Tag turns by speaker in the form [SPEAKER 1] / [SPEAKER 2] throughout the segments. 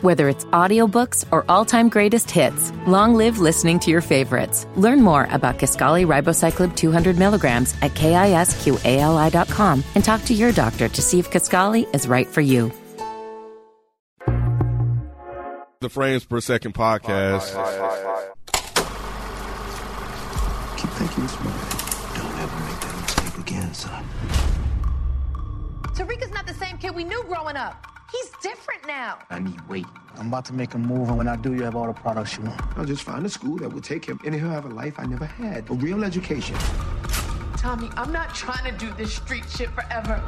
[SPEAKER 1] Whether it's audiobooks or all-time greatest hits, long live listening to your favorites. Learn more about Kaskali Ribocyclib 200 milligrams at kisqali.com and talk to your doctor to see if Kaskali is right for you.
[SPEAKER 2] The Frames Per Second podcast.
[SPEAKER 3] Keep thinking this way. Don't ever make that mistake again, son.
[SPEAKER 4] Tariq's not the same kid we knew growing up. He's different now.
[SPEAKER 3] I need weight.
[SPEAKER 5] I'm about to make a move, and when I do, you have all the products you want.
[SPEAKER 3] I'll just find a school that will take him, and he'll have a life I never had. A real education.
[SPEAKER 4] Tommy, I'm not trying to do this street shit forever.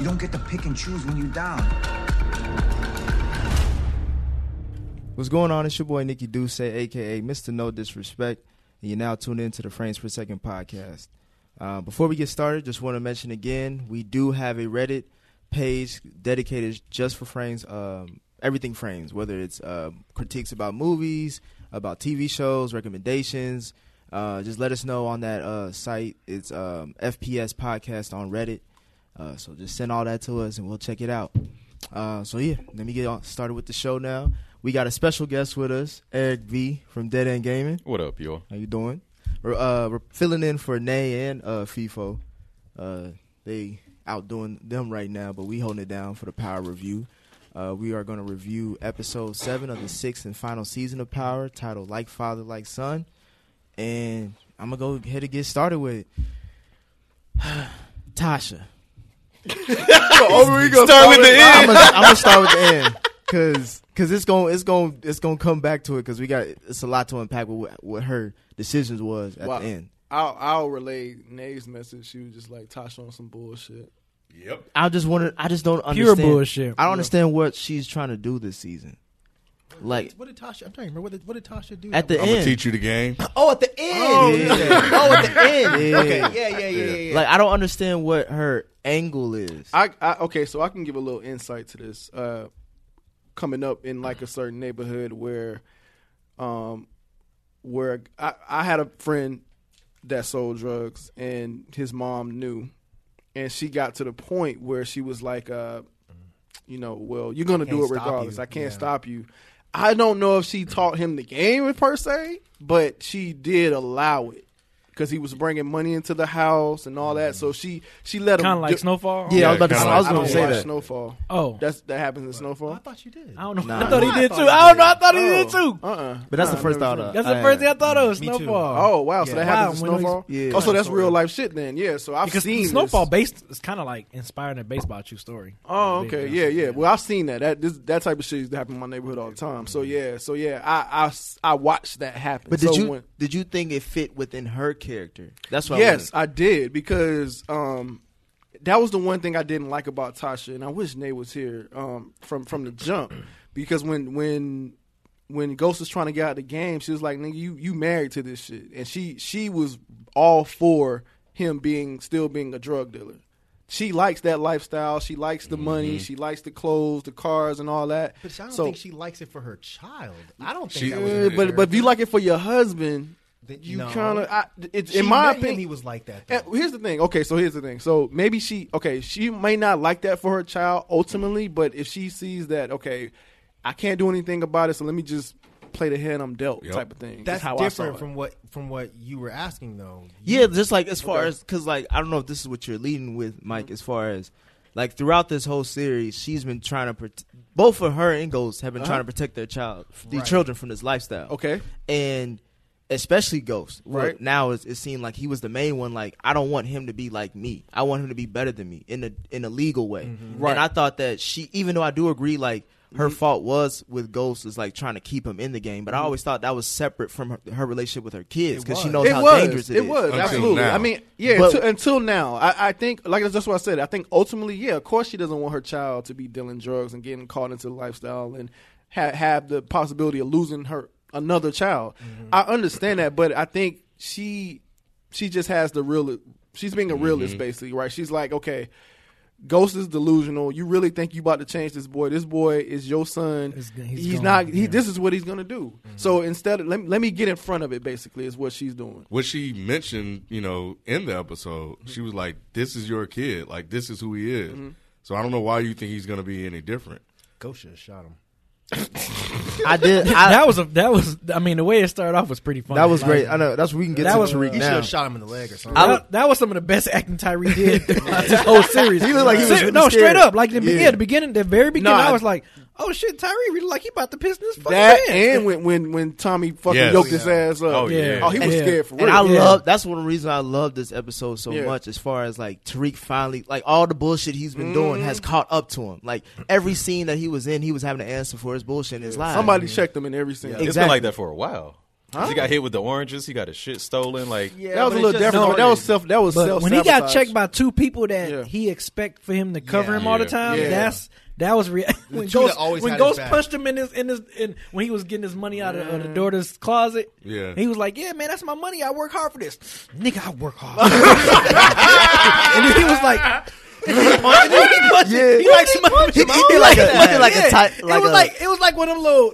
[SPEAKER 6] You don't get to pick and choose when you down.
[SPEAKER 7] What's going on? It's your boy Nikki Duce, aka Mr. No Disrespect, and you're now tuned into the Frames Per Second podcast. Uh, before we get started, just want to mention again we do have a Reddit page dedicated just for frames, um, everything frames, whether it's uh, critiques about movies, about TV shows, recommendations. Uh, just let us know on that uh, site. It's um, FPS Podcast on Reddit. Uh, so just send all that to us and we'll check it out. Uh, so yeah, let me get on, started with the show now. We got a special guest with us, Eric V from Dead End Gaming.
[SPEAKER 8] What up, y'all?
[SPEAKER 7] How you doing? We're, uh, we're filling in for Nay and uh, FIFO. Uh, they outdoing them right now, but we holding it down for the Power review. Uh, we are going to review episode seven of the sixth and final season of Power, titled "Like Father, Like Son," and I'm gonna go ahead and get started with it. Tasha.
[SPEAKER 2] Start with the
[SPEAKER 7] I'm gonna, I'm gonna start with the end because it's gonna it's gonna it's gonna come back to it because we got it's a lot to unpack with what- what her decisions was at
[SPEAKER 9] Wow.
[SPEAKER 7] the end.
[SPEAKER 9] I'll, I'll relay Nay's message. She was just like Tasha on some bullshit.
[SPEAKER 7] I just wanted I just don't
[SPEAKER 10] Pure
[SPEAKER 7] understand.
[SPEAKER 10] bullshit.
[SPEAKER 7] I don't understand what she's trying to do this season. Like
[SPEAKER 10] What did Tasha? I'm trying to remember. What did, what did Tasha do?
[SPEAKER 7] at the
[SPEAKER 2] I'm gonna
[SPEAKER 7] end.
[SPEAKER 2] teach you the game.
[SPEAKER 10] oh, at the end.
[SPEAKER 7] Yeah.
[SPEAKER 10] Oh, at the end.
[SPEAKER 7] Yeah.
[SPEAKER 10] Okay. Yeah, yeah, yeah, yeah. yeah.
[SPEAKER 7] Like I don't understand what her angle is.
[SPEAKER 9] I, I okay, so I can give a little insight to this. Uh, coming up in like a certain neighborhood where, um, where I, I had a friend that sold drugs, and his mom knew, and she got to the point where she was like, uh, you know, well, you're gonna do it
[SPEAKER 10] Can't stop
[SPEAKER 9] regardless.
[SPEAKER 10] you.
[SPEAKER 9] I can't
[SPEAKER 10] Yeah.
[SPEAKER 9] stop you. I don't know if she taught him the game per se, but she did allow it. Cause he was bringing money into the house and all that, so she she let him
[SPEAKER 10] Kind of like
[SPEAKER 9] do-
[SPEAKER 10] Snowfall.
[SPEAKER 7] yeah, I was about to
[SPEAKER 2] kinda
[SPEAKER 7] say, I was
[SPEAKER 9] I
[SPEAKER 7] gonna
[SPEAKER 9] don't
[SPEAKER 7] say
[SPEAKER 9] watch
[SPEAKER 7] that.
[SPEAKER 9] Snowfall.
[SPEAKER 10] Oh.
[SPEAKER 9] that's that happens in Snowfall.
[SPEAKER 10] thought you did. I don't know.
[SPEAKER 7] Nah.
[SPEAKER 10] I thought he
[SPEAKER 7] I
[SPEAKER 10] did
[SPEAKER 9] thought
[SPEAKER 11] Oh,
[SPEAKER 10] too.
[SPEAKER 9] you
[SPEAKER 10] I don't know. I thought he did too.
[SPEAKER 9] Uh uh
[SPEAKER 7] But that's the first thought. I-
[SPEAKER 10] That's
[SPEAKER 7] I
[SPEAKER 10] the
[SPEAKER 7] had.
[SPEAKER 10] first thing I thought of.
[SPEAKER 7] Me too.
[SPEAKER 10] Snowfall.
[SPEAKER 9] Oh wow, so that
[SPEAKER 10] Wow,
[SPEAKER 9] happens in
[SPEAKER 10] when we-
[SPEAKER 9] Snowfall.
[SPEAKER 7] Yeah.
[SPEAKER 9] Oh, so that's real life shit then. Yeah, so I've
[SPEAKER 10] Because
[SPEAKER 9] seen
[SPEAKER 10] Snowfall
[SPEAKER 9] This.
[SPEAKER 10] based is kind of like inspiring a baseball true story.
[SPEAKER 9] Oh, okay, yeah, yeah. Well, I've seen that. That this, that type of shit used to happen in my neighborhood all the time. So yeah, so yeah, I I, s- I watched that happen.
[SPEAKER 7] But did
[SPEAKER 9] So
[SPEAKER 7] you
[SPEAKER 9] when-
[SPEAKER 7] did you think it fit within her character? That's what.
[SPEAKER 9] yes,
[SPEAKER 7] I
[SPEAKER 9] I did because um, that was the one thing I didn't like about Tasha, and I wish Nate was here um, from from the jump because when when when Ghost was trying to get out of the game, she was like, "Nigga, you you married to this shit," and she she was all for him being still being a drug dealer. She likes that lifestyle. She likes the money. She likes the clothes, the cars, and all that.
[SPEAKER 11] But I don't
[SPEAKER 9] So-
[SPEAKER 11] think she likes it for her child. I don't think
[SPEAKER 2] She-
[SPEAKER 11] that was
[SPEAKER 9] Uh,
[SPEAKER 11] her
[SPEAKER 9] but but if you like it for your husband,
[SPEAKER 11] Th-
[SPEAKER 9] you
[SPEAKER 11] no.
[SPEAKER 9] kind of it,
[SPEAKER 11] She
[SPEAKER 9] in my
[SPEAKER 11] met him,
[SPEAKER 9] opinion eh,
[SPEAKER 11] he was like that, though.
[SPEAKER 9] And here's the thing. Okay, so here's the thing. So maybe she okay she may not like that for her child ultimately, but if she sees that okay, I can't do anything about it, so let me just play the hand I'm dealt
[SPEAKER 2] Yep.
[SPEAKER 9] type of thing.
[SPEAKER 11] That's
[SPEAKER 9] how I saw
[SPEAKER 11] different
[SPEAKER 9] it.
[SPEAKER 11] from what from what you were asking though.
[SPEAKER 7] Yeah, just like as far
[SPEAKER 9] Mm-hmm. Okay.
[SPEAKER 7] as because like I don't know if this is what you're leading with, Mike. As far as like throughout this whole series, she's been trying to prot- both of her and Ghost have been trying to protect their child, the
[SPEAKER 11] Right.
[SPEAKER 7] children from this lifestyle.
[SPEAKER 9] Uh-huh. Okay.
[SPEAKER 7] and especially Ghost. Well,
[SPEAKER 9] Right.
[SPEAKER 7] now, it's, it seemed like he was the main one. Like I don't want him to be like me. I want him to be better than me in a in a legal way.
[SPEAKER 9] Mm-hmm. Right. Mm-hmm.
[SPEAKER 7] And I thought that she, even though I do agree, like. Her fault was with Ghost is like trying to keep him in the game, but I always thought that was separate from her, her relationship with her kids because she
[SPEAKER 11] was.
[SPEAKER 7] knows
[SPEAKER 9] it
[SPEAKER 7] how
[SPEAKER 9] was,
[SPEAKER 7] dangerous it is.
[SPEAKER 9] was
[SPEAKER 2] Until
[SPEAKER 9] absolutely.
[SPEAKER 2] now.
[SPEAKER 9] I mean, yeah,
[SPEAKER 7] But-
[SPEAKER 9] until, until now, I, I think like that's what I said. I think ultimately, yeah, of course, she doesn't want her child to be dealing drugs and getting caught into the lifestyle and ha- have the possibility of losing her another child.
[SPEAKER 7] Mm-hmm.
[SPEAKER 9] I understand that, but I think she she just has the real. She's being a
[SPEAKER 2] Mm-hmm.
[SPEAKER 9] realist, basically, right? She's like, okay. Ghost is delusional. You really think you about to change this boy? This boy is your son.
[SPEAKER 10] It's go-
[SPEAKER 9] he's
[SPEAKER 10] he's gone,
[SPEAKER 9] not. He,
[SPEAKER 10] yeah.
[SPEAKER 9] This is what he's gonna do.
[SPEAKER 7] Mm-hmm.
[SPEAKER 9] So instead, of, let me, let me get in front of it. Basically, is what she's doing.
[SPEAKER 2] What she mentioned, you know, in the episode, she was like, "This is your kid. Like this is who he is." So I don't know why you think he's gonna be any different.
[SPEAKER 11] Go should have shot him.
[SPEAKER 7] I did. I,
[SPEAKER 10] that was a that was. I mean, the way it started off was pretty funny.
[SPEAKER 7] that was
[SPEAKER 10] Like,
[SPEAKER 7] great. I know. That's what we can get
[SPEAKER 10] That
[SPEAKER 7] to
[SPEAKER 10] was-
[SPEAKER 7] Tariq
[SPEAKER 10] You
[SPEAKER 4] should
[SPEAKER 7] now.
[SPEAKER 4] have shot him in the leg or something.
[SPEAKER 7] I would-
[SPEAKER 10] That, that was some of the best acting Tyree did throughout this whole series.
[SPEAKER 7] He looked like he was
[SPEAKER 10] Ser-
[SPEAKER 7] really
[SPEAKER 10] no, straight
[SPEAKER 7] scared.
[SPEAKER 10] up, like the be-
[SPEAKER 7] Yeah.
[SPEAKER 10] yeah. the beginning, the very beginning.
[SPEAKER 9] Nah.
[SPEAKER 10] I was like, oh shit, Tyree really like he about to piss in his fucking
[SPEAKER 9] That
[SPEAKER 10] pants.
[SPEAKER 9] and when when when Tommy fucking
[SPEAKER 2] Yes.
[SPEAKER 9] yoked his ass up.
[SPEAKER 2] Oh, yeah.
[SPEAKER 9] Oh, he was
[SPEAKER 10] Yeah.
[SPEAKER 9] scared for real.
[SPEAKER 7] And I
[SPEAKER 10] Yeah.
[SPEAKER 7] love that's one of the reasons I love this episode so
[SPEAKER 9] Yeah.
[SPEAKER 7] much. As far as like Tariq finally, like all the bullshit he's been doing has
[SPEAKER 10] Mm.
[SPEAKER 7] caught up to him. Like every scene that he was in, he was having to answer for his bullshit in his life.
[SPEAKER 9] Somebody checked him in every single.
[SPEAKER 7] Exactly.
[SPEAKER 12] It's been like that for a while. He got hit with the oranges. He got his shit stolen. Like
[SPEAKER 9] That was a little different. but that was self. That was
[SPEAKER 10] But
[SPEAKER 9] self.
[SPEAKER 10] when he got checked by two people that
[SPEAKER 9] Yeah.
[SPEAKER 10] he expect for him to cover him all the
[SPEAKER 12] Yeah.
[SPEAKER 10] time,
[SPEAKER 9] Yeah.
[SPEAKER 10] that's that was rea- when
[SPEAKER 4] two that
[SPEAKER 10] Ghost
[SPEAKER 4] always
[SPEAKER 10] when
[SPEAKER 4] had his
[SPEAKER 10] Ghost
[SPEAKER 4] back.
[SPEAKER 10] punched him in his in his in when he was getting his money out of uh, the daughter's closet.
[SPEAKER 2] Yeah.
[SPEAKER 10] he was like, "Yeah, man, that's my money. I work hard for this, nigga. I work hard." and then he was like. and then he punched him.
[SPEAKER 7] Yeah.
[SPEAKER 10] He like smushed
[SPEAKER 7] He-
[SPEAKER 10] him. I
[SPEAKER 7] he
[SPEAKER 10] don't
[SPEAKER 7] like a-
[SPEAKER 10] that.
[SPEAKER 7] looking like a
[SPEAKER 10] Yeah.
[SPEAKER 7] tight- like
[SPEAKER 10] it was
[SPEAKER 7] a-
[SPEAKER 10] like it was like one of them little,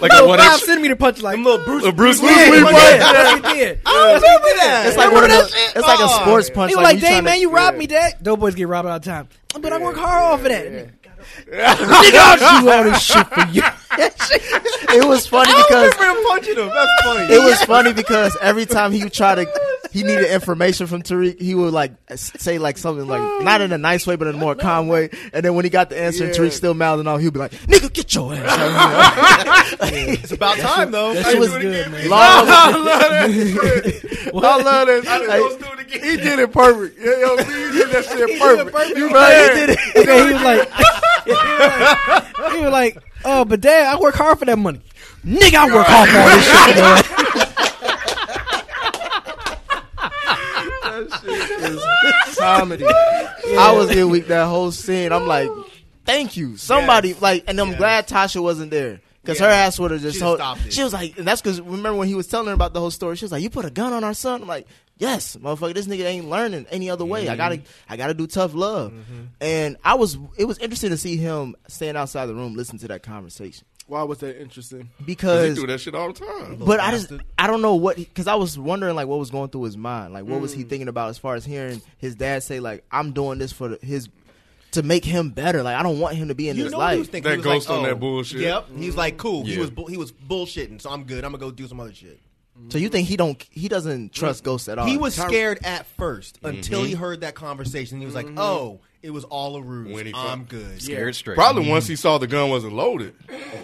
[SPEAKER 12] Like a
[SPEAKER 10] little
[SPEAKER 12] one
[SPEAKER 10] five
[SPEAKER 12] inch-
[SPEAKER 10] centimeter punch, like
[SPEAKER 9] little Bruce.
[SPEAKER 2] The Bruce Lee.
[SPEAKER 10] yeah,
[SPEAKER 2] punch.
[SPEAKER 10] that's what he did. That's what he did.
[SPEAKER 7] It's like
[SPEAKER 10] Remember
[SPEAKER 7] one of
[SPEAKER 10] that
[SPEAKER 7] those,
[SPEAKER 10] shit? Oh.
[SPEAKER 7] It's like a sports punch.
[SPEAKER 10] He was like,
[SPEAKER 7] you
[SPEAKER 10] "Dang
[SPEAKER 7] tryna-
[SPEAKER 10] man, you robbed me, Dad." Doughboys get robbed all the time, but I work hard off for that. Nigga, I'll do all this shit for you.
[SPEAKER 7] It was funny because
[SPEAKER 9] him punching him. That's funny.
[SPEAKER 7] it was funny because every time he would try to, he needed information from Tariq. He would like s- say like something like not in a nice way, but in a more calm way. And then when he got the answer, and
[SPEAKER 9] Yeah.
[SPEAKER 7] Tariq still mouthing off. He'd be like, "Nigga, get your ass." out of here."
[SPEAKER 4] it's about time though.
[SPEAKER 10] That
[SPEAKER 4] Hey,
[SPEAKER 10] shit was
[SPEAKER 4] do it
[SPEAKER 10] good,
[SPEAKER 4] again.
[SPEAKER 10] man.
[SPEAKER 7] Long-
[SPEAKER 9] I love that. he did it perfect. Yeah, yo, he did that shit perfect. You right?
[SPEAKER 7] He did it.
[SPEAKER 10] And then he was like, he was like, he was like, "Oh, but Dad, I work hard for that money." Nigga, I work hard for all this shit.
[SPEAKER 7] comedy. I was in with that whole scene. I'm like, thank you, somebody. Like, and I'm glad Tasha wasn't there. Cause her ass would have just
[SPEAKER 4] She'd
[SPEAKER 7] told.
[SPEAKER 4] stopped it.
[SPEAKER 7] She was like, and that's because remember when he was telling her about the whole story. She was like, "You put a gun on our son." I'm like, "Yes, motherfucker, this nigga ain't learning any other way. I gotta,
[SPEAKER 4] Mm-hmm.
[SPEAKER 7] I gotta do tough love." And I was, it was interesting to see him stand outside the room, listen to that conversation
[SPEAKER 9] Why was that interesting?
[SPEAKER 2] He
[SPEAKER 7] because
[SPEAKER 2] do that shit all the time.
[SPEAKER 7] but I just I don't know what because I was wondering like what was going through his mind like what was
[SPEAKER 4] Mm.
[SPEAKER 7] he thinking about as far as hearing his dad say like I'm doing this for the, his to make him better like I don't want him to be in
[SPEAKER 4] You
[SPEAKER 7] this
[SPEAKER 4] know what he was
[SPEAKER 7] life
[SPEAKER 4] thinking?
[SPEAKER 2] That
[SPEAKER 4] He was
[SPEAKER 2] ghost
[SPEAKER 4] like,
[SPEAKER 2] on
[SPEAKER 4] oh,
[SPEAKER 2] that bullshit.
[SPEAKER 4] Yep. He was like, cool. He
[SPEAKER 12] Yeah.
[SPEAKER 4] was bu- he was bullshitting, so I'm good. I'm gonna go do some other shit.
[SPEAKER 7] so you think he don't he doesn't trust Ghost
[SPEAKER 2] Uh,
[SPEAKER 7] at all
[SPEAKER 4] He was scared at first until
[SPEAKER 2] Mm-hmm.
[SPEAKER 4] he heard that conversation. He was like, "Oh, it was all a ruse.
[SPEAKER 2] When he
[SPEAKER 4] I'm
[SPEAKER 2] fuck-
[SPEAKER 4] good."
[SPEAKER 12] scared straight.
[SPEAKER 2] Probably once he saw the gun wasn't loaded.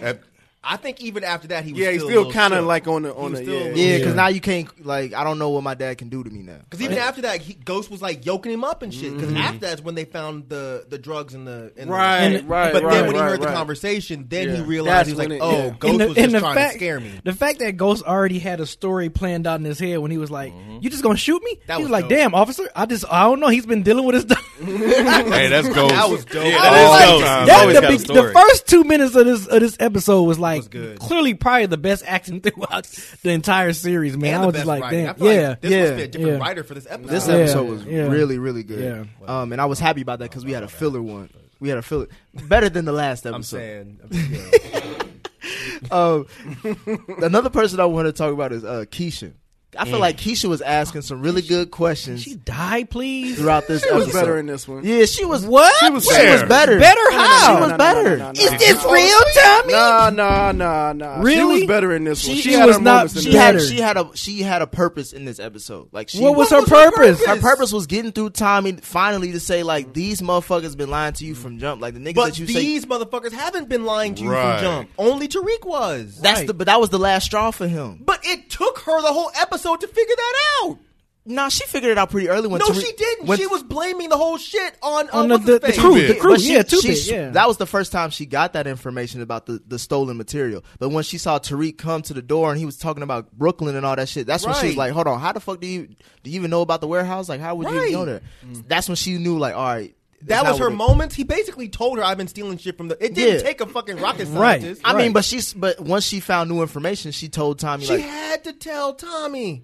[SPEAKER 2] At,
[SPEAKER 4] I think even after that, he was
[SPEAKER 9] Yeah,
[SPEAKER 4] still
[SPEAKER 9] he's
[SPEAKER 4] a
[SPEAKER 9] still
[SPEAKER 4] little
[SPEAKER 9] kind of
[SPEAKER 4] shook.
[SPEAKER 9] like on the
[SPEAKER 4] He
[SPEAKER 9] on
[SPEAKER 4] was
[SPEAKER 9] the
[SPEAKER 4] still a
[SPEAKER 9] yeah.
[SPEAKER 4] little
[SPEAKER 7] yeah because
[SPEAKER 10] Yeah.
[SPEAKER 7] now you can't like I don't know what my dad can do to me now
[SPEAKER 4] Because even after that, he, Ghost was like yoking him up and shit. Because after that's when they found the the drugs in the in
[SPEAKER 9] Mm-hmm. Right,
[SPEAKER 4] The,
[SPEAKER 9] right,
[SPEAKER 4] But
[SPEAKER 9] right,
[SPEAKER 4] then when he
[SPEAKER 9] right,
[SPEAKER 4] heard the
[SPEAKER 9] right.
[SPEAKER 4] conversation, then
[SPEAKER 9] Yeah.
[SPEAKER 4] he
[SPEAKER 9] That's
[SPEAKER 4] realized he was
[SPEAKER 9] when
[SPEAKER 4] like,
[SPEAKER 9] it-
[SPEAKER 4] "Oh,
[SPEAKER 9] yeah.
[SPEAKER 4] Ghost
[SPEAKER 10] And the-
[SPEAKER 4] was just
[SPEAKER 10] and the
[SPEAKER 4] trying
[SPEAKER 10] fact-
[SPEAKER 4] to scare me."
[SPEAKER 10] The fact that Ghost already had a story planned out in his head when he was like, "You just gonna shoot me?"
[SPEAKER 4] Mm-hmm. That
[SPEAKER 10] he was,
[SPEAKER 4] was
[SPEAKER 10] like,
[SPEAKER 4] dope.
[SPEAKER 10] "Damn, officer, I just I don't know." He's been dealing with his. Stuff.
[SPEAKER 2] hey, that's ghost.
[SPEAKER 4] That was dope.
[SPEAKER 12] Yeah,
[SPEAKER 4] I
[SPEAKER 12] that is ghost.
[SPEAKER 4] was
[SPEAKER 2] like,
[SPEAKER 12] He's
[SPEAKER 2] that
[SPEAKER 12] always
[SPEAKER 10] the,
[SPEAKER 12] got a
[SPEAKER 10] big- the
[SPEAKER 12] story.
[SPEAKER 10] first two minutes of this of this episode was like
[SPEAKER 4] good.
[SPEAKER 10] clearly probably the best acting throughout the entire series. Man,
[SPEAKER 4] and
[SPEAKER 10] I
[SPEAKER 4] the
[SPEAKER 10] was
[SPEAKER 4] best
[SPEAKER 10] just like,
[SPEAKER 4] writing. I
[SPEAKER 10] "Damn,
[SPEAKER 4] feel
[SPEAKER 10] yeah,
[SPEAKER 4] like this
[SPEAKER 10] yeah,
[SPEAKER 4] must be a different
[SPEAKER 10] yeah.
[SPEAKER 4] writer for this episode.
[SPEAKER 7] this
[SPEAKER 10] Yeah.
[SPEAKER 7] episode was
[SPEAKER 10] yeah.
[SPEAKER 7] really really good um and I was happy about that because we had a filler one we had a filler better than the last episode
[SPEAKER 4] I'm saying, I'm saying,
[SPEAKER 7] Um, another person I want to talk about is uh, Keisha. I
[SPEAKER 4] Mm.
[SPEAKER 7] feel like Keisha was asking some really good questions
[SPEAKER 10] She die, please.
[SPEAKER 7] throughout this.
[SPEAKER 9] She was
[SPEAKER 7] episode.
[SPEAKER 9] better in this one.
[SPEAKER 7] Yeah, she was.
[SPEAKER 10] What?
[SPEAKER 7] She was,
[SPEAKER 2] better.
[SPEAKER 7] better.
[SPEAKER 10] Better how?
[SPEAKER 7] She was
[SPEAKER 9] No, no, no,
[SPEAKER 7] better.
[SPEAKER 9] no, no, no, no, no.
[SPEAKER 7] real, Tommy?
[SPEAKER 9] Nah, nah, nah, nah. She
[SPEAKER 10] Really?
[SPEAKER 9] was better in this
[SPEAKER 10] She-
[SPEAKER 9] one.
[SPEAKER 10] she
[SPEAKER 9] had
[SPEAKER 10] was
[SPEAKER 9] her
[SPEAKER 10] not-
[SPEAKER 9] moments in
[SPEAKER 7] She
[SPEAKER 9] this.
[SPEAKER 7] had.
[SPEAKER 10] Better.
[SPEAKER 7] She had a. She had a purpose in this episode. Like she.
[SPEAKER 10] what was her purpose?
[SPEAKER 7] Her purpose was getting through Tommy finally to say like these motherfuckers been lying to you from jump. Like the niggas
[SPEAKER 4] but
[SPEAKER 7] that you say.
[SPEAKER 4] these motherfuckers haven't been lying to you
[SPEAKER 2] Right.
[SPEAKER 4] from jump. Only Tariq was.
[SPEAKER 7] That's the. But that was the last straw for him.
[SPEAKER 4] But it took her the whole episode to figure that out.
[SPEAKER 7] Nah, she figured it out pretty early when.
[SPEAKER 4] no,
[SPEAKER 7] Tariq-
[SPEAKER 4] she didn't.
[SPEAKER 7] when-
[SPEAKER 4] she was blaming the whole shit on, uh,
[SPEAKER 10] On
[SPEAKER 4] on
[SPEAKER 10] the-
[SPEAKER 4] what's his
[SPEAKER 10] the- the
[SPEAKER 4] face.
[SPEAKER 10] crew,
[SPEAKER 2] Two-Bit.
[SPEAKER 10] the crew,
[SPEAKER 7] But she-
[SPEAKER 10] yeah, two
[SPEAKER 7] she-
[SPEAKER 10] bit, yeah.
[SPEAKER 7] That was the first time she got that information about the, the stolen material. But when she saw Tariq come to the door and he was talking about Brooklyn and all that shit, that's when she was
[SPEAKER 4] Right.
[SPEAKER 7] like, "Hold on, how the fuck do you do you even know about the warehouse? Like, how would you
[SPEAKER 4] Right.
[SPEAKER 7] even know that?" That's when she knew, like, all right,
[SPEAKER 4] That
[SPEAKER 7] that's
[SPEAKER 4] was
[SPEAKER 7] not
[SPEAKER 4] her
[SPEAKER 7] what it-
[SPEAKER 4] moment. He basically told her, "I've been stealing shit from the." It didn't
[SPEAKER 7] Yeah.
[SPEAKER 4] take a fucking rocket
[SPEAKER 10] Right.
[SPEAKER 4] scientist.
[SPEAKER 7] I mean,
[SPEAKER 10] Right.
[SPEAKER 7] but she's but once she found new information, she told Tommy
[SPEAKER 4] she
[SPEAKER 7] like,
[SPEAKER 4] had to tell Tommy.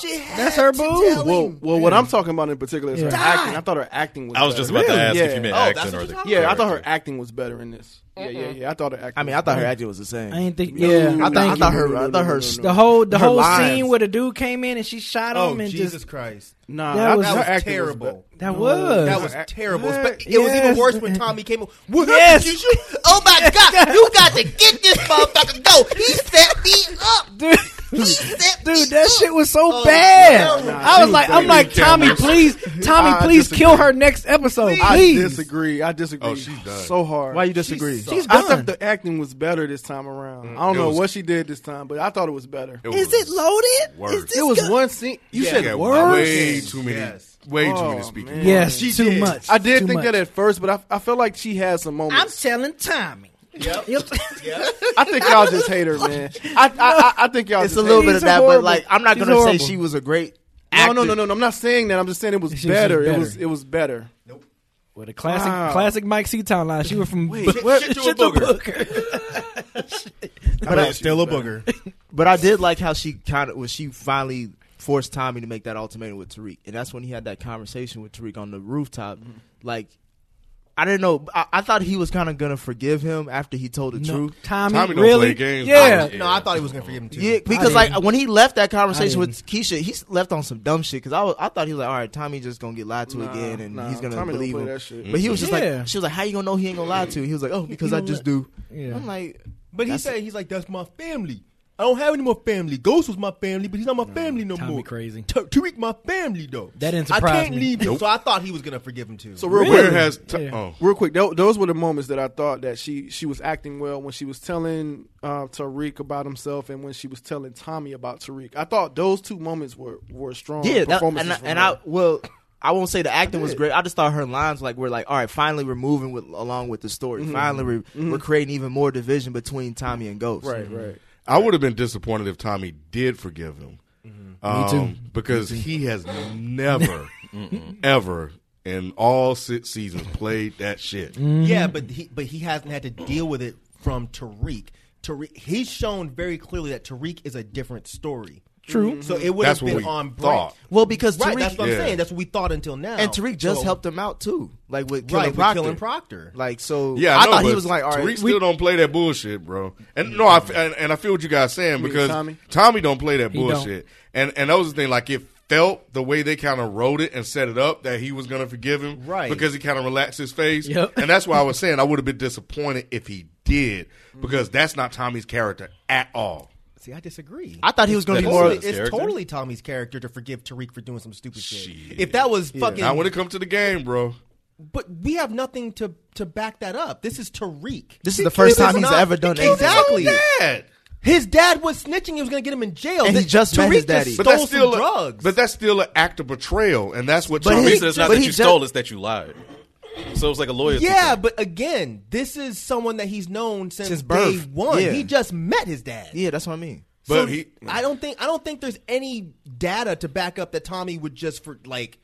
[SPEAKER 4] she had
[SPEAKER 10] that's her
[SPEAKER 4] to
[SPEAKER 10] boo.
[SPEAKER 4] tell him.
[SPEAKER 9] Well, well, what I'm talking about in particular is her
[SPEAKER 10] Yeah.
[SPEAKER 9] acting. I thought her acting was.
[SPEAKER 12] I was
[SPEAKER 9] better.
[SPEAKER 12] just about to ask
[SPEAKER 9] Yeah.
[SPEAKER 12] if you meant
[SPEAKER 4] Oh, that's
[SPEAKER 12] acting
[SPEAKER 4] what
[SPEAKER 12] or
[SPEAKER 4] you're
[SPEAKER 12] the.
[SPEAKER 4] talking
[SPEAKER 9] Yeah, I thought her
[SPEAKER 12] character.
[SPEAKER 9] acting was better in this. Yeah, yeah, yeah. I thought her acting.
[SPEAKER 7] I mean, I thought her acting was the same.
[SPEAKER 10] I ain't think.
[SPEAKER 9] No,
[SPEAKER 10] Yeah,
[SPEAKER 9] no,
[SPEAKER 7] I thought,
[SPEAKER 10] thank
[SPEAKER 7] I
[SPEAKER 10] you.
[SPEAKER 7] thought her, I thought her,
[SPEAKER 10] the whole the
[SPEAKER 7] her
[SPEAKER 10] whole
[SPEAKER 7] lines.
[SPEAKER 10] scene where the dude came in and she shot
[SPEAKER 4] Oh
[SPEAKER 10] him and
[SPEAKER 4] Jesus
[SPEAKER 10] just
[SPEAKER 4] Christ!
[SPEAKER 9] Nah,
[SPEAKER 10] That
[SPEAKER 9] I
[SPEAKER 10] was-
[SPEAKER 9] thought
[SPEAKER 4] That
[SPEAKER 9] her
[SPEAKER 4] was
[SPEAKER 9] acting
[SPEAKER 4] terrible.
[SPEAKER 9] better.
[SPEAKER 10] that was
[SPEAKER 4] That was terrible. But it was
[SPEAKER 10] Yes.
[SPEAKER 4] even worse when Tommy came. Well,
[SPEAKER 10] Yes.
[SPEAKER 4] yes. Oh my God! You got
[SPEAKER 10] to get this motherfucker go. He set me up. Dude,
[SPEAKER 13] Dude, that shit was so bad. I was like, I'm like, Tommy, please, Tommy,
[SPEAKER 9] I
[SPEAKER 13] please kill
[SPEAKER 9] disagree.
[SPEAKER 13] her next episode,
[SPEAKER 9] I
[SPEAKER 13] please.
[SPEAKER 9] disagree. I disagree.
[SPEAKER 13] Oh, she's done.
[SPEAKER 9] so hard.
[SPEAKER 13] Why you disagree? She's
[SPEAKER 9] I
[SPEAKER 13] done.
[SPEAKER 9] thought the acting was better this time around. I don't
[SPEAKER 13] Mm. It
[SPEAKER 9] know
[SPEAKER 13] was-
[SPEAKER 9] what she did this time, but I thought it was better.
[SPEAKER 13] Is it loaded?
[SPEAKER 9] Is this it was one scene. You
[SPEAKER 2] Yeah. Yeah,
[SPEAKER 9] said words.
[SPEAKER 2] Way too many. Way too many speaking.
[SPEAKER 13] Yes, too much.
[SPEAKER 9] I did
[SPEAKER 13] Too
[SPEAKER 9] think
[SPEAKER 13] much.
[SPEAKER 9] that at first, but I, I felt like she had some moments.
[SPEAKER 14] I'm telling Tommy. Yep.
[SPEAKER 9] I think y'all just hate her, man. I I, I, I think y'all.
[SPEAKER 7] It's
[SPEAKER 9] just
[SPEAKER 7] a little
[SPEAKER 9] hate
[SPEAKER 7] bit
[SPEAKER 9] her.
[SPEAKER 7] of that, but like I'm not gonna say she was a great.
[SPEAKER 9] No, no,
[SPEAKER 7] actor.
[SPEAKER 9] no, no, no. I'm not saying that. I'm just saying it was
[SPEAKER 7] She was
[SPEAKER 9] better.
[SPEAKER 7] just
[SPEAKER 9] It
[SPEAKER 7] better.
[SPEAKER 9] was it was better. Nope.
[SPEAKER 13] With a classic
[SPEAKER 9] classic.
[SPEAKER 13] classic Mike C town line. She went from
[SPEAKER 9] Wait, shit- shit to a
[SPEAKER 7] But I-
[SPEAKER 15] still a booger.
[SPEAKER 7] But I did like how she kind of when she finally forced Tommy to make that ultimatum with Tariq, and that's when he had that conversation with Tariq on the rooftop.
[SPEAKER 10] Mm-hmm.
[SPEAKER 7] Like, I didn't know. I, I thought he was kind of gonna forgive him after he told the
[SPEAKER 13] No,
[SPEAKER 7] truth.
[SPEAKER 13] Tommy, Tommy don't really? play games,
[SPEAKER 7] Yeah.
[SPEAKER 13] bro. No, I thought he was gonna
[SPEAKER 10] forgive him, too.
[SPEAKER 7] Yeah,
[SPEAKER 10] I
[SPEAKER 7] because like
[SPEAKER 10] didn't.
[SPEAKER 7] when he left that conversation
[SPEAKER 10] I
[SPEAKER 7] with Keisha, he s- left on some dumb shit. Because I was, I thought he was like, all right, Tommy just gonna get lied to again, and
[SPEAKER 10] nah,
[SPEAKER 7] he's gonna
[SPEAKER 10] Tommy don't
[SPEAKER 7] believe
[SPEAKER 10] play
[SPEAKER 7] him.
[SPEAKER 10] that shit.
[SPEAKER 7] But he was just
[SPEAKER 10] Yeah.
[SPEAKER 7] like, she was like, how you gonna know he ain't gonna lie to? you? He was like, oh, because I
[SPEAKER 10] gonna
[SPEAKER 7] just
[SPEAKER 10] lie.
[SPEAKER 7] do.
[SPEAKER 10] I'm like, but he said he's like, that's my family. I don't have any more family. Ghost was my family, but he's not my family no
[SPEAKER 13] Tommy
[SPEAKER 10] more.
[SPEAKER 13] crazy.
[SPEAKER 10] Ta- Tariq, my family though.
[SPEAKER 13] That didn't
[SPEAKER 10] I
[SPEAKER 13] surprise
[SPEAKER 10] can't
[SPEAKER 13] me.
[SPEAKER 10] leave him,
[SPEAKER 13] Nope.
[SPEAKER 10] so I thought he was gonna forgive him too.
[SPEAKER 9] So real
[SPEAKER 10] Really?
[SPEAKER 9] quick,
[SPEAKER 2] oh.
[SPEAKER 9] real quick, tho- those were the moments that I thought that she she was acting well when she was telling uh, Tariq about himself and when she was telling Tommy about Tariq. I thought those two moments were were strong.
[SPEAKER 7] Yeah, that, and,
[SPEAKER 9] performances
[SPEAKER 7] I,
[SPEAKER 9] from
[SPEAKER 7] and
[SPEAKER 9] her.
[SPEAKER 7] I well, I won't say the acting was great. I just thought her lines like were like, all right, finally we're moving with along with the story.
[SPEAKER 10] Mm-hmm.
[SPEAKER 9] Mhm.
[SPEAKER 7] Finally, we're,
[SPEAKER 9] Mhm.
[SPEAKER 7] we're creating even more division between Tommy and Ghost.
[SPEAKER 9] Right, right.
[SPEAKER 2] I would have been disappointed if Tommy did forgive him. Um,
[SPEAKER 7] Me too. Me
[SPEAKER 2] Because
[SPEAKER 7] too.
[SPEAKER 2] he has never,
[SPEAKER 10] Mm-mm.
[SPEAKER 2] ever in all six seasons played that shit.
[SPEAKER 13] Mm-hmm.
[SPEAKER 10] Yeah, but he but he hasn't had to deal with it from Tariq. Tariq he's shown very clearly that Tariq is a different story.
[SPEAKER 7] True.
[SPEAKER 10] So it would
[SPEAKER 7] That's
[SPEAKER 10] have
[SPEAKER 7] what
[SPEAKER 10] been
[SPEAKER 7] we
[SPEAKER 10] on
[SPEAKER 7] thought.
[SPEAKER 10] brand.
[SPEAKER 7] Well, because
[SPEAKER 10] right,
[SPEAKER 7] Tariq-
[SPEAKER 10] that's what
[SPEAKER 7] Yeah.
[SPEAKER 10] I'm saying. That's what we thought until now.
[SPEAKER 7] And Tariq just
[SPEAKER 10] So-
[SPEAKER 7] helped him out too, like with
[SPEAKER 10] Right,
[SPEAKER 7] killing,
[SPEAKER 10] with
[SPEAKER 7] Proctor.
[SPEAKER 10] Killing Proctor.
[SPEAKER 7] Like so,
[SPEAKER 2] Yeah,
[SPEAKER 7] I,
[SPEAKER 2] I, know,
[SPEAKER 7] thought he
[SPEAKER 2] but
[SPEAKER 7] was like, all right,
[SPEAKER 2] Tariq still don't play that bullshit, bro. And no, I f- and, and I feel what you guys saying
[SPEAKER 9] You mean
[SPEAKER 2] because
[SPEAKER 9] Tommy?
[SPEAKER 2] Tommy? don't play that
[SPEAKER 9] He don't.
[SPEAKER 2] bullshit. And and that was the thing. Like it felt the way they kind of wrote it and set it up that he was gonna forgive him,
[SPEAKER 10] Right.
[SPEAKER 2] Because he kind of relaxed his face,
[SPEAKER 10] Yep.
[SPEAKER 2] and that's why I was saying I would have been disappointed if he did
[SPEAKER 10] Mm-hmm.
[SPEAKER 2] because that's not Tommy's character at all.
[SPEAKER 10] See, I disagree.
[SPEAKER 2] I thought he was gonna
[SPEAKER 10] It's
[SPEAKER 2] be more-
[SPEAKER 10] totally- It's
[SPEAKER 2] Character?
[SPEAKER 10] totally Tommy's character to forgive Tariq for doing some stupid shit. If that was fucking,
[SPEAKER 2] Now when it comes to the game, bro.
[SPEAKER 10] but we have nothing to to back that up. This is Tariq.
[SPEAKER 7] This is the first time he's
[SPEAKER 10] not-
[SPEAKER 7] ever done anything.
[SPEAKER 10] exactly.
[SPEAKER 7] His own dad.
[SPEAKER 10] His dad was snitching. He was going to get him in jail.
[SPEAKER 7] And he
[SPEAKER 10] Th-
[SPEAKER 7] just
[SPEAKER 10] Tariq
[SPEAKER 7] met his
[SPEAKER 10] just
[SPEAKER 7] daddy.
[SPEAKER 10] stole
[SPEAKER 7] But that's
[SPEAKER 10] some
[SPEAKER 2] still a-
[SPEAKER 10] drugs.
[SPEAKER 2] But that's still an act of betrayal, and that's what
[SPEAKER 10] But
[SPEAKER 2] Tommy
[SPEAKER 10] he-
[SPEAKER 2] said.
[SPEAKER 16] It's not that you stole; it's that you lied. So it was like a lawyer.
[SPEAKER 10] Yeah, but again, this is someone that he's known since,
[SPEAKER 7] Since
[SPEAKER 10] day
[SPEAKER 7] birth.
[SPEAKER 10] one.
[SPEAKER 7] Yeah.
[SPEAKER 10] He just met his dad.
[SPEAKER 7] yeah, that's what I mean.
[SPEAKER 10] so I don't think I don't think there's any data to back up that Tommy would just for like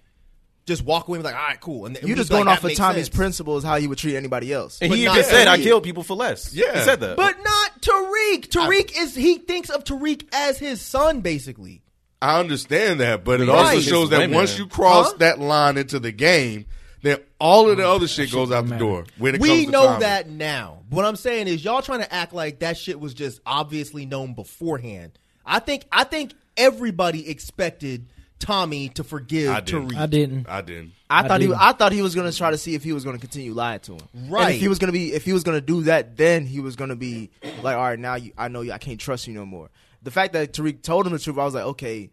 [SPEAKER 10] just walk away and be like, all right, cool. And
[SPEAKER 7] you just going off of Tommy's principles, how you would treat anybody else.
[SPEAKER 10] And he But even not said, "I Tariq." killed
[SPEAKER 16] people for less.
[SPEAKER 7] Yeah.
[SPEAKER 16] He said that.
[SPEAKER 10] But not Tariq. Tariq is he thinks of Tariq as his son, basically.
[SPEAKER 2] I understand that, but it
[SPEAKER 10] Right.
[SPEAKER 2] also
[SPEAKER 10] It's
[SPEAKER 2] shows that
[SPEAKER 10] women.
[SPEAKER 2] once you cross
[SPEAKER 10] Huh?
[SPEAKER 2] that line into the game, then all of the other shit goes out the door. When it
[SPEAKER 10] We
[SPEAKER 2] comes to
[SPEAKER 10] know
[SPEAKER 2] timing.
[SPEAKER 10] that now. What I'm saying is y'all trying to act like that shit was just obviously known beforehand. I think I think everybody expected Tommy to forgive
[SPEAKER 2] I didn't.
[SPEAKER 10] Tariq.
[SPEAKER 2] I didn't. I didn't.
[SPEAKER 7] I,
[SPEAKER 10] I
[SPEAKER 7] thought he.
[SPEAKER 10] didn't.
[SPEAKER 7] I thought he was going to try to see if he was going to continue lying to him. And
[SPEAKER 10] Right.
[SPEAKER 7] if he was going to be, if he was going to do that, then he was going to be like, all right, now you, I know you, I can't trust you no more. The fact that Tariq told him the truth, I was like, okay,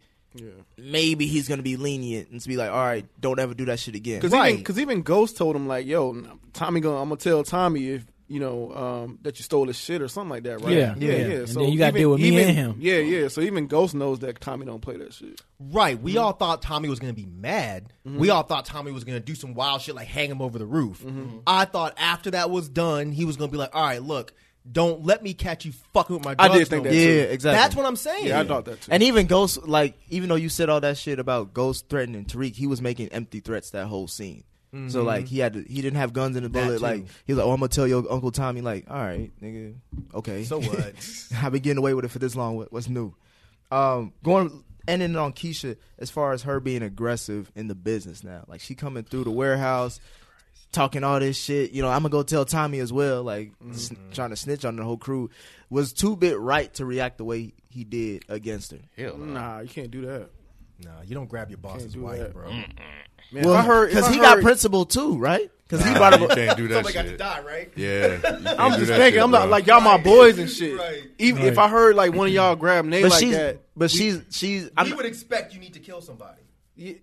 [SPEAKER 7] maybe he's going to be lenient and to be like, all right, don't ever do that shit again.
[SPEAKER 9] Because even, 'cause even Ghost told him like, "Yo, n- Tommy, gonna, I'm gonna tell Tommy if you know um, that you stole his shit or something like that, right?
[SPEAKER 13] Yeah, yeah. And then you gotta
[SPEAKER 9] even-
[SPEAKER 13] deal with me
[SPEAKER 9] even-
[SPEAKER 13] and him.
[SPEAKER 9] Yeah, yeah. So even Ghost knows that Tommy don't play that shit.
[SPEAKER 10] Right. We all thought Tommy was going to be mad. We all thought Tommy was going to do some wild shit like hang him over the roof. I thought after that was done, he was going to be like, all right, look, don't let me catch you fucking with my
[SPEAKER 7] I
[SPEAKER 10] drugs.
[SPEAKER 7] did think
[SPEAKER 10] no
[SPEAKER 7] that.
[SPEAKER 10] more."
[SPEAKER 7] Yeah, exactly.
[SPEAKER 10] That's what I'm saying.
[SPEAKER 7] And even Ghost, like, even though you said all that shit about Ghost threatening Tariq, he was making empty threats that whole scene. So
[SPEAKER 10] Mhm.
[SPEAKER 7] like he had to, he didn't have guns in the
[SPEAKER 10] That
[SPEAKER 7] bullet.
[SPEAKER 10] too.
[SPEAKER 7] Like he was like, oh, I'm gonna tell your uncle Tommy. Like, all right, nigga, okay.
[SPEAKER 10] So what?
[SPEAKER 7] I've been getting away with it for this long. What, what's new? Um, going ending it on Keisha as far as her being aggressive in the business now. Like she coming through the warehouse, talking all this shit. You know, I'm gonna go tell Tommy as well. Like sn-
[SPEAKER 10] Mm-hmm.
[SPEAKER 7] trying to snitch on the whole crew was two bit right to react the way he did against her.
[SPEAKER 2] Hell no.
[SPEAKER 9] Nah, you can't do that.
[SPEAKER 10] Nah, you don't grab your boss's
[SPEAKER 9] do
[SPEAKER 10] wife,
[SPEAKER 9] that.
[SPEAKER 10] bro.
[SPEAKER 9] Man,
[SPEAKER 7] Well,
[SPEAKER 9] if I heard if I
[SPEAKER 7] he got
[SPEAKER 9] heard-
[SPEAKER 7] principle too, right?
[SPEAKER 2] Because
[SPEAKER 9] he
[SPEAKER 2] Nah,
[SPEAKER 9] brought up
[SPEAKER 2] you
[SPEAKER 9] a-
[SPEAKER 2] can't do that
[SPEAKER 9] Somebody
[SPEAKER 2] shit.
[SPEAKER 9] got to
[SPEAKER 10] die, right?
[SPEAKER 2] Yeah, you can't
[SPEAKER 9] I'm
[SPEAKER 2] do
[SPEAKER 9] just
[SPEAKER 2] that
[SPEAKER 9] thinking,
[SPEAKER 2] shit,
[SPEAKER 9] I'm not
[SPEAKER 2] bro.
[SPEAKER 9] like y'all my boys and shit. Even if
[SPEAKER 2] Right.
[SPEAKER 9] I heard like one of y'all grab Nate
[SPEAKER 17] But
[SPEAKER 9] like
[SPEAKER 17] she's-
[SPEAKER 9] that,
[SPEAKER 17] but she's- she's-
[SPEAKER 10] We would expect you need to kill somebody.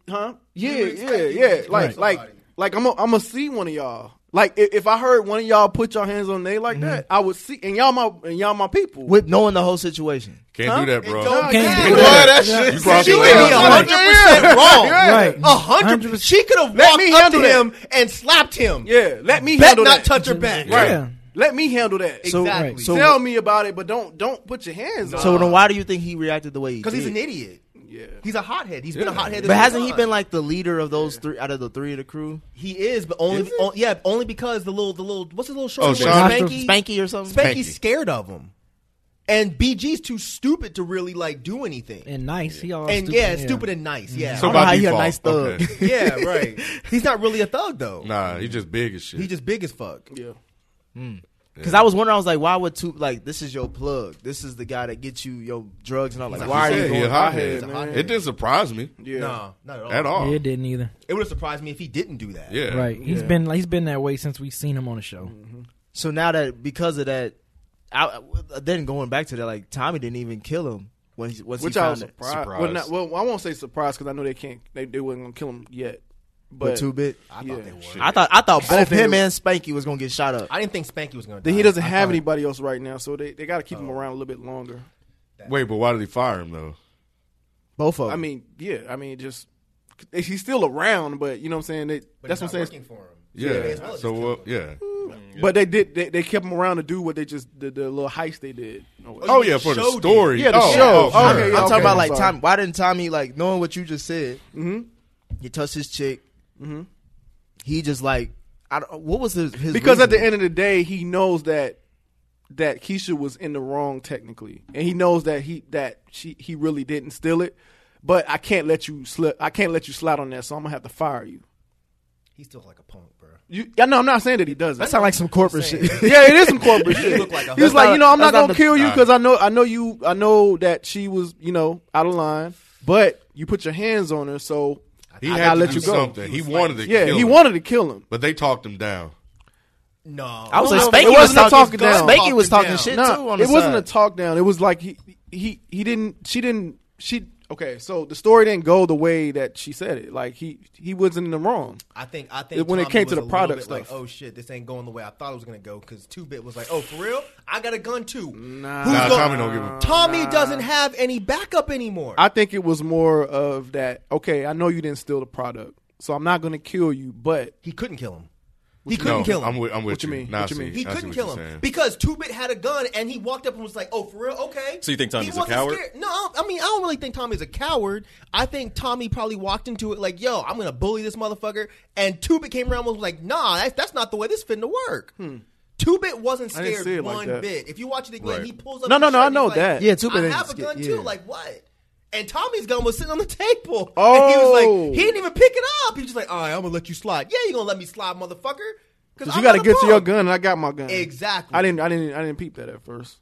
[SPEAKER 9] huh?
[SPEAKER 10] You
[SPEAKER 9] Yeah, yeah,
[SPEAKER 10] would expect you
[SPEAKER 9] yeah.
[SPEAKER 10] to
[SPEAKER 9] Like,
[SPEAKER 10] kill
[SPEAKER 9] like, like I'm gonna I'm see one of y'all. Like, if, if I heard one of y'all put your hands on Nate like that, I would see. And y'all my and y'all my people.
[SPEAKER 7] With knowing the whole situation.
[SPEAKER 2] Can't do that, bro.
[SPEAKER 9] Can't
[SPEAKER 2] do that. You brought
[SPEAKER 10] She
[SPEAKER 2] the
[SPEAKER 10] would be
[SPEAKER 2] wrong one.
[SPEAKER 10] 100% wrong.
[SPEAKER 2] Yeah. Right.
[SPEAKER 10] A hundred. She could have
[SPEAKER 9] Let
[SPEAKER 10] walked
[SPEAKER 9] me
[SPEAKER 10] up to
[SPEAKER 9] handle that.
[SPEAKER 10] him and slapped him.
[SPEAKER 9] Yeah, let me
[SPEAKER 10] Bet
[SPEAKER 9] handle
[SPEAKER 10] not
[SPEAKER 9] that.
[SPEAKER 10] touch her back.
[SPEAKER 9] Right.
[SPEAKER 10] Yeah.
[SPEAKER 9] Let me handle that.
[SPEAKER 7] So- Exactly. right. So-
[SPEAKER 9] Tell me about it, but don't don't put your hands on.
[SPEAKER 7] So then why do you think he reacted the way he did?
[SPEAKER 10] Because he's an idiot.
[SPEAKER 9] Yeah.
[SPEAKER 10] He's a hothead. He's been a
[SPEAKER 7] Yeah.
[SPEAKER 10] hothead.
[SPEAKER 7] But hasn't he been like the leader of those three out of the three of the crew?
[SPEAKER 10] He is, but only, on- yeah, only because the little, the little, what's his little short
[SPEAKER 7] Oh,
[SPEAKER 10] one?
[SPEAKER 7] Sean-
[SPEAKER 10] Spanky,
[SPEAKER 7] Spanky or something?
[SPEAKER 10] Spanky's
[SPEAKER 7] Spanky.
[SPEAKER 10] scared of him, and BG's too stupid to really like do anything.
[SPEAKER 17] And nice. He all
[SPEAKER 10] and
[SPEAKER 17] stupid,
[SPEAKER 10] yeah,
[SPEAKER 17] yeah. Mm-hmm.
[SPEAKER 10] stupid and nice. Yeah,
[SPEAKER 2] So I don't know by how he a default, nice thug. okay.
[SPEAKER 10] yeah, right. He's not really a thug though.
[SPEAKER 2] Nah, he just big as shit.
[SPEAKER 10] He just big as fuck.
[SPEAKER 9] Yeah.
[SPEAKER 7] Because I was wondering, I was like, why would two like this is your plug? This is the guy that gets you your drugs and all. Like,
[SPEAKER 10] Like
[SPEAKER 7] why
[SPEAKER 10] you
[SPEAKER 7] are you
[SPEAKER 10] said,
[SPEAKER 2] he
[SPEAKER 7] going
[SPEAKER 2] a hothead.
[SPEAKER 7] He's a
[SPEAKER 2] It didn't surprise me.
[SPEAKER 9] Yeah.
[SPEAKER 10] No, not at all.
[SPEAKER 2] At all.
[SPEAKER 17] Yeah, it didn't either.
[SPEAKER 10] It would have surprised me if he didn't do that.
[SPEAKER 2] Yeah.
[SPEAKER 17] Right. He's been like, he's been that way since we've seen him on the show.
[SPEAKER 7] Mm-hmm. So now that because of that, I, I- then going back to that, like Tommy didn't even kill him when he, once
[SPEAKER 9] Which
[SPEAKER 7] he
[SPEAKER 9] I
[SPEAKER 7] found
[SPEAKER 9] was
[SPEAKER 7] it.
[SPEAKER 9] surprised. Well, not, well, I won't say surprised because I know they can't. They, they wasn't gonna kill him yet. But
[SPEAKER 7] But two bit.
[SPEAKER 9] I thought they were.
[SPEAKER 7] I thought I thought
[SPEAKER 9] I
[SPEAKER 7] both
[SPEAKER 9] didn't think
[SPEAKER 7] him
[SPEAKER 9] it
[SPEAKER 7] and Spanky was gonna get shot up.
[SPEAKER 10] I didn't think Spanky was gonna.
[SPEAKER 9] Then
[SPEAKER 10] die.
[SPEAKER 9] he doesn't
[SPEAKER 10] I
[SPEAKER 9] have
[SPEAKER 10] thought-
[SPEAKER 9] anybody else right now, so they, they got to keep
[SPEAKER 2] Oh.
[SPEAKER 9] him around a little bit longer.
[SPEAKER 2] Wait, but why did he fire him though?
[SPEAKER 7] Both of
[SPEAKER 9] I
[SPEAKER 7] them.
[SPEAKER 9] mean, yeah, I mean, just he's still around, but you know what I'm saying. They, that's what I'm saying.
[SPEAKER 2] Yeah. So well, yeah.
[SPEAKER 9] But they did. They, they kept him around to do what they just the, the little heist they did.
[SPEAKER 2] Oh, yeah, for the Showed story. it.
[SPEAKER 9] Yeah, the
[SPEAKER 2] Oh,
[SPEAKER 9] show.
[SPEAKER 2] oh,
[SPEAKER 9] okay,
[SPEAKER 2] sure.
[SPEAKER 7] I'm
[SPEAKER 9] yeah,
[SPEAKER 7] talking
[SPEAKER 9] okay,
[SPEAKER 7] about like
[SPEAKER 9] sorry.
[SPEAKER 7] Tommy. Why didn't Tommy like knowing what you just said? He touched his chick. Mm-hmm. He just like I don't, what was his, his
[SPEAKER 9] because at the
[SPEAKER 7] reasoning?
[SPEAKER 9] end of the day, he knows that that Keisha was in the wrong technically, and he knows that he that she he really didn't steal it. But I can't let you slip. I can't let you slide on that, so I'm gonna have to fire you.
[SPEAKER 10] He still like a punk, bro.
[SPEAKER 9] You, yeah, no, I'm not saying that he doesn't.
[SPEAKER 7] That sound like some corporate shit.
[SPEAKER 9] yeah, it is some corporate shit.
[SPEAKER 10] look like a-
[SPEAKER 9] he was
[SPEAKER 10] That's
[SPEAKER 9] like,
[SPEAKER 10] not-
[SPEAKER 9] you know, I'm not
[SPEAKER 10] that's not
[SPEAKER 9] gonna
[SPEAKER 10] the-
[SPEAKER 9] kill you
[SPEAKER 10] Nah.
[SPEAKER 9] because I know, I know you, I know that she was, you know, out of line. But you put your hands on her, so
[SPEAKER 2] He had
[SPEAKER 9] I gotta
[SPEAKER 2] to
[SPEAKER 9] let
[SPEAKER 2] do
[SPEAKER 9] you go.
[SPEAKER 2] something. He wanted to
[SPEAKER 9] yeah,
[SPEAKER 2] kill
[SPEAKER 9] he
[SPEAKER 2] him.
[SPEAKER 9] wanted to kill him.
[SPEAKER 2] But they talked him down.
[SPEAKER 10] No,
[SPEAKER 7] I was
[SPEAKER 9] No,
[SPEAKER 7] like,
[SPEAKER 9] no,
[SPEAKER 7] Spanky
[SPEAKER 9] it
[SPEAKER 7] was
[SPEAKER 9] wasn't a
[SPEAKER 7] talking,
[SPEAKER 9] talk down.
[SPEAKER 7] Spanky was talking
[SPEAKER 10] Talking
[SPEAKER 7] shit
[SPEAKER 9] Nah,
[SPEAKER 7] too. On
[SPEAKER 9] it
[SPEAKER 7] the
[SPEAKER 9] wasn't
[SPEAKER 7] side.
[SPEAKER 9] a talk down. It was like he, he he didn't. She didn't. She okay. So the story didn't go the way that she said it. Like he he wasn't in the wrong.
[SPEAKER 10] I think I think
[SPEAKER 9] when it
[SPEAKER 10] Tommy
[SPEAKER 9] came
[SPEAKER 10] was
[SPEAKER 9] to
[SPEAKER 10] a
[SPEAKER 9] the
[SPEAKER 10] little
[SPEAKER 9] product
[SPEAKER 10] bit
[SPEAKER 9] stuff.
[SPEAKER 10] like, oh shit, this ain't going the way I thought it was gonna go. Because Two Bit was like, oh for real, I got a gun too. Nah,
[SPEAKER 2] Nah, Tommy don't give a-
[SPEAKER 10] Tommy doesn't have any backup anymore.
[SPEAKER 9] I think it was more of that. Okay, I know you didn't steal the product, so I'm not gonna kill you. But
[SPEAKER 10] he couldn't kill him.
[SPEAKER 9] What
[SPEAKER 10] He
[SPEAKER 9] you-
[SPEAKER 10] couldn't
[SPEAKER 2] No,
[SPEAKER 10] kill him.
[SPEAKER 2] I'm with, I'm with
[SPEAKER 9] What you mean?
[SPEAKER 2] Nah,
[SPEAKER 9] What you
[SPEAKER 2] I see-
[SPEAKER 9] mean?
[SPEAKER 10] He
[SPEAKER 2] I see
[SPEAKER 10] couldn't
[SPEAKER 2] what
[SPEAKER 10] kill
[SPEAKER 2] you're
[SPEAKER 10] him
[SPEAKER 2] saying.
[SPEAKER 10] because Two Bit had a gun and he walked up and was like, "Oh, for real? Okay."
[SPEAKER 18] So you think Tommy's
[SPEAKER 10] He
[SPEAKER 18] a
[SPEAKER 10] wasn't
[SPEAKER 18] coward?
[SPEAKER 10] scared. No, I mean I don't really think Tommy's a coward. I think Tommy probably walked into it like, "Yo, I'm gonna bully this motherfucker," and Two Bit came around and was like, "Nah, that's, that's not the way this finna work." Two Bit wasn't
[SPEAKER 9] Hmm. I didn't
[SPEAKER 10] scared
[SPEAKER 9] see it like
[SPEAKER 10] one
[SPEAKER 9] that.
[SPEAKER 10] bit. If you watch it again,
[SPEAKER 2] Right.
[SPEAKER 10] he pulls up.
[SPEAKER 9] No,
[SPEAKER 10] his
[SPEAKER 9] no, no,
[SPEAKER 10] shirt
[SPEAKER 9] I
[SPEAKER 10] and
[SPEAKER 9] know
[SPEAKER 10] he's like,
[SPEAKER 9] that.
[SPEAKER 7] Yeah, Two Bit
[SPEAKER 10] I
[SPEAKER 7] ain't
[SPEAKER 10] have a
[SPEAKER 7] scared-
[SPEAKER 10] gun too.
[SPEAKER 7] yeah.
[SPEAKER 10] Like what? And Tommy's gun was sitting on the table. and he
[SPEAKER 9] Oh.
[SPEAKER 10] was like, he didn't even pick it up. He was just like, "All right, I'm gonna let you slide." Yeah, you gonna let me slide, motherfucker?
[SPEAKER 9] Cause
[SPEAKER 10] I'm
[SPEAKER 9] you got to
[SPEAKER 10] not a
[SPEAKER 9] get to your
[SPEAKER 10] punk.
[SPEAKER 9] gun, and I got my gun.
[SPEAKER 10] Exactly.
[SPEAKER 9] I didn't. I didn't. I didn't peep that at first.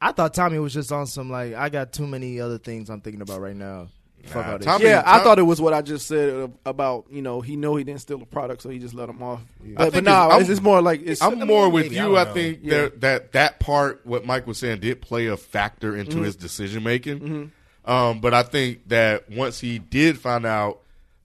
[SPEAKER 7] I thought Tommy was just on some like I got too many other things I'm thinking about right now. Fuck all this.
[SPEAKER 2] Tommy-
[SPEAKER 7] shit.
[SPEAKER 9] yeah, I
[SPEAKER 2] Tom-
[SPEAKER 9] thought it was what I just said about you know he know he didn't steal the product, so he just let him off. But, but
[SPEAKER 2] think
[SPEAKER 9] nah,
[SPEAKER 2] it's-
[SPEAKER 9] it's, it's more like it's,
[SPEAKER 2] I'm more with
[SPEAKER 10] maybe, I
[SPEAKER 2] you.
[SPEAKER 10] don't
[SPEAKER 2] I,
[SPEAKER 10] know.
[SPEAKER 2] think
[SPEAKER 9] Yeah.
[SPEAKER 2] that, that that part, what Mike was saying, did play a factor into
[SPEAKER 9] Mm-hmm.
[SPEAKER 2] his decision making. Um, but I think that once he did find out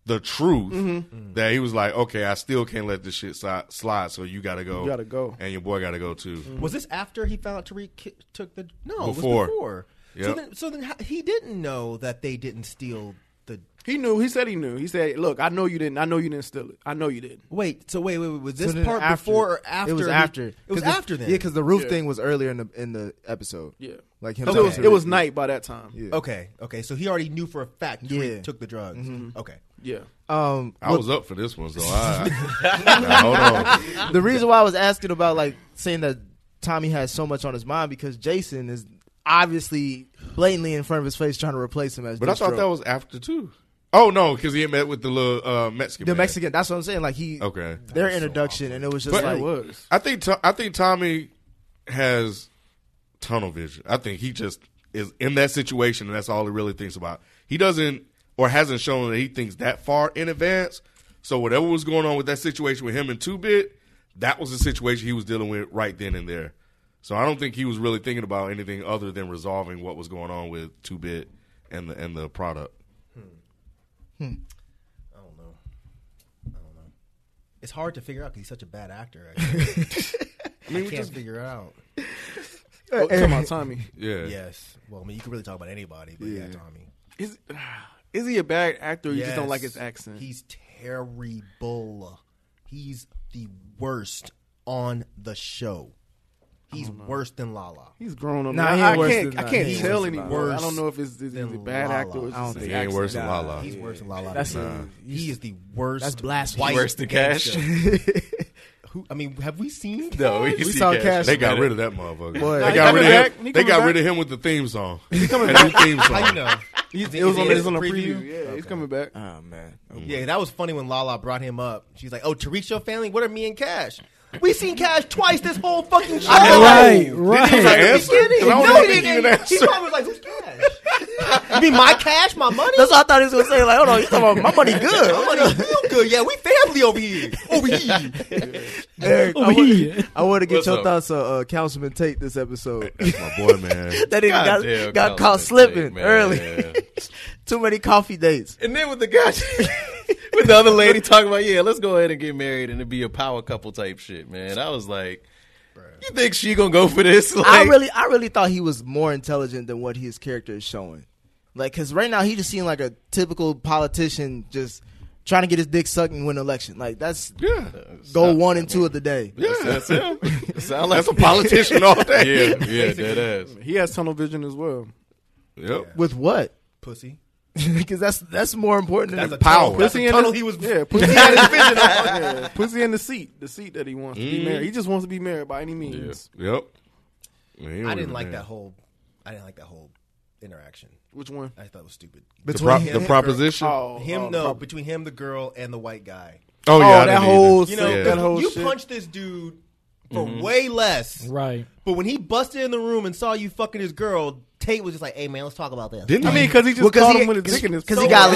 [SPEAKER 2] the truth,
[SPEAKER 9] Mm-hmm.
[SPEAKER 2] Mm. that he was like, okay, I still can't let this shit si- slide. So you got to go.
[SPEAKER 9] You gotta go. Mm.
[SPEAKER 2] and your boy got to go too.
[SPEAKER 10] Was this after he found out Tariq ki- took the no?
[SPEAKER 2] Mm-hmm. Before.
[SPEAKER 10] It was before. So
[SPEAKER 2] Yep.
[SPEAKER 10] then, so then ho- he didn't know that they didn't steal the.
[SPEAKER 9] he knew. He said he knew. He said, "Look, I know you didn't. I know you didn't steal it. I know you didn't."
[SPEAKER 10] Wait, so wait, wait, wait. Was
[SPEAKER 7] So
[SPEAKER 10] this
[SPEAKER 7] then
[SPEAKER 10] part
[SPEAKER 7] after-
[SPEAKER 10] before or after?
[SPEAKER 7] It was
[SPEAKER 10] he-
[SPEAKER 7] after.
[SPEAKER 10] It was
[SPEAKER 7] 'Cause
[SPEAKER 10] after then.
[SPEAKER 7] Yeah, because the roof
[SPEAKER 9] Yeah.
[SPEAKER 7] thing was earlier in the in the episode.
[SPEAKER 9] Yeah,
[SPEAKER 7] like him.
[SPEAKER 9] So it
[SPEAKER 7] telling
[SPEAKER 9] was
[SPEAKER 7] Tariq.
[SPEAKER 9] it was night by that time. Yeah,
[SPEAKER 7] Yeah.
[SPEAKER 10] okay, okay. So he already knew for a fact Tariq
[SPEAKER 7] Yeah.
[SPEAKER 10] took the drugs. Mm-hmm. Okay. Uh,
[SPEAKER 7] Um,
[SPEAKER 2] I was up for this one, so I. Nah, hold on.
[SPEAKER 7] the reason why I was asking about like saying that Tommy has so much on his mind because Jason is obviously blatantly in front of his face trying to replace him as.
[SPEAKER 2] But I thought
[SPEAKER 7] Deathstroke.
[SPEAKER 2] that was after too. Oh no, because he had met with the little uh, Mexican.
[SPEAKER 7] the
[SPEAKER 2] man.
[SPEAKER 7] Mexican. That's what I'm saying. Like he
[SPEAKER 2] Okay.
[SPEAKER 7] their introduction, and it was just
[SPEAKER 2] But-
[SPEAKER 7] like
[SPEAKER 9] it was.
[SPEAKER 2] I think To- I think Tommy has tunnel vision. I think he just is in that situation, and that's all he really thinks about. He doesn't or hasn't shown that he thinks that far in advance. So whatever was going on with that situation with him and Two Bit, that was the situation he was dealing with right then and there. So I don't think he was really thinking about anything other than resolving what was going on with Two Bit and the and the product.
[SPEAKER 10] I don't know. I don't know. It's hard to figure out because he's such a bad actor. Actually. I,
[SPEAKER 9] mean, we
[SPEAKER 10] can't
[SPEAKER 9] just-
[SPEAKER 10] figure it out.
[SPEAKER 7] Uh,
[SPEAKER 9] Well, Oh, talking about Tommy. Yeah.
[SPEAKER 10] Yes. Well, I mean, you can really talk about anybody, but yeah, Tommy.
[SPEAKER 9] Is is he a bad actor? Or You just don't like
[SPEAKER 10] Yes.
[SPEAKER 9] his accent.
[SPEAKER 10] He's terrible. He's the worst on the show.
[SPEAKER 9] Oh,
[SPEAKER 10] He's worse than Lala.
[SPEAKER 9] He's grown up. Nah, I, I can't. I can't tell anymore. I don't know if it's is he a bad actor. Or is just his accent.
[SPEAKER 10] He's worse than Lala.
[SPEAKER 9] That's
[SPEAKER 10] That's
[SPEAKER 9] a-
[SPEAKER 10] he is the worst.
[SPEAKER 9] That's blasphemy.
[SPEAKER 10] white
[SPEAKER 9] Worse than Cash?
[SPEAKER 10] gangster. Who? I mean, have we seen?
[SPEAKER 2] No,
[SPEAKER 10] Cash?
[SPEAKER 2] we We see saw Cash. Cash. They got rid of that motherfucker. What? They got
[SPEAKER 10] He coming
[SPEAKER 2] rid of him-
[SPEAKER 10] back? He
[SPEAKER 2] they got
[SPEAKER 10] coming
[SPEAKER 2] rid of
[SPEAKER 10] back?
[SPEAKER 2] him with the theme song.
[SPEAKER 10] He coming
[SPEAKER 2] A
[SPEAKER 10] back.
[SPEAKER 2] new theme
[SPEAKER 10] How
[SPEAKER 2] song.
[SPEAKER 10] you know?
[SPEAKER 2] He's-
[SPEAKER 9] it was on-
[SPEAKER 10] in
[SPEAKER 9] it's on
[SPEAKER 10] the
[SPEAKER 9] a preview. Yeah, he's coming back.
[SPEAKER 10] Uh,
[SPEAKER 19] Oh man.
[SPEAKER 10] Yeah, that was funny when Lala brought him up. She's like, "Oh, Tariq's your family. What are me and Cash? We seen Cash twice this whole fucking show.
[SPEAKER 20] Right,
[SPEAKER 10] Did
[SPEAKER 20] right.
[SPEAKER 10] he even
[SPEAKER 20] Answer?
[SPEAKER 10] Answer?
[SPEAKER 20] 'Cause I
[SPEAKER 10] No,
[SPEAKER 20] don't
[SPEAKER 10] he
[SPEAKER 20] think he
[SPEAKER 10] didn't.
[SPEAKER 20] even
[SPEAKER 10] He
[SPEAKER 20] answered.
[SPEAKER 10] probably was like, "Who's Cash? you mean my cash, my money?
[SPEAKER 7] That's what I thought he was gonna say. Like, hold on, you talking about my money good?
[SPEAKER 10] My money real good. Yeah, we family over here. Over here.
[SPEAKER 19] Eric,
[SPEAKER 7] Oh,
[SPEAKER 19] I wanna-
[SPEAKER 7] yeah.
[SPEAKER 19] I want to get
[SPEAKER 7] What's
[SPEAKER 19] your
[SPEAKER 7] up?
[SPEAKER 19] thoughts on uh, Councilman Tate this episode.
[SPEAKER 2] That's my boy, man.
[SPEAKER 7] That nigga got,
[SPEAKER 19] Goddamn
[SPEAKER 7] got
[SPEAKER 19] Councilman
[SPEAKER 7] caught slipping
[SPEAKER 19] Tate, man.
[SPEAKER 7] early. Too many coffee dates.
[SPEAKER 8] And then with the guy, with the other lady talking about, yeah, let's go ahead and get married and it'd be a power couple type shit, man. I was like, you think she gonna go for this? Like,
[SPEAKER 7] I really, I really thought he was more intelligent than what his character is showing. Like, cause right now he just seemed like a typical politician, just trying to get his dick sucked and win an election. Like that's
[SPEAKER 2] yeah,
[SPEAKER 7] goal one and two of the day.
[SPEAKER 2] Yeah,
[SPEAKER 8] that's him. It sound
[SPEAKER 2] like- That's a politician all day. Yeah, yeah,
[SPEAKER 8] dead ass.
[SPEAKER 9] He has tunnel vision as well.
[SPEAKER 2] Yep.
[SPEAKER 7] With what?
[SPEAKER 10] Pussy.
[SPEAKER 7] Because that's that's more important than
[SPEAKER 10] That's
[SPEAKER 7] the
[SPEAKER 10] a tunnel.
[SPEAKER 7] power.
[SPEAKER 10] That's a tunnel he was-
[SPEAKER 9] Yeah, pussy in his vision. Yeah, pussy in the seat, the seat that he wants to be
[SPEAKER 10] Mm.
[SPEAKER 9] married. He just wants to be married by any means.
[SPEAKER 2] Yep.
[SPEAKER 10] I didn't like that whole. I didn't like that whole interaction.
[SPEAKER 9] Which one?
[SPEAKER 10] I thought it was stupid.
[SPEAKER 2] The Between prop- him- the proposition?
[SPEAKER 10] Oh,
[SPEAKER 2] Oh,
[SPEAKER 10] him
[SPEAKER 2] oh,
[SPEAKER 10] no.
[SPEAKER 2] prop-
[SPEAKER 10] between him, the girl, and the white guy.
[SPEAKER 2] Oh, yeah, Oh, I that didn't whole either.
[SPEAKER 10] you know
[SPEAKER 2] yeah.
[SPEAKER 10] that
[SPEAKER 2] that
[SPEAKER 10] whole
[SPEAKER 2] whole
[SPEAKER 10] you
[SPEAKER 2] shit.
[SPEAKER 10] punched this dude for
[SPEAKER 7] Mm-hmm.
[SPEAKER 2] Mhm.
[SPEAKER 10] way less,
[SPEAKER 20] Right.
[SPEAKER 10] But when he busted in the room and saw you fucking his girl, Tate was just like, "Hey man, let's talk about this."
[SPEAKER 2] Didn't I
[SPEAKER 10] I mean,
[SPEAKER 2] mean,
[SPEAKER 9] because he just
[SPEAKER 10] caught
[SPEAKER 9] him with his dick in his
[SPEAKER 10] he got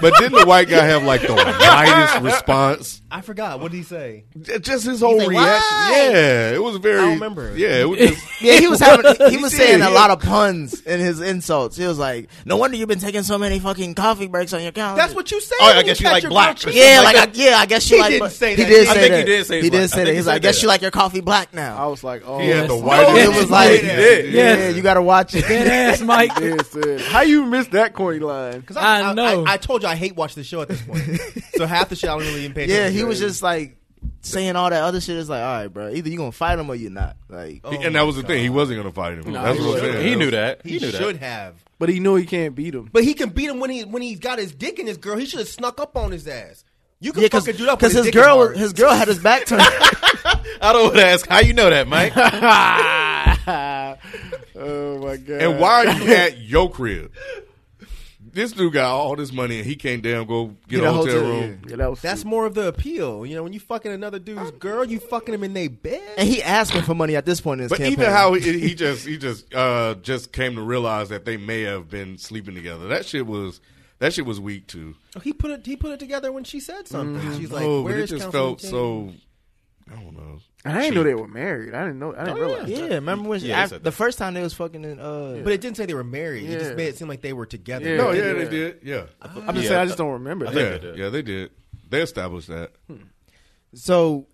[SPEAKER 2] but didn't the white guy have like the lightest response?
[SPEAKER 10] I forgot. What did he say?
[SPEAKER 2] Just his whole reaction. Yeah, it was very.
[SPEAKER 10] I don't remember.
[SPEAKER 2] Yeah, it was just,
[SPEAKER 7] yeah, he was having he
[SPEAKER 10] You
[SPEAKER 7] was
[SPEAKER 10] see
[SPEAKER 7] saying
[SPEAKER 10] it,
[SPEAKER 7] a
[SPEAKER 10] yeah.
[SPEAKER 7] lot of puns in his insults. He was like, "No wonder you've been taking so many fucking coffee breaks on your calendar."
[SPEAKER 10] That's what you said.
[SPEAKER 7] Oh,
[SPEAKER 10] when
[SPEAKER 7] I guess you
[SPEAKER 10] cut
[SPEAKER 7] like
[SPEAKER 10] your
[SPEAKER 7] black
[SPEAKER 10] girl-
[SPEAKER 7] or Yeah, something like like, that. I- yeah, I guess you
[SPEAKER 10] he
[SPEAKER 7] like-
[SPEAKER 10] Didn't say
[SPEAKER 7] he
[SPEAKER 10] that.
[SPEAKER 7] did
[SPEAKER 10] I
[SPEAKER 7] say
[SPEAKER 10] think
[SPEAKER 7] that.
[SPEAKER 10] He did say
[SPEAKER 7] He did
[SPEAKER 10] black.
[SPEAKER 7] say
[SPEAKER 10] I
[SPEAKER 7] that.
[SPEAKER 10] think
[SPEAKER 7] He's
[SPEAKER 10] he
[SPEAKER 7] like,
[SPEAKER 10] said
[SPEAKER 7] "Guess
[SPEAKER 10] that.
[SPEAKER 7] you like your coffee black now."
[SPEAKER 9] I was like, "Oh,
[SPEAKER 2] He had the
[SPEAKER 7] It
[SPEAKER 2] whitest-
[SPEAKER 7] was like,
[SPEAKER 2] Yeah, he did.
[SPEAKER 7] yeah, you gotta watch it.
[SPEAKER 20] ass, Mike.
[SPEAKER 9] Yes, sir. How you missed that corny line?
[SPEAKER 10] Because I, I know. I, I told you I hate watching the show at this point. so half the shit I don't really even pay attention
[SPEAKER 7] Yeah, he
[SPEAKER 10] to.
[SPEAKER 7] was just like saying all that other shit. It's like, all right, bro, either you gonna fight him or you're not. Like,
[SPEAKER 2] and that was the thing. He wasn't gonna fight him.
[SPEAKER 7] No,
[SPEAKER 2] That's
[SPEAKER 7] Oh,
[SPEAKER 2] what I'm
[SPEAKER 7] he wasn't.
[SPEAKER 2] saying.
[SPEAKER 7] He knew
[SPEAKER 10] that. He He knew that. should have.
[SPEAKER 9] But he knew he can't beat him.
[SPEAKER 10] But he can beat him when he when he's got his dick in his girl. He should have snuck up on his ass. You can
[SPEAKER 7] yeah,
[SPEAKER 10] fucking do that when
[SPEAKER 7] because his
[SPEAKER 10] dick is
[SPEAKER 7] girl,
[SPEAKER 10] hard.
[SPEAKER 7] was- his girl had his back turned.
[SPEAKER 8] I don't want to ask how you know that, Mike.
[SPEAKER 9] oh my god!
[SPEAKER 2] And why are you at your crib? This dude got all this money and he can't damn go get, a hotel, room.
[SPEAKER 10] That's more of the appeal. You know, when you fucking another dude's girl, you fucking him in their bed.
[SPEAKER 7] and he asking for money at this point in his
[SPEAKER 2] But
[SPEAKER 7] campaign.
[SPEAKER 2] even how he, he just he just uh just came to realize that they may have been sleeping together. That shit was that shit was weak too.
[SPEAKER 10] Oh, He put it. He put it together when she said something.
[SPEAKER 8] Mm,
[SPEAKER 2] I
[SPEAKER 10] She's
[SPEAKER 2] know,
[SPEAKER 10] like,
[SPEAKER 2] but
[SPEAKER 10] "Where's
[SPEAKER 2] it just
[SPEAKER 10] Councilman
[SPEAKER 2] felt
[SPEAKER 10] Tate?"
[SPEAKER 2] so. I don't know.
[SPEAKER 9] I didn't know they were married. I didn't know. I didn't realize.
[SPEAKER 7] yeah,
[SPEAKER 9] that.
[SPEAKER 7] remember when
[SPEAKER 10] Yeah, he
[SPEAKER 7] af-
[SPEAKER 10] said
[SPEAKER 7] the first time they was fucking in, uh,
[SPEAKER 10] But it didn't say they were married. It
[SPEAKER 7] Yeah.
[SPEAKER 10] just made it seem like they were together.
[SPEAKER 2] No, Oh, yeah, they did. Yeah,
[SPEAKER 9] I'm just saying, I just don't remember
[SPEAKER 2] Yeah,
[SPEAKER 9] that.
[SPEAKER 2] yeah, they did. They established that.
[SPEAKER 7] so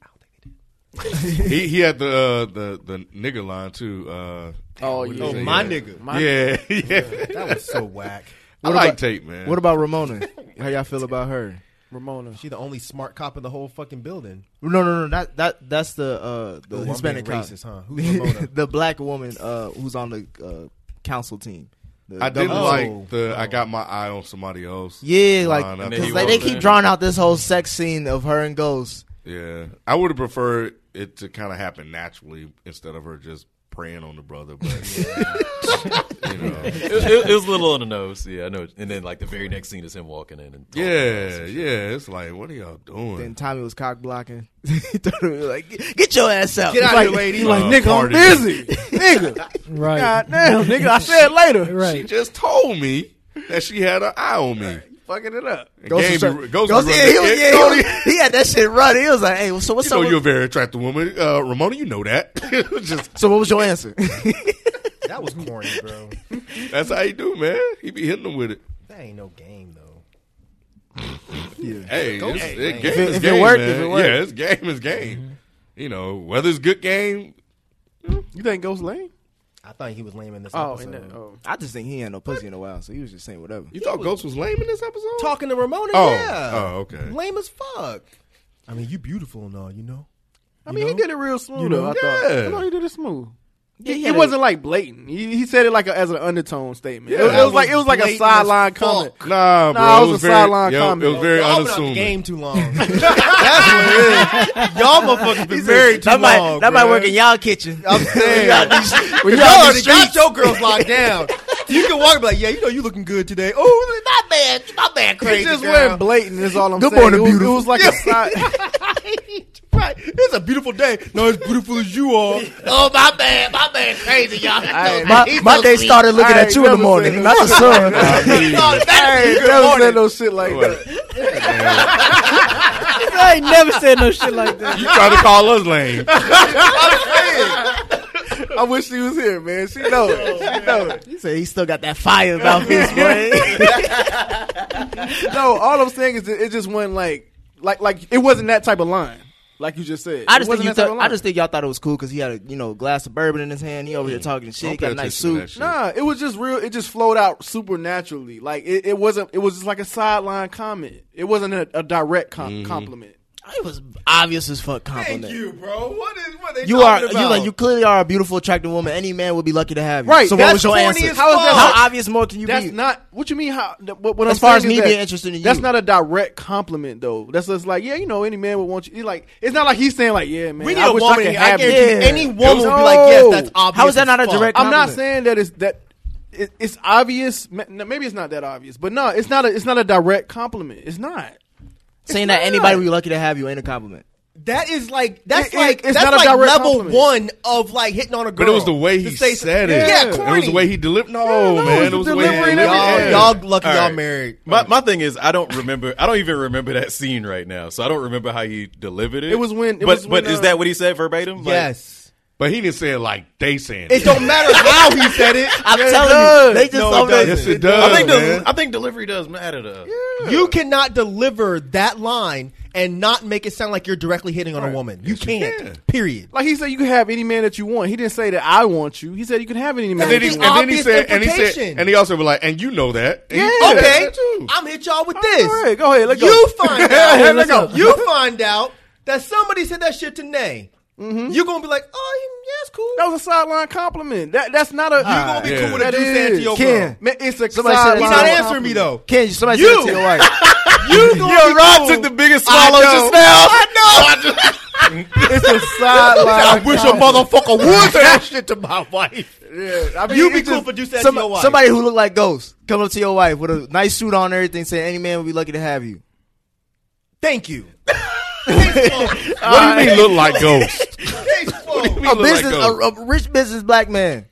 [SPEAKER 2] he he had the uh, the the nigga line too. Uh,
[SPEAKER 9] Oh,
[SPEAKER 2] what did
[SPEAKER 9] yeah.
[SPEAKER 2] he say?
[SPEAKER 9] Oh, my nigga. My-
[SPEAKER 2] yeah, yeah.
[SPEAKER 10] That was so whack.
[SPEAKER 2] I
[SPEAKER 19] What
[SPEAKER 2] like
[SPEAKER 19] about-
[SPEAKER 2] tape, man.
[SPEAKER 19] What about Ramona? How y'all feel about her?
[SPEAKER 9] Ramona.
[SPEAKER 10] She the only smart cop in the whole fucking building.
[SPEAKER 7] No, no, no. That that that's the uh,
[SPEAKER 10] Oh,
[SPEAKER 7] the
[SPEAKER 10] I'm
[SPEAKER 7] Hispanic
[SPEAKER 10] being
[SPEAKER 7] cop.
[SPEAKER 10] racist, huh? Who's Ramona?
[SPEAKER 7] the black woman uh, who's on the uh, council team. The
[SPEAKER 2] I didn't
[SPEAKER 7] government-
[SPEAKER 2] like the. I got my eye on somebody else.
[SPEAKER 7] Yeah,
[SPEAKER 2] line.
[SPEAKER 7] like,
[SPEAKER 2] I
[SPEAKER 7] 'cause,
[SPEAKER 2] thought-
[SPEAKER 7] like, they keep drawing out this whole sex scene of her and Ghost.
[SPEAKER 2] Yeah, I would have preferred it to kind of happen naturally instead of her just preying on the brother. But you know,
[SPEAKER 8] it, it- it was a little on the nose. Yeah, I know. And then like the very next scene is him walking in and talking
[SPEAKER 7] Oh,
[SPEAKER 8] about
[SPEAKER 2] yeah,
[SPEAKER 8] some shit.
[SPEAKER 2] yeah. It's like, what are y'all
[SPEAKER 7] Then
[SPEAKER 2] doing?
[SPEAKER 7] Tommy was cock blocking. he thought he was like, get your ass out.
[SPEAKER 10] Get out of
[SPEAKER 7] like,
[SPEAKER 10] the way,
[SPEAKER 7] he's
[SPEAKER 10] these
[SPEAKER 7] like,
[SPEAKER 2] Uh,
[SPEAKER 7] nigga, I'm
[SPEAKER 2] party.
[SPEAKER 7] busy. nigga.
[SPEAKER 20] Right.
[SPEAKER 7] God damn, nigga, I said later.
[SPEAKER 20] Right.
[SPEAKER 2] She just told me that she had her eye on me.
[SPEAKER 9] fucking it up.
[SPEAKER 2] And Ghost Gabe was try- be- Ghost
[SPEAKER 7] Ghost-
[SPEAKER 2] be
[SPEAKER 7] yeah, he, was,
[SPEAKER 2] running-
[SPEAKER 7] yeah, he, was- he had that shit running. He was like, "Hey, so what's
[SPEAKER 2] You know
[SPEAKER 7] up?"
[SPEAKER 2] you're a very attractive woman, uh, Ramona. You know that. Just
[SPEAKER 7] so what was your answer?
[SPEAKER 10] That was corny, bro.
[SPEAKER 2] that's how he do, man. He be hitting them with it.
[SPEAKER 10] That ain't no game though.
[SPEAKER 2] Hey,
[SPEAKER 10] Ghost
[SPEAKER 2] it's,
[SPEAKER 10] is
[SPEAKER 2] it,
[SPEAKER 10] lame.
[SPEAKER 2] game
[SPEAKER 10] If it-
[SPEAKER 2] is
[SPEAKER 10] if it
[SPEAKER 2] game,
[SPEAKER 10] worked,
[SPEAKER 2] man.
[SPEAKER 10] if it worked.
[SPEAKER 2] Yeah, it's game is game.
[SPEAKER 10] Mm-hmm.
[SPEAKER 2] You know, whether it's good game,
[SPEAKER 9] You think Ghost lame?
[SPEAKER 10] I thought he was lame in this
[SPEAKER 9] Oh,
[SPEAKER 10] episode.
[SPEAKER 9] in that- oh.
[SPEAKER 19] I just think he ain't no pussy in a while, so he was just saying whatever.
[SPEAKER 2] You thought Ghost was lame in this episode?
[SPEAKER 10] Talking to Ramona,
[SPEAKER 19] Oh,
[SPEAKER 10] yeah.
[SPEAKER 19] oh, okay.
[SPEAKER 10] Lame as fuck. I mean, you beautiful and all, you know.
[SPEAKER 9] I mean, he did it real smooth.
[SPEAKER 10] You know,
[SPEAKER 9] though, I
[SPEAKER 10] yeah.
[SPEAKER 9] thought. I thought he did it smooth.
[SPEAKER 7] Yeah, he
[SPEAKER 9] it
[SPEAKER 7] had
[SPEAKER 9] wasn't like blatant. He, he said it like a, as an undertone statement.
[SPEAKER 2] Yeah.
[SPEAKER 9] it, was- it
[SPEAKER 2] That
[SPEAKER 9] was like it was like a
[SPEAKER 2] was blatant as
[SPEAKER 9] sideline
[SPEAKER 2] fuck.
[SPEAKER 9] comment.
[SPEAKER 2] Nah, bro, it
[SPEAKER 9] Nah, it was,
[SPEAKER 2] was
[SPEAKER 9] a
[SPEAKER 2] very-
[SPEAKER 9] sideline
[SPEAKER 2] yo,
[SPEAKER 9] comment.
[SPEAKER 2] it was very
[SPEAKER 10] Y'all been out the
[SPEAKER 2] unassuming.
[SPEAKER 10] game too long. That's what it is. Y'all motherfuckers been married too
[SPEAKER 7] that might,
[SPEAKER 10] long.
[SPEAKER 7] that might
[SPEAKER 10] bruh.
[SPEAKER 7] work in y'all kitchen.
[SPEAKER 10] I'm saying,
[SPEAKER 7] Y'all be-
[SPEAKER 10] when
[SPEAKER 7] when y'all
[SPEAKER 10] y'all
[SPEAKER 7] be
[SPEAKER 10] already got
[SPEAKER 7] streets.
[SPEAKER 10] your girls locked down, you can walk and be like, yeah, you know, you looking good today. Oh, my bad, my bad, crazy
[SPEAKER 9] It just
[SPEAKER 10] girl.
[SPEAKER 9] wasn't blatant. Is all I'm
[SPEAKER 10] Good
[SPEAKER 9] saying.
[SPEAKER 10] morning,
[SPEAKER 9] it, was, it
[SPEAKER 10] beautiful.
[SPEAKER 9] was like a side.
[SPEAKER 10] right. It's a beautiful day. No, it's beautiful as you are. oh, my bad, my bad, crazy y'all.
[SPEAKER 7] my, my day started looking at you in the morning, not the sun.
[SPEAKER 9] I ain't never said no shit like that.
[SPEAKER 20] I ain't never said no shit like that.
[SPEAKER 2] You try to call us lame.
[SPEAKER 9] I wish she was here, man. She know it. She know it.
[SPEAKER 7] He said he still got that fire about his boy.
[SPEAKER 9] No, all I'm saying is it, it just wasn't like like like it wasn't that type of line. Like you just said,
[SPEAKER 7] I
[SPEAKER 9] It
[SPEAKER 7] just think
[SPEAKER 9] wasn't
[SPEAKER 7] you
[SPEAKER 9] that type
[SPEAKER 7] thought,
[SPEAKER 9] of
[SPEAKER 7] I
[SPEAKER 9] line.
[SPEAKER 7] just think y'all thought it was cool because he had a you know glass of bourbon in his hand. He over here talking shit.
[SPEAKER 2] Don't
[SPEAKER 7] He
[SPEAKER 2] pay
[SPEAKER 7] got a nice
[SPEAKER 2] attention to that
[SPEAKER 7] suit.
[SPEAKER 2] shit.
[SPEAKER 9] Nah, it was just real. It just flowed out supernaturally. Like it, it wasn't. It was just like a sideline comment. It wasn't a, a direct com-
[SPEAKER 7] Mm-hmm.
[SPEAKER 9] compliment.
[SPEAKER 7] It was obvious as fuck compliment. you.
[SPEAKER 10] bro. What is what they
[SPEAKER 7] are you like you clearly are a beautiful, attractive woman. Any man would be lucky to have you.
[SPEAKER 9] Right,
[SPEAKER 7] So what
[SPEAKER 9] that's
[SPEAKER 7] was your
[SPEAKER 9] corny
[SPEAKER 7] answer?
[SPEAKER 9] as How is fuck. that-
[SPEAKER 7] How obvious more can you
[SPEAKER 9] That's
[SPEAKER 7] be?
[SPEAKER 9] not what you mean. How th- what, what
[SPEAKER 7] As
[SPEAKER 9] I'm saying
[SPEAKER 7] far as
[SPEAKER 9] is
[SPEAKER 7] me
[SPEAKER 9] that-
[SPEAKER 7] being interested in
[SPEAKER 9] that's
[SPEAKER 7] you.
[SPEAKER 9] not a direct compliment though. That's just like yeah, you know, any man would want you. It's Like it's not like he's saying like yeah, man.
[SPEAKER 10] We need
[SPEAKER 9] I
[SPEAKER 10] a
[SPEAKER 9] wish
[SPEAKER 10] woman.
[SPEAKER 9] I could
[SPEAKER 10] I
[SPEAKER 9] have
[SPEAKER 10] guarantee
[SPEAKER 9] it.
[SPEAKER 7] Yeah.
[SPEAKER 10] any woman would be
[SPEAKER 9] No.
[SPEAKER 10] like, yes, that's obvious.
[SPEAKER 7] How is that
[SPEAKER 10] as
[SPEAKER 7] not a
[SPEAKER 10] fuck. Um,
[SPEAKER 7] direct-
[SPEAKER 9] I'm not
[SPEAKER 7] compliment.
[SPEAKER 9] saying that it's that it, it's obvious. Ma- no, Maybe it's not that obvious, but no, it's not. A, it's not a direct compliment. It's not.
[SPEAKER 7] Saying that
[SPEAKER 9] not.
[SPEAKER 7] anybody would be lucky to have you ain't a compliment.
[SPEAKER 10] That is like that's
[SPEAKER 9] It- it-
[SPEAKER 10] like
[SPEAKER 9] it's
[SPEAKER 10] that's
[SPEAKER 9] not a
[SPEAKER 10] like
[SPEAKER 9] direct
[SPEAKER 10] level
[SPEAKER 9] compliment.
[SPEAKER 10] one of like hitting on a girl.
[SPEAKER 2] But it was the way
[SPEAKER 10] To
[SPEAKER 2] he
[SPEAKER 10] say-
[SPEAKER 2] said it.
[SPEAKER 10] Yeah,
[SPEAKER 2] It was
[SPEAKER 10] corny.
[SPEAKER 2] the way he delivered. No,
[SPEAKER 9] no,
[SPEAKER 2] man.
[SPEAKER 9] it
[SPEAKER 2] It
[SPEAKER 9] was
[SPEAKER 2] was
[SPEAKER 9] the
[SPEAKER 2] the way he
[SPEAKER 9] delivery and
[SPEAKER 2] delivered.
[SPEAKER 10] Y'all,
[SPEAKER 2] it.
[SPEAKER 10] y'all lucky
[SPEAKER 8] All
[SPEAKER 10] y'all
[SPEAKER 8] right.
[SPEAKER 10] married.
[SPEAKER 8] My, my thing is, I don't remember. I don't even remember that scene right now, so I don't remember how he delivered it.
[SPEAKER 9] It was when- it
[SPEAKER 8] but
[SPEAKER 9] was
[SPEAKER 8] but
[SPEAKER 9] when,
[SPEAKER 8] is
[SPEAKER 9] uh,
[SPEAKER 8] that what he said verbatim? Like,
[SPEAKER 10] yes.
[SPEAKER 2] But he didn't say it like they saying
[SPEAKER 10] It
[SPEAKER 2] it.
[SPEAKER 10] don't matter how he said it.
[SPEAKER 7] I'm telling you, they just
[SPEAKER 8] No, it
[SPEAKER 7] over there-
[SPEAKER 8] doesn't.
[SPEAKER 2] Yes, it
[SPEAKER 8] I think
[SPEAKER 2] does,
[SPEAKER 8] del-
[SPEAKER 2] man.
[SPEAKER 8] I think delivery does matter to us.
[SPEAKER 10] You cannot deliver that line and not make it sound like you're directly hitting on a woman. You can't.
[SPEAKER 2] can.
[SPEAKER 10] Period.
[SPEAKER 9] Like he said, you can have any man that you want. He didn't say that I want you. He said you can have any man.
[SPEAKER 2] And then, he,
[SPEAKER 9] that
[SPEAKER 2] and
[SPEAKER 9] you want.
[SPEAKER 2] then he said, and he
[SPEAKER 10] Obvious
[SPEAKER 2] said, and he also was like, and you know that. And you
[SPEAKER 9] Yeah.
[SPEAKER 2] know that
[SPEAKER 10] Okay,
[SPEAKER 2] too.
[SPEAKER 10] I'm hit y'all with this.
[SPEAKER 9] Go ahead, go ahead, let go.
[SPEAKER 10] You find
[SPEAKER 9] Let
[SPEAKER 10] out.
[SPEAKER 9] go.
[SPEAKER 10] You find out that somebody said that shit to Nay. You're gonna be like, oh yeah, it's cool.
[SPEAKER 9] Mm-hmm. That was a sideline compliment. That that's not a. You
[SPEAKER 10] You're gonna be
[SPEAKER 2] Yeah.
[SPEAKER 10] cool with
[SPEAKER 9] That
[SPEAKER 10] a dude saying
[SPEAKER 9] is.
[SPEAKER 10] to your
[SPEAKER 7] Ken.
[SPEAKER 10] girl.
[SPEAKER 9] Man, it's a
[SPEAKER 7] Somebody said
[SPEAKER 9] sideline.
[SPEAKER 10] He's not answering me though.
[SPEAKER 7] Ken, somebody said
[SPEAKER 10] You.
[SPEAKER 7] it to your wife.
[SPEAKER 10] You gonna be cool.
[SPEAKER 2] biggest
[SPEAKER 10] swallow just now. I know.
[SPEAKER 9] It's a sideline.
[SPEAKER 10] I wish a motherfucker would say that shit to my wife.
[SPEAKER 9] Yeah, I mean,
[SPEAKER 10] You
[SPEAKER 9] it
[SPEAKER 10] be cool
[SPEAKER 9] just-
[SPEAKER 10] for do that
[SPEAKER 7] Some-
[SPEAKER 10] to your wife.
[SPEAKER 7] somebody who looked like Ghost come up to your wife with a nice suit on and everything, saying any man would be lucky to have you.
[SPEAKER 10] Thank you.
[SPEAKER 2] What do you mean look like ghost?
[SPEAKER 10] Thanks, folks.
[SPEAKER 2] What do you
[SPEAKER 7] A
[SPEAKER 2] mean look like
[SPEAKER 7] business, a,
[SPEAKER 2] ghost?
[SPEAKER 7] a rich business black man.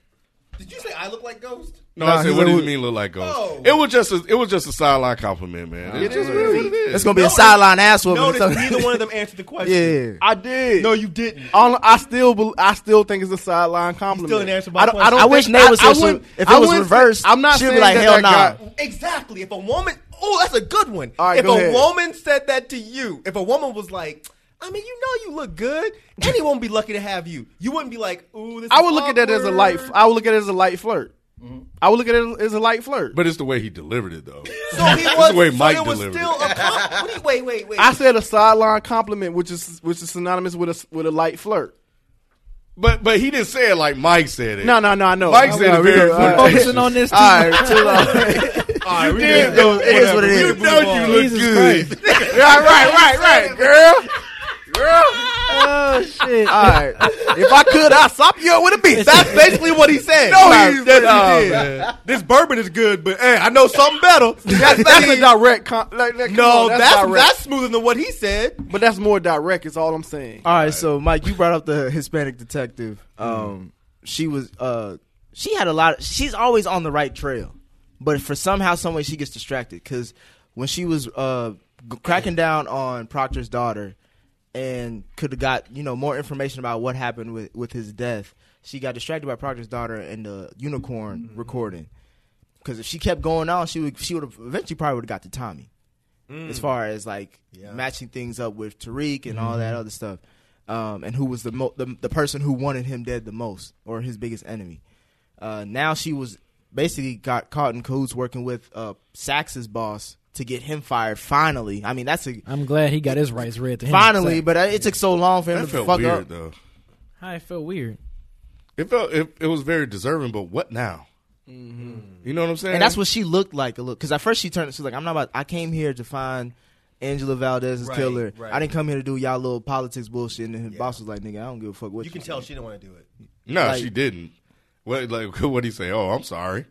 [SPEAKER 10] Did you say I look like Ghost?
[SPEAKER 2] No,
[SPEAKER 7] Nah,
[SPEAKER 2] I said,
[SPEAKER 7] he's
[SPEAKER 2] what do
[SPEAKER 7] a-
[SPEAKER 2] you mean look like ghost?
[SPEAKER 10] Oh.
[SPEAKER 2] It was just a, it was just a sideline compliment, man. It just is what it is.
[SPEAKER 7] That's gonna be
[SPEAKER 10] Notice-
[SPEAKER 7] a sideline ass woman.
[SPEAKER 10] Notice neither one of them answered the question.
[SPEAKER 7] yeah.
[SPEAKER 9] I did.
[SPEAKER 10] No, you didn't.
[SPEAKER 9] On, I still, bel I still think it's a sideline compliment.
[SPEAKER 10] still didn't answer my
[SPEAKER 9] I don't, I,
[SPEAKER 10] question.
[SPEAKER 9] don't
[SPEAKER 7] I wish
[SPEAKER 9] think-
[SPEAKER 7] Nate was
[SPEAKER 9] I-
[SPEAKER 7] here,
[SPEAKER 9] I
[SPEAKER 7] so
[SPEAKER 9] wouldn't-
[SPEAKER 7] if
[SPEAKER 9] I
[SPEAKER 7] it was
[SPEAKER 9] wouldn't say-
[SPEAKER 7] reversed,
[SPEAKER 9] I'm not
[SPEAKER 7] she'd be
[SPEAKER 9] saying
[SPEAKER 7] like,
[SPEAKER 9] that
[SPEAKER 7] hell
[SPEAKER 9] that
[SPEAKER 7] nah.
[SPEAKER 9] guy-
[SPEAKER 10] Exactly. If a woman, oh, that's a good one.
[SPEAKER 9] All right,
[SPEAKER 10] if a
[SPEAKER 9] go ahead.
[SPEAKER 10] woman said that to you, if a woman was like, I mean, you know, you look good. Anyone would be lucky to have you. You wouldn't be like, ooh, this
[SPEAKER 9] I
[SPEAKER 10] is
[SPEAKER 9] would look at that as a
[SPEAKER 10] awkward.
[SPEAKER 9] light. I would look at it as a light flirt.
[SPEAKER 10] Mm-hmm.
[SPEAKER 9] I would look at it as a light flirt.
[SPEAKER 2] But it's the way he delivered it, though.
[SPEAKER 10] So he
[SPEAKER 2] This is
[SPEAKER 10] was.
[SPEAKER 2] the way
[SPEAKER 10] so
[SPEAKER 2] Mike
[SPEAKER 10] it was
[SPEAKER 2] delivered
[SPEAKER 10] still a comp- what do you- wait, wait, wait.
[SPEAKER 9] I said a sideline compliment, which is which is synonymous with a with a light flirt.
[SPEAKER 2] But but he didn't say it like Mike said it.
[SPEAKER 9] No, no, no, I know.
[SPEAKER 2] Mike
[SPEAKER 9] I
[SPEAKER 2] said
[SPEAKER 9] know,
[SPEAKER 2] it
[SPEAKER 9] we
[SPEAKER 2] very
[SPEAKER 9] know, all right.
[SPEAKER 2] flirtatious.
[SPEAKER 20] Focusing on this.
[SPEAKER 7] All right, chill out.
[SPEAKER 2] You
[SPEAKER 7] did, though. It is what it is.
[SPEAKER 2] You know you look
[SPEAKER 20] Jesus
[SPEAKER 2] good.
[SPEAKER 9] right, right, right, right, girl.
[SPEAKER 20] Oh shit!
[SPEAKER 9] All right. If I could, I'd stop you up with a beat.
[SPEAKER 10] That's basically what he said.
[SPEAKER 9] No,
[SPEAKER 10] Nah,
[SPEAKER 9] he's-
[SPEAKER 10] that's
[SPEAKER 9] nah,
[SPEAKER 10] he did. This bourbon is good, but hey, I know something better.
[SPEAKER 9] That's, that's a direct. Con- like, like, come
[SPEAKER 10] no,
[SPEAKER 9] on,
[SPEAKER 10] that's that's,
[SPEAKER 9] direct.
[SPEAKER 10] smoother than what he said.
[SPEAKER 9] but that's more direct. Is all I'm saying.
[SPEAKER 7] All right, so Mike, you brought up the Hispanic detective.
[SPEAKER 9] Mm-hmm.
[SPEAKER 7] Um, she was uh, she had a lot. she's always on the right trail, but for somehow, some way, she gets distracted because when she was uh, g- cracking down on Proctor's daughter and could have got you know more information about what happened with with his death. She got distracted by Proctor's daughter and the unicorn recording. Because if she kept going on, she would she would have eventually probably would have got to Tommy,
[SPEAKER 19] Mm.
[SPEAKER 7] as far as like matching things up with Tariq and all that
[SPEAKER 19] Mhm.
[SPEAKER 7] other stuff, um, and who was the, mo- the the person who wanted him dead the most or his biggest enemy. Uh, now she was basically got caught in cahoots working with uh, Sax's boss to get him fired. Finally, I mean that's a
[SPEAKER 20] I'm glad he got his rights read to him.
[SPEAKER 7] Finally, but uh, it took so long for him
[SPEAKER 2] That
[SPEAKER 7] to
[SPEAKER 2] felt
[SPEAKER 7] fuck
[SPEAKER 2] weird
[SPEAKER 7] up.
[SPEAKER 2] though.
[SPEAKER 20] How it felt weird.
[SPEAKER 2] It felt it, it was very deserving, but what now? You know what I'm saying?
[SPEAKER 7] And that's what she looked like. Look, because at first she turned. She's like, "I'm not about. I came here to find Angela Valdez's
[SPEAKER 10] Right,
[SPEAKER 7] killer.
[SPEAKER 10] right.
[SPEAKER 7] I didn't come here to do y'all little politics bullshit." And his boss was like, "Nigga, I don't give a fuck what
[SPEAKER 10] You can tell she didn't want to do it.
[SPEAKER 2] No,
[SPEAKER 7] Like-
[SPEAKER 2] she didn't. What like what would he say? Oh, I'm sorry.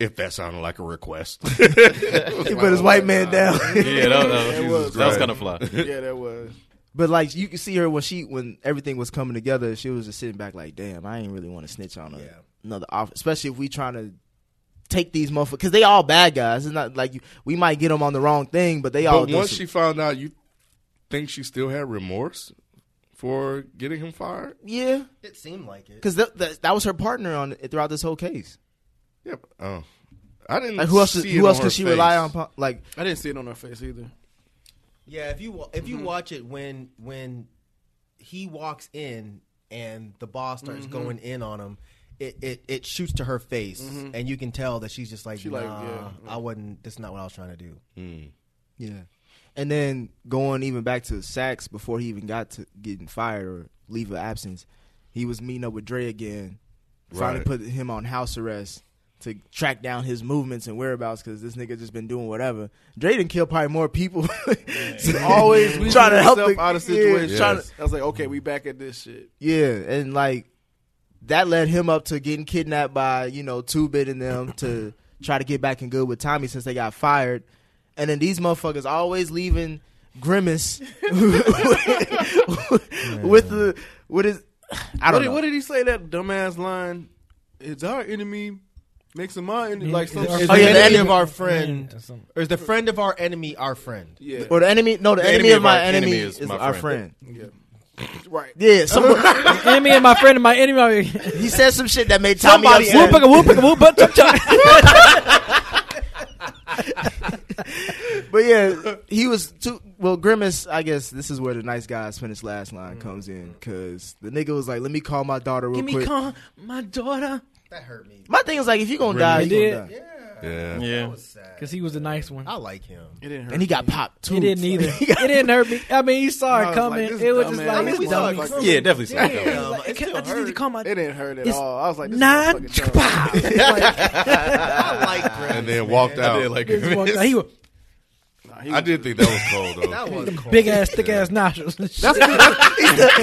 [SPEAKER 2] If that sounded like a request, he
[SPEAKER 7] He put his white man down.
[SPEAKER 8] Yeah, that- that was- that was kinda fly.
[SPEAKER 9] yeah, that was.
[SPEAKER 7] But like you can see her when she when everything was coming together, she was just sitting back like, "Damn, I ain't really want to snitch on a, another officer, especially if we trying to." Take these motherfuckers because they all bad guys. It's not like you, we might get them on the wrong thing, but they all.
[SPEAKER 2] But
[SPEAKER 7] done
[SPEAKER 2] once
[SPEAKER 7] some-
[SPEAKER 2] she found out, you think she still had remorse for getting him fired?
[SPEAKER 7] Yeah,
[SPEAKER 10] it seemed like it.
[SPEAKER 7] Because that, that that was her partner on throughout this whole case.
[SPEAKER 2] Yep. Oh, I didn't.
[SPEAKER 7] Like who else?
[SPEAKER 2] see
[SPEAKER 7] who
[SPEAKER 2] it
[SPEAKER 7] else
[SPEAKER 2] on
[SPEAKER 7] could
[SPEAKER 2] her
[SPEAKER 7] she
[SPEAKER 2] face.
[SPEAKER 7] rely on? po- Like
[SPEAKER 9] I didn't see it on her face either.
[SPEAKER 10] Yeah, if you wa- if you
[SPEAKER 9] Mm-hmm.
[SPEAKER 10] watch it when when he walks in and the boss starts
[SPEAKER 9] Mhm.
[SPEAKER 10] going in on him, it, it, it shoots to her face,
[SPEAKER 9] Mhm.
[SPEAKER 10] and you can tell that she's just like,
[SPEAKER 9] She
[SPEAKER 10] nah,
[SPEAKER 9] like, yeah,
[SPEAKER 10] I wasn't. That's not what I was trying to do.
[SPEAKER 7] yeah, and then going even back to Sachs before he even got to getting fired or leave of absence, he was meeting up with Dre again. Finally,
[SPEAKER 2] Right.
[SPEAKER 7] put him on house arrest to track down his movements and whereabouts because this nigga just been doing whatever. Dre didn't kill probably more people. So
[SPEAKER 9] Always
[SPEAKER 7] always trying to help the,
[SPEAKER 9] out of
[SPEAKER 7] yeah,
[SPEAKER 9] situations.
[SPEAKER 7] trying to-
[SPEAKER 9] I was like, okay, we back at this shit.
[SPEAKER 7] Yeah, and like that led him up to getting kidnapped by you know Two Bit and them to try to get back in good with Tommy since they got fired, and then these motherfuckers always leaving Grimace with the what is I
[SPEAKER 9] what
[SPEAKER 7] don't
[SPEAKER 9] Did, what
[SPEAKER 7] know.
[SPEAKER 9] did he say that dumbass line? It's our enemy makes him my enemy. Like some
[SPEAKER 10] Is
[SPEAKER 9] shit.
[SPEAKER 7] Oh,
[SPEAKER 10] the enemy of our friend, or is the friend of our enemy our friend?
[SPEAKER 9] Yeah.
[SPEAKER 7] Or the enemy? No, the, enemy, of my enemy, is, our friend.
[SPEAKER 9] Right.
[SPEAKER 7] Yeah. Some,
[SPEAKER 20] enemy of my friend and my enemy. Are,
[SPEAKER 7] he said some shit that made Tommy
[SPEAKER 20] somebody
[SPEAKER 7] upset.
[SPEAKER 20] whoop a whoop a whoop up.
[SPEAKER 7] but yeah, he was too. Well, Grimace, I guess this is where the nice guys finish last line
[SPEAKER 9] Mm-hmm.
[SPEAKER 7] comes in because the nigga was like, "Let me call my daughter real
[SPEAKER 20] Give me
[SPEAKER 7] quick."
[SPEAKER 20] call my daughter.
[SPEAKER 7] my thing is like, if you gonna die,
[SPEAKER 20] Grimace
[SPEAKER 7] you
[SPEAKER 20] did.
[SPEAKER 7] gonna die.
[SPEAKER 2] Yeah.
[SPEAKER 20] Yeah. Because he was the nice one.
[SPEAKER 10] I like him.
[SPEAKER 9] It didn't hurt.
[SPEAKER 7] And he got popped too.
[SPEAKER 20] It didn't either. it didn't hurt me. I mean, he saw
[SPEAKER 9] I
[SPEAKER 20] it
[SPEAKER 9] was
[SPEAKER 20] coming.
[SPEAKER 9] like, this
[SPEAKER 20] it was just
[SPEAKER 9] dumbass.
[SPEAKER 20] like,
[SPEAKER 9] I mean,
[SPEAKER 20] this
[SPEAKER 9] we saw it
[SPEAKER 20] dumbass.
[SPEAKER 9] coming.
[SPEAKER 8] Yeah, definitely saw it
[SPEAKER 20] Damn,
[SPEAKER 8] coming.
[SPEAKER 20] like, I can't- I just need to call my.
[SPEAKER 9] It didn't hurt at
[SPEAKER 20] It's
[SPEAKER 9] all. I was like, this
[SPEAKER 20] nine.
[SPEAKER 9] nine. Fucking dumb.
[SPEAKER 10] I like Grimace.
[SPEAKER 2] And then walked
[SPEAKER 8] I
[SPEAKER 2] out.
[SPEAKER 8] did like
[SPEAKER 20] This one, he was
[SPEAKER 2] I did think that was cold though.
[SPEAKER 10] That was cool.
[SPEAKER 20] big ass, thick ass nostrils. That's
[SPEAKER 7] he still,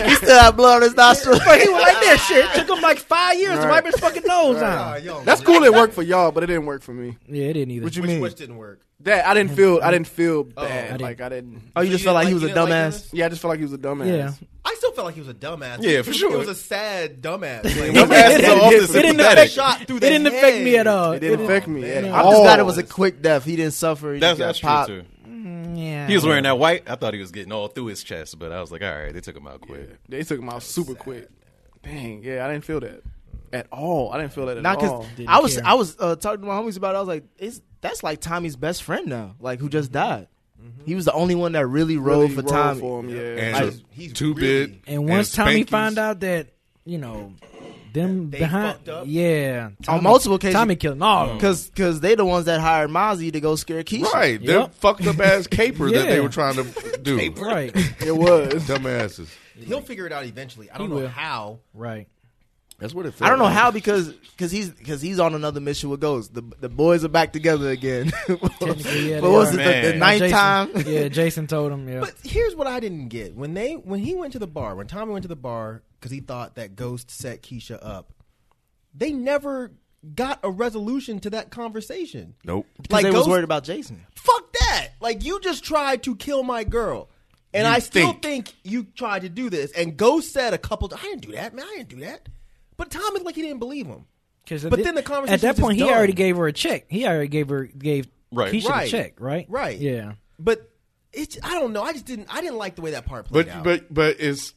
[SPEAKER 7] he still had blood on his nostrils.
[SPEAKER 20] But he was like that shit. It took him like five years to
[SPEAKER 9] Right.
[SPEAKER 20] wipe his fucking nose
[SPEAKER 10] Ah,
[SPEAKER 20] out.
[SPEAKER 10] yo,
[SPEAKER 9] That's cool. It worked for y'all, but it didn't work for me.
[SPEAKER 20] Yeah, it didn't either.
[SPEAKER 7] What you
[SPEAKER 10] Which,
[SPEAKER 7] mean?
[SPEAKER 10] which didn't work?
[SPEAKER 9] That I didn't feel. I didn't feel bad.
[SPEAKER 20] didn't.
[SPEAKER 9] Like I didn't.
[SPEAKER 7] oh, you just felt like he was
[SPEAKER 10] you
[SPEAKER 7] a
[SPEAKER 10] didn't like
[SPEAKER 7] dumbass.
[SPEAKER 10] Grimace?
[SPEAKER 9] Yeah, I just felt like he was a dumbass.
[SPEAKER 20] yeah.
[SPEAKER 10] I still felt like he was a dumbass.
[SPEAKER 8] Yeah, for
[SPEAKER 10] He was-
[SPEAKER 8] sure.
[SPEAKER 10] He was a sad dumbass. Like,
[SPEAKER 20] It
[SPEAKER 8] That's so often
[SPEAKER 20] didn't- it didn't
[SPEAKER 8] sympathetic.
[SPEAKER 20] affect-
[SPEAKER 10] Shot
[SPEAKER 20] it
[SPEAKER 10] through the
[SPEAKER 20] didn't affect me
[SPEAKER 10] head.
[SPEAKER 20] at all.
[SPEAKER 9] It didn't affect me. At
[SPEAKER 7] I'm
[SPEAKER 9] all.
[SPEAKER 7] just glad it was a quick death. He didn't suffer. He
[SPEAKER 8] That's,
[SPEAKER 7] just
[SPEAKER 8] that's
[SPEAKER 7] got
[SPEAKER 8] true
[SPEAKER 7] popped.
[SPEAKER 8] too.
[SPEAKER 2] Mm,
[SPEAKER 20] Yeah.
[SPEAKER 8] He was wearing that white. I thought he was getting all through his chest, but I was like, all right, they took him out quick.
[SPEAKER 9] They took him out super quick. Dang. Yeah, I didn't feel that at all. I didn't feel that at
[SPEAKER 7] Not
[SPEAKER 9] all.
[SPEAKER 7] because
[SPEAKER 20] Oh, Didn't
[SPEAKER 7] I was
[SPEAKER 20] care.
[SPEAKER 7] I was uh, talking to my homies about. it. I was like, it's, that's like Tommy's best friend now, like who just died.
[SPEAKER 20] Mm-hmm.
[SPEAKER 7] He was the only one that really rode
[SPEAKER 9] Really
[SPEAKER 7] for
[SPEAKER 9] rolled
[SPEAKER 7] Tommy.
[SPEAKER 9] for him, yeah.
[SPEAKER 2] And
[SPEAKER 10] he's
[SPEAKER 2] two
[SPEAKER 10] really-
[SPEAKER 2] bit.
[SPEAKER 20] And once Tommy
[SPEAKER 2] Spanky's.
[SPEAKER 20] found out that, you know, them
[SPEAKER 10] They
[SPEAKER 20] behind,
[SPEAKER 10] fucked up? Oh.
[SPEAKER 20] yeah, Tommy-
[SPEAKER 7] multiple occasions.
[SPEAKER 20] Tommy killed them all. of them.
[SPEAKER 7] Because cause they the ones that hired Mozzie to go scare Keisha.
[SPEAKER 2] Right, they're
[SPEAKER 20] Yep.
[SPEAKER 2] fucked up ass caper that they
[SPEAKER 20] Yeah.
[SPEAKER 2] were trying to do.
[SPEAKER 20] right,
[SPEAKER 9] it was.
[SPEAKER 2] Dumbasses.
[SPEAKER 10] He'll figure it out eventually. I don't
[SPEAKER 20] He
[SPEAKER 10] know
[SPEAKER 20] will.
[SPEAKER 10] how.
[SPEAKER 20] right.
[SPEAKER 2] That's what it. Felt
[SPEAKER 7] I don't know
[SPEAKER 2] like.
[SPEAKER 7] how because cause he's because he's on another mission with Ghost. The the boys are back together again. but
[SPEAKER 20] Technically, yeah, they
[SPEAKER 7] was
[SPEAKER 20] are.
[SPEAKER 7] it the, the
[SPEAKER 8] Man.
[SPEAKER 7] ninth
[SPEAKER 20] Jason-
[SPEAKER 7] time?
[SPEAKER 20] yeah, Jason told him. Yeah,
[SPEAKER 10] But here's what I didn't get when they when he went to the bar when Tommy went to the bar because he thought that Ghost set Keisha up. They never got a resolution to that conversation.
[SPEAKER 2] Nope.
[SPEAKER 7] Like they was
[SPEAKER 10] Ghost-
[SPEAKER 7] worried about Jason.
[SPEAKER 10] Fuck that! Like you just tried to kill my girl, and
[SPEAKER 2] You
[SPEAKER 10] I still
[SPEAKER 2] think.
[SPEAKER 10] think you tried to do this. And Ghost said a couple. I didn't do that, man. I didn't do that. But Tommy like he didn't believe him.
[SPEAKER 20] 'Cause
[SPEAKER 10] But
[SPEAKER 20] at thi-
[SPEAKER 10] then the conversation
[SPEAKER 20] at that
[SPEAKER 10] was just
[SPEAKER 20] point, he
[SPEAKER 10] done.
[SPEAKER 20] already gave her a check. He already gave her gave
[SPEAKER 8] Right.
[SPEAKER 20] He should have checked, right?
[SPEAKER 10] Right.
[SPEAKER 20] Yeah.
[SPEAKER 10] But it's I don't know. I just didn't I didn't like the way that part played
[SPEAKER 2] but
[SPEAKER 10] out.
[SPEAKER 2] but but it's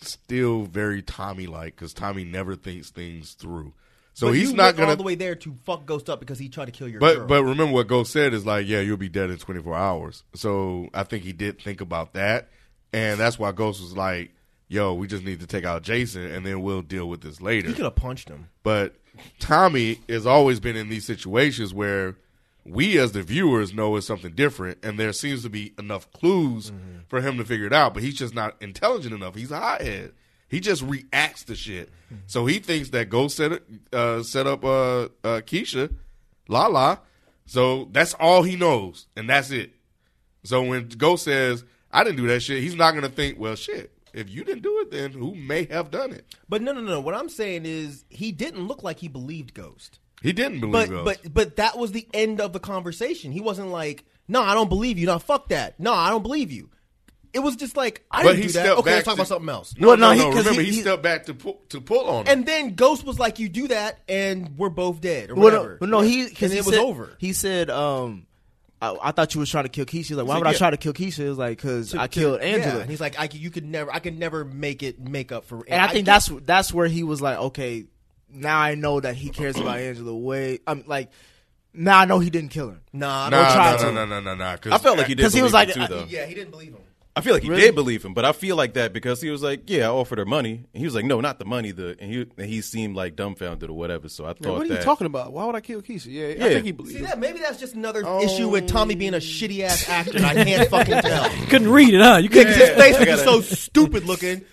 [SPEAKER 2] still very Tommy like because Tommy never thinks things through, so
[SPEAKER 10] But
[SPEAKER 2] he's
[SPEAKER 10] you
[SPEAKER 2] not
[SPEAKER 10] went
[SPEAKER 2] gonna.
[SPEAKER 10] all the way there to fuck Ghost up because he tried to kill your
[SPEAKER 2] but
[SPEAKER 10] girl.
[SPEAKER 2] but remember what Ghost said is like, yeah, you'll be dead in 24 hours. So I think he did think about that, and that's why Ghost was like, yo, we just need to take out Jason, and then we'll deal with this later.
[SPEAKER 10] he could have punched him.
[SPEAKER 2] But Tommy has always been in these situations where we as the viewers know it's something different and there seems to be enough clues
[SPEAKER 10] Mm-hmm.
[SPEAKER 2] for him to figure it out, but he's just not intelligent enough. He's a hothead. He just reacts to shit.
[SPEAKER 10] Mm-hmm.
[SPEAKER 2] So he thinks that Ghost set it- uh, set up uh, uh, Keisha, La La. So that's all he knows, and that's it. So when Ghost says, "I didn't do that shit," he's not gonna think, "Well, shit, if you didn't do it, then who may have done it?"
[SPEAKER 10] But no no no. What I'm saying is he didn't look like he believed Ghost.
[SPEAKER 2] He didn't believe
[SPEAKER 10] But
[SPEAKER 2] Ghost.
[SPEAKER 10] but but that was the end of the conversation. He wasn't like, no, I don't believe you. No, fuck that. No, I don't believe you. It was just like I
[SPEAKER 2] But
[SPEAKER 10] didn't
[SPEAKER 2] he
[SPEAKER 10] do that.
[SPEAKER 2] stepped
[SPEAKER 10] Okay,
[SPEAKER 2] back
[SPEAKER 10] let's talk
[SPEAKER 2] to-
[SPEAKER 10] about something else.
[SPEAKER 2] No, Well, no, no, he- no, 'cause remember, he- he he- stepped back to pull, to pull on him.
[SPEAKER 10] And then Ghost was like, "You do that, and we're both dead, or
[SPEAKER 7] Well,
[SPEAKER 10] whatever."
[SPEAKER 7] no, well, no, he
[SPEAKER 10] and
[SPEAKER 7] because
[SPEAKER 10] it
[SPEAKER 7] it
[SPEAKER 10] was over.
[SPEAKER 7] He said, um, I, "I thought you was trying to kill Keisha." He's like, why
[SPEAKER 10] He's
[SPEAKER 7] would I
[SPEAKER 10] like, yeah.
[SPEAKER 7] try to kill Keisha? It was like because I killed
[SPEAKER 10] Yeah,
[SPEAKER 7] Angela.
[SPEAKER 10] and he's like, "I c- you could never, I could never make it make up for."
[SPEAKER 7] And I think that's that's where he was like, okay, now I know that he cares about Angela way. I'm like, now I know he didn't kill her.
[SPEAKER 10] Nah,
[SPEAKER 7] or
[SPEAKER 2] Nah,
[SPEAKER 7] try
[SPEAKER 2] nah,
[SPEAKER 7] to.
[SPEAKER 2] nah, nah, nah, nah, 'cause-
[SPEAKER 8] I felt like he did
[SPEAKER 7] 'Cause he was
[SPEAKER 8] believe
[SPEAKER 7] like,
[SPEAKER 8] him,
[SPEAKER 7] I-
[SPEAKER 8] too, though.
[SPEAKER 10] yeah, he didn't believe him.
[SPEAKER 8] I feel like he
[SPEAKER 7] Really?
[SPEAKER 8] did believe him, but I feel like that because he was like, "Yeah, I offered her money," and he was like, "No, not the money." The and he and he seemed like dumbfounded or whatever. So I thought
[SPEAKER 9] Man, what are
[SPEAKER 8] that
[SPEAKER 9] you talking about? Why would I kill Keisha? Yeah,
[SPEAKER 8] Yeah.
[SPEAKER 9] I think he believed.
[SPEAKER 10] See
[SPEAKER 9] it.
[SPEAKER 10] that? Maybe that's just another issue with Tommy being a shitty ass actor. and I can't fucking tell.
[SPEAKER 20] Couldn't read it, huh? You couldn't.
[SPEAKER 10] His face
[SPEAKER 8] I
[SPEAKER 10] would be
[SPEAKER 8] gotta-
[SPEAKER 10] so stupid looking.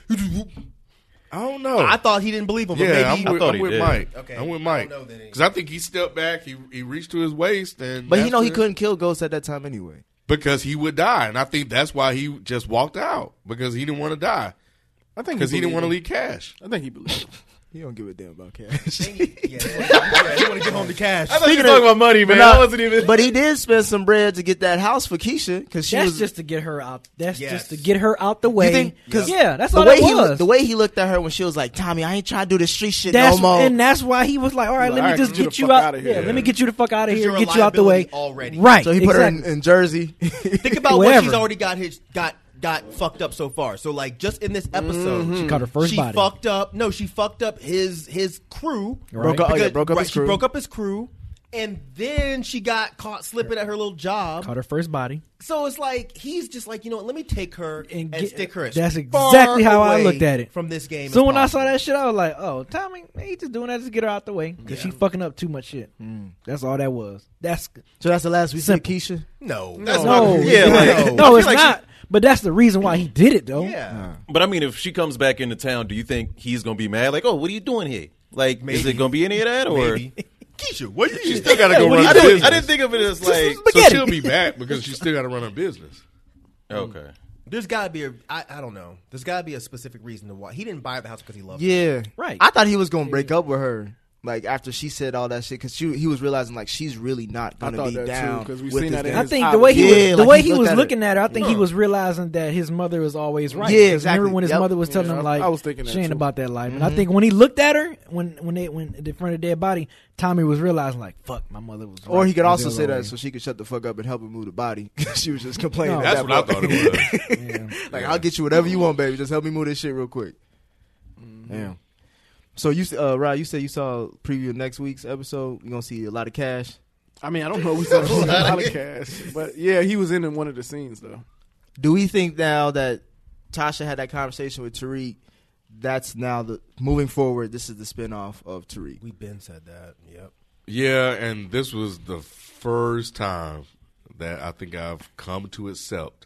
[SPEAKER 2] I don't know.
[SPEAKER 10] I thought he didn't believe him, but
[SPEAKER 2] yeah,
[SPEAKER 10] maybe
[SPEAKER 2] I'm
[SPEAKER 8] I
[SPEAKER 2] with,
[SPEAKER 8] thought
[SPEAKER 2] I'm
[SPEAKER 8] he
[SPEAKER 2] with
[SPEAKER 8] did.
[SPEAKER 2] Mike.
[SPEAKER 10] Okay,
[SPEAKER 2] I'm with
[SPEAKER 10] I don't
[SPEAKER 2] Mike.
[SPEAKER 10] know then.
[SPEAKER 2] Because I think he stepped back. He he reached to his waist, and
[SPEAKER 7] But he
[SPEAKER 2] that's
[SPEAKER 7] know he
[SPEAKER 2] it.
[SPEAKER 7] couldn't kill Ghost at that time anyway.
[SPEAKER 2] because he would die, and I think that's why he just walked out because he didn't want to die
[SPEAKER 9] I think
[SPEAKER 2] because he didn't
[SPEAKER 9] believed
[SPEAKER 2] want to
[SPEAKER 9] it.
[SPEAKER 2] leave cash.
[SPEAKER 9] I think he believed. it.
[SPEAKER 7] He don't give a damn about cash.
[SPEAKER 10] yeah, you want to give him the cash.
[SPEAKER 8] I thought you were talking about money, man.
[SPEAKER 7] nah,
[SPEAKER 8] I wasn't even.
[SPEAKER 7] but he did spend some bread to get that house for Keisha because she
[SPEAKER 20] That's
[SPEAKER 7] was
[SPEAKER 20] just to get her out. That's
[SPEAKER 10] Yes.
[SPEAKER 20] just to get her out the way.
[SPEAKER 7] think- 'cause
[SPEAKER 20] yeah, that's
[SPEAKER 7] the
[SPEAKER 20] all
[SPEAKER 7] way
[SPEAKER 20] that
[SPEAKER 7] he
[SPEAKER 20] was.
[SPEAKER 7] looked- the way he looked at her when she was like, "Tommy, I ain't trying to do this street shit
[SPEAKER 20] that's,
[SPEAKER 7] no more."
[SPEAKER 20] and that's why he was like, "All right, let me
[SPEAKER 9] Like, all right,
[SPEAKER 20] just
[SPEAKER 9] get
[SPEAKER 20] get
[SPEAKER 9] the
[SPEAKER 20] you
[SPEAKER 9] fuck
[SPEAKER 20] out.
[SPEAKER 9] outta
[SPEAKER 20] Yeah,
[SPEAKER 9] here.
[SPEAKER 20] let me get you the fuck out of here.
[SPEAKER 10] you're a
[SPEAKER 20] Get you out the way
[SPEAKER 10] liability already.
[SPEAKER 20] Right.
[SPEAKER 7] so he put
[SPEAKER 20] exactly.
[SPEAKER 7] her in, in Jersey.
[SPEAKER 10] Think about what
[SPEAKER 20] Whatever.
[SPEAKER 10] she's already got his got got fucked up so far. So like just in this episode, she
[SPEAKER 20] Mm-hmm. caught her first body.
[SPEAKER 10] fucked up. No, she fucked up his his crew.
[SPEAKER 20] Broke up-
[SPEAKER 7] oh, yeah,
[SPEAKER 10] Because-
[SPEAKER 7] broke up his
[SPEAKER 10] she
[SPEAKER 7] crew.
[SPEAKER 10] broke up his crew, and then she got caught slipping at her little job.
[SPEAKER 20] Caught her first body.
[SPEAKER 10] So it's like he's just like you know what, let me take her and,
[SPEAKER 20] And get-
[SPEAKER 10] stick her. As
[SPEAKER 20] that's
[SPEAKER 10] far
[SPEAKER 20] exactly how I
[SPEAKER 10] away
[SPEAKER 20] looked at it.
[SPEAKER 10] from this game.
[SPEAKER 20] So
[SPEAKER 10] as
[SPEAKER 20] when I
[SPEAKER 10] possible.
[SPEAKER 20] saw that shit, I was like, "Oh, Tommy, man, he just doing that just to get her out the way because she fucking up too much shit." That's all that was. That's
[SPEAKER 7] so that's the last we see of Keisha.
[SPEAKER 10] no, that's
[SPEAKER 20] no,
[SPEAKER 10] not,
[SPEAKER 8] Oh, yeah, like-
[SPEAKER 20] no,
[SPEAKER 8] I feel
[SPEAKER 20] it's
[SPEAKER 8] like she-
[SPEAKER 20] not. but that's the reason why he did it, though.
[SPEAKER 10] yeah.
[SPEAKER 8] But I mean, if she comes back into town, do you think he's gonna be mad? Like, oh, what are you doing here? Like, is it gonna be any of that or?
[SPEAKER 10] Maybe. Keisha, what you
[SPEAKER 2] She still got to go
[SPEAKER 20] what
[SPEAKER 2] run
[SPEAKER 20] you
[SPEAKER 2] her
[SPEAKER 20] doing?
[SPEAKER 2] business.
[SPEAKER 8] I didn't think of it as like
[SPEAKER 2] so
[SPEAKER 20] spaghetti.
[SPEAKER 2] she'll be back because she still got to run her business.
[SPEAKER 8] okay.
[SPEAKER 10] There's gotta be a I, I don't know. There's gotta be a specific reason to why he didn't buy the house because he loved. her.
[SPEAKER 7] Yeah,
[SPEAKER 20] Right.
[SPEAKER 7] I thought he was gonna break up with her, like after she said all that shit, because she he was realizing like she's really not gonna
[SPEAKER 9] thought
[SPEAKER 7] be
[SPEAKER 9] that, too,
[SPEAKER 7] down
[SPEAKER 9] 'cause we
[SPEAKER 7] with
[SPEAKER 9] seen
[SPEAKER 7] this
[SPEAKER 9] that in
[SPEAKER 7] guy.
[SPEAKER 20] I
[SPEAKER 9] his
[SPEAKER 20] think
[SPEAKER 9] eyes.
[SPEAKER 20] the way he
[SPEAKER 7] Yeah,
[SPEAKER 20] was, the
[SPEAKER 7] like
[SPEAKER 20] way
[SPEAKER 7] he
[SPEAKER 20] he
[SPEAKER 7] looked
[SPEAKER 20] was
[SPEAKER 7] at
[SPEAKER 20] looking
[SPEAKER 7] it.
[SPEAKER 20] at her, I think he was realizing that his mother was always right.
[SPEAKER 7] Yeah,
[SPEAKER 20] 'Cause
[SPEAKER 7] exactly.
[SPEAKER 20] Remember when his
[SPEAKER 7] Yep. Mm-hmm.
[SPEAKER 20] mother was telling
[SPEAKER 9] Yeah,
[SPEAKER 20] him
[SPEAKER 9] I-
[SPEAKER 20] like
[SPEAKER 9] I was thinking that
[SPEAKER 20] she ain't
[SPEAKER 9] too.
[SPEAKER 20] about that life, and I think when he looked at her when when they when in front of the dead body, Tommy was realizing like, "Fuck, my mother was."
[SPEAKER 7] Or
[SPEAKER 20] right.
[SPEAKER 7] he could
[SPEAKER 20] My
[SPEAKER 7] also
[SPEAKER 20] mother
[SPEAKER 7] say that
[SPEAKER 20] was
[SPEAKER 7] so she could shut the fuck up and help him move the body. she was just complaining.
[SPEAKER 20] No.
[SPEAKER 7] at
[SPEAKER 2] That's
[SPEAKER 7] that
[SPEAKER 2] what I
[SPEAKER 7] point.
[SPEAKER 2] thought it was.
[SPEAKER 7] like I'll get you whatever you want, baby. Just help me move this shit real quick. Damn. So you, s- uh, Rod, you said you saw a preview of next week's episode. You're gonna see a lot of cash.
[SPEAKER 9] I mean, I don't know. if We saw a lot of cash, but yeah, he was in in one of the scenes though.
[SPEAKER 7] Do we think now that Tasha had that conversation with Tariq? That's now the moving forward. This is the spinoff of Tariq.
[SPEAKER 10] We been said that. Yep.
[SPEAKER 2] Yeah, and this was the first time that I think I've come to accept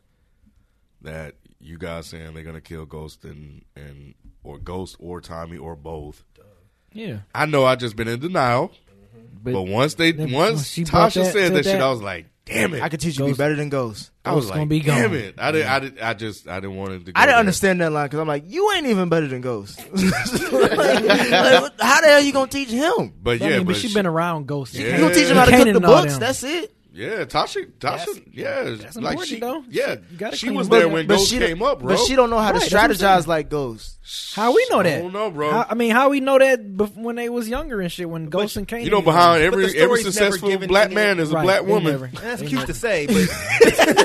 [SPEAKER 2] that you guys saying they're gonna kill Ghost and and or Ghost or Tommy or both.
[SPEAKER 20] Yeah,
[SPEAKER 2] I know I just been in denial, but, once they
[SPEAKER 20] Mm-hmm. then
[SPEAKER 2] once
[SPEAKER 20] she
[SPEAKER 2] Tasha
[SPEAKER 20] brought
[SPEAKER 2] said
[SPEAKER 20] that-
[SPEAKER 2] that,
[SPEAKER 20] said
[SPEAKER 2] shit,
[SPEAKER 20] that-
[SPEAKER 2] I was like, damn it!
[SPEAKER 7] I
[SPEAKER 2] I,
[SPEAKER 7] could teach you to be
[SPEAKER 20] Ghost-
[SPEAKER 7] better than Ghost.
[SPEAKER 2] was
[SPEAKER 20] Ghost's
[SPEAKER 2] like,
[SPEAKER 20] gonna be
[SPEAKER 2] damn
[SPEAKER 20] gone.
[SPEAKER 2] it! I didn't, I didn't, I just, I didn't want it to. Go
[SPEAKER 7] I didn't
[SPEAKER 2] there.
[SPEAKER 7] understand that line because I'm like, you ain't even better than Ghost. Like, what- how the hell you gonna teach him?
[SPEAKER 2] but
[SPEAKER 20] I
[SPEAKER 2] yeah,
[SPEAKER 20] mean,
[SPEAKER 2] but
[SPEAKER 20] but she
[SPEAKER 2] she-
[SPEAKER 20] been around ghosts.
[SPEAKER 2] Yeah.
[SPEAKER 7] You gonna teach him how to
[SPEAKER 20] Kanan
[SPEAKER 7] cook the
[SPEAKER 20] and all
[SPEAKER 7] books?
[SPEAKER 20] them.
[SPEAKER 7] That's it.
[SPEAKER 2] Yeah, Tasha, Tasha,
[SPEAKER 20] That's-
[SPEAKER 2] yeah,
[SPEAKER 20] that's
[SPEAKER 2] like
[SPEAKER 20] important,
[SPEAKER 2] she,
[SPEAKER 20] though.
[SPEAKER 2] yeah,
[SPEAKER 20] You gotta
[SPEAKER 2] she
[SPEAKER 20] clean
[SPEAKER 2] was
[SPEAKER 20] them
[SPEAKER 2] there
[SPEAKER 20] up.
[SPEAKER 2] when
[SPEAKER 20] But
[SPEAKER 2] Ghost
[SPEAKER 20] she don't-
[SPEAKER 2] came up, bro.
[SPEAKER 20] but she don't know how to Right, that's what I'm strategize saying.
[SPEAKER 7] like Ghost.
[SPEAKER 20] How we know that?
[SPEAKER 2] I don't know, bro.
[SPEAKER 20] How, I mean, how we know that bef- when they was younger and shit, when Ghost and Kane.
[SPEAKER 2] you know, behind every every successful black man is a
[SPEAKER 20] Right,
[SPEAKER 2] black
[SPEAKER 20] they
[SPEAKER 2] woman.
[SPEAKER 20] never-
[SPEAKER 10] That's
[SPEAKER 20] they
[SPEAKER 10] cute
[SPEAKER 20] never-
[SPEAKER 10] to say, but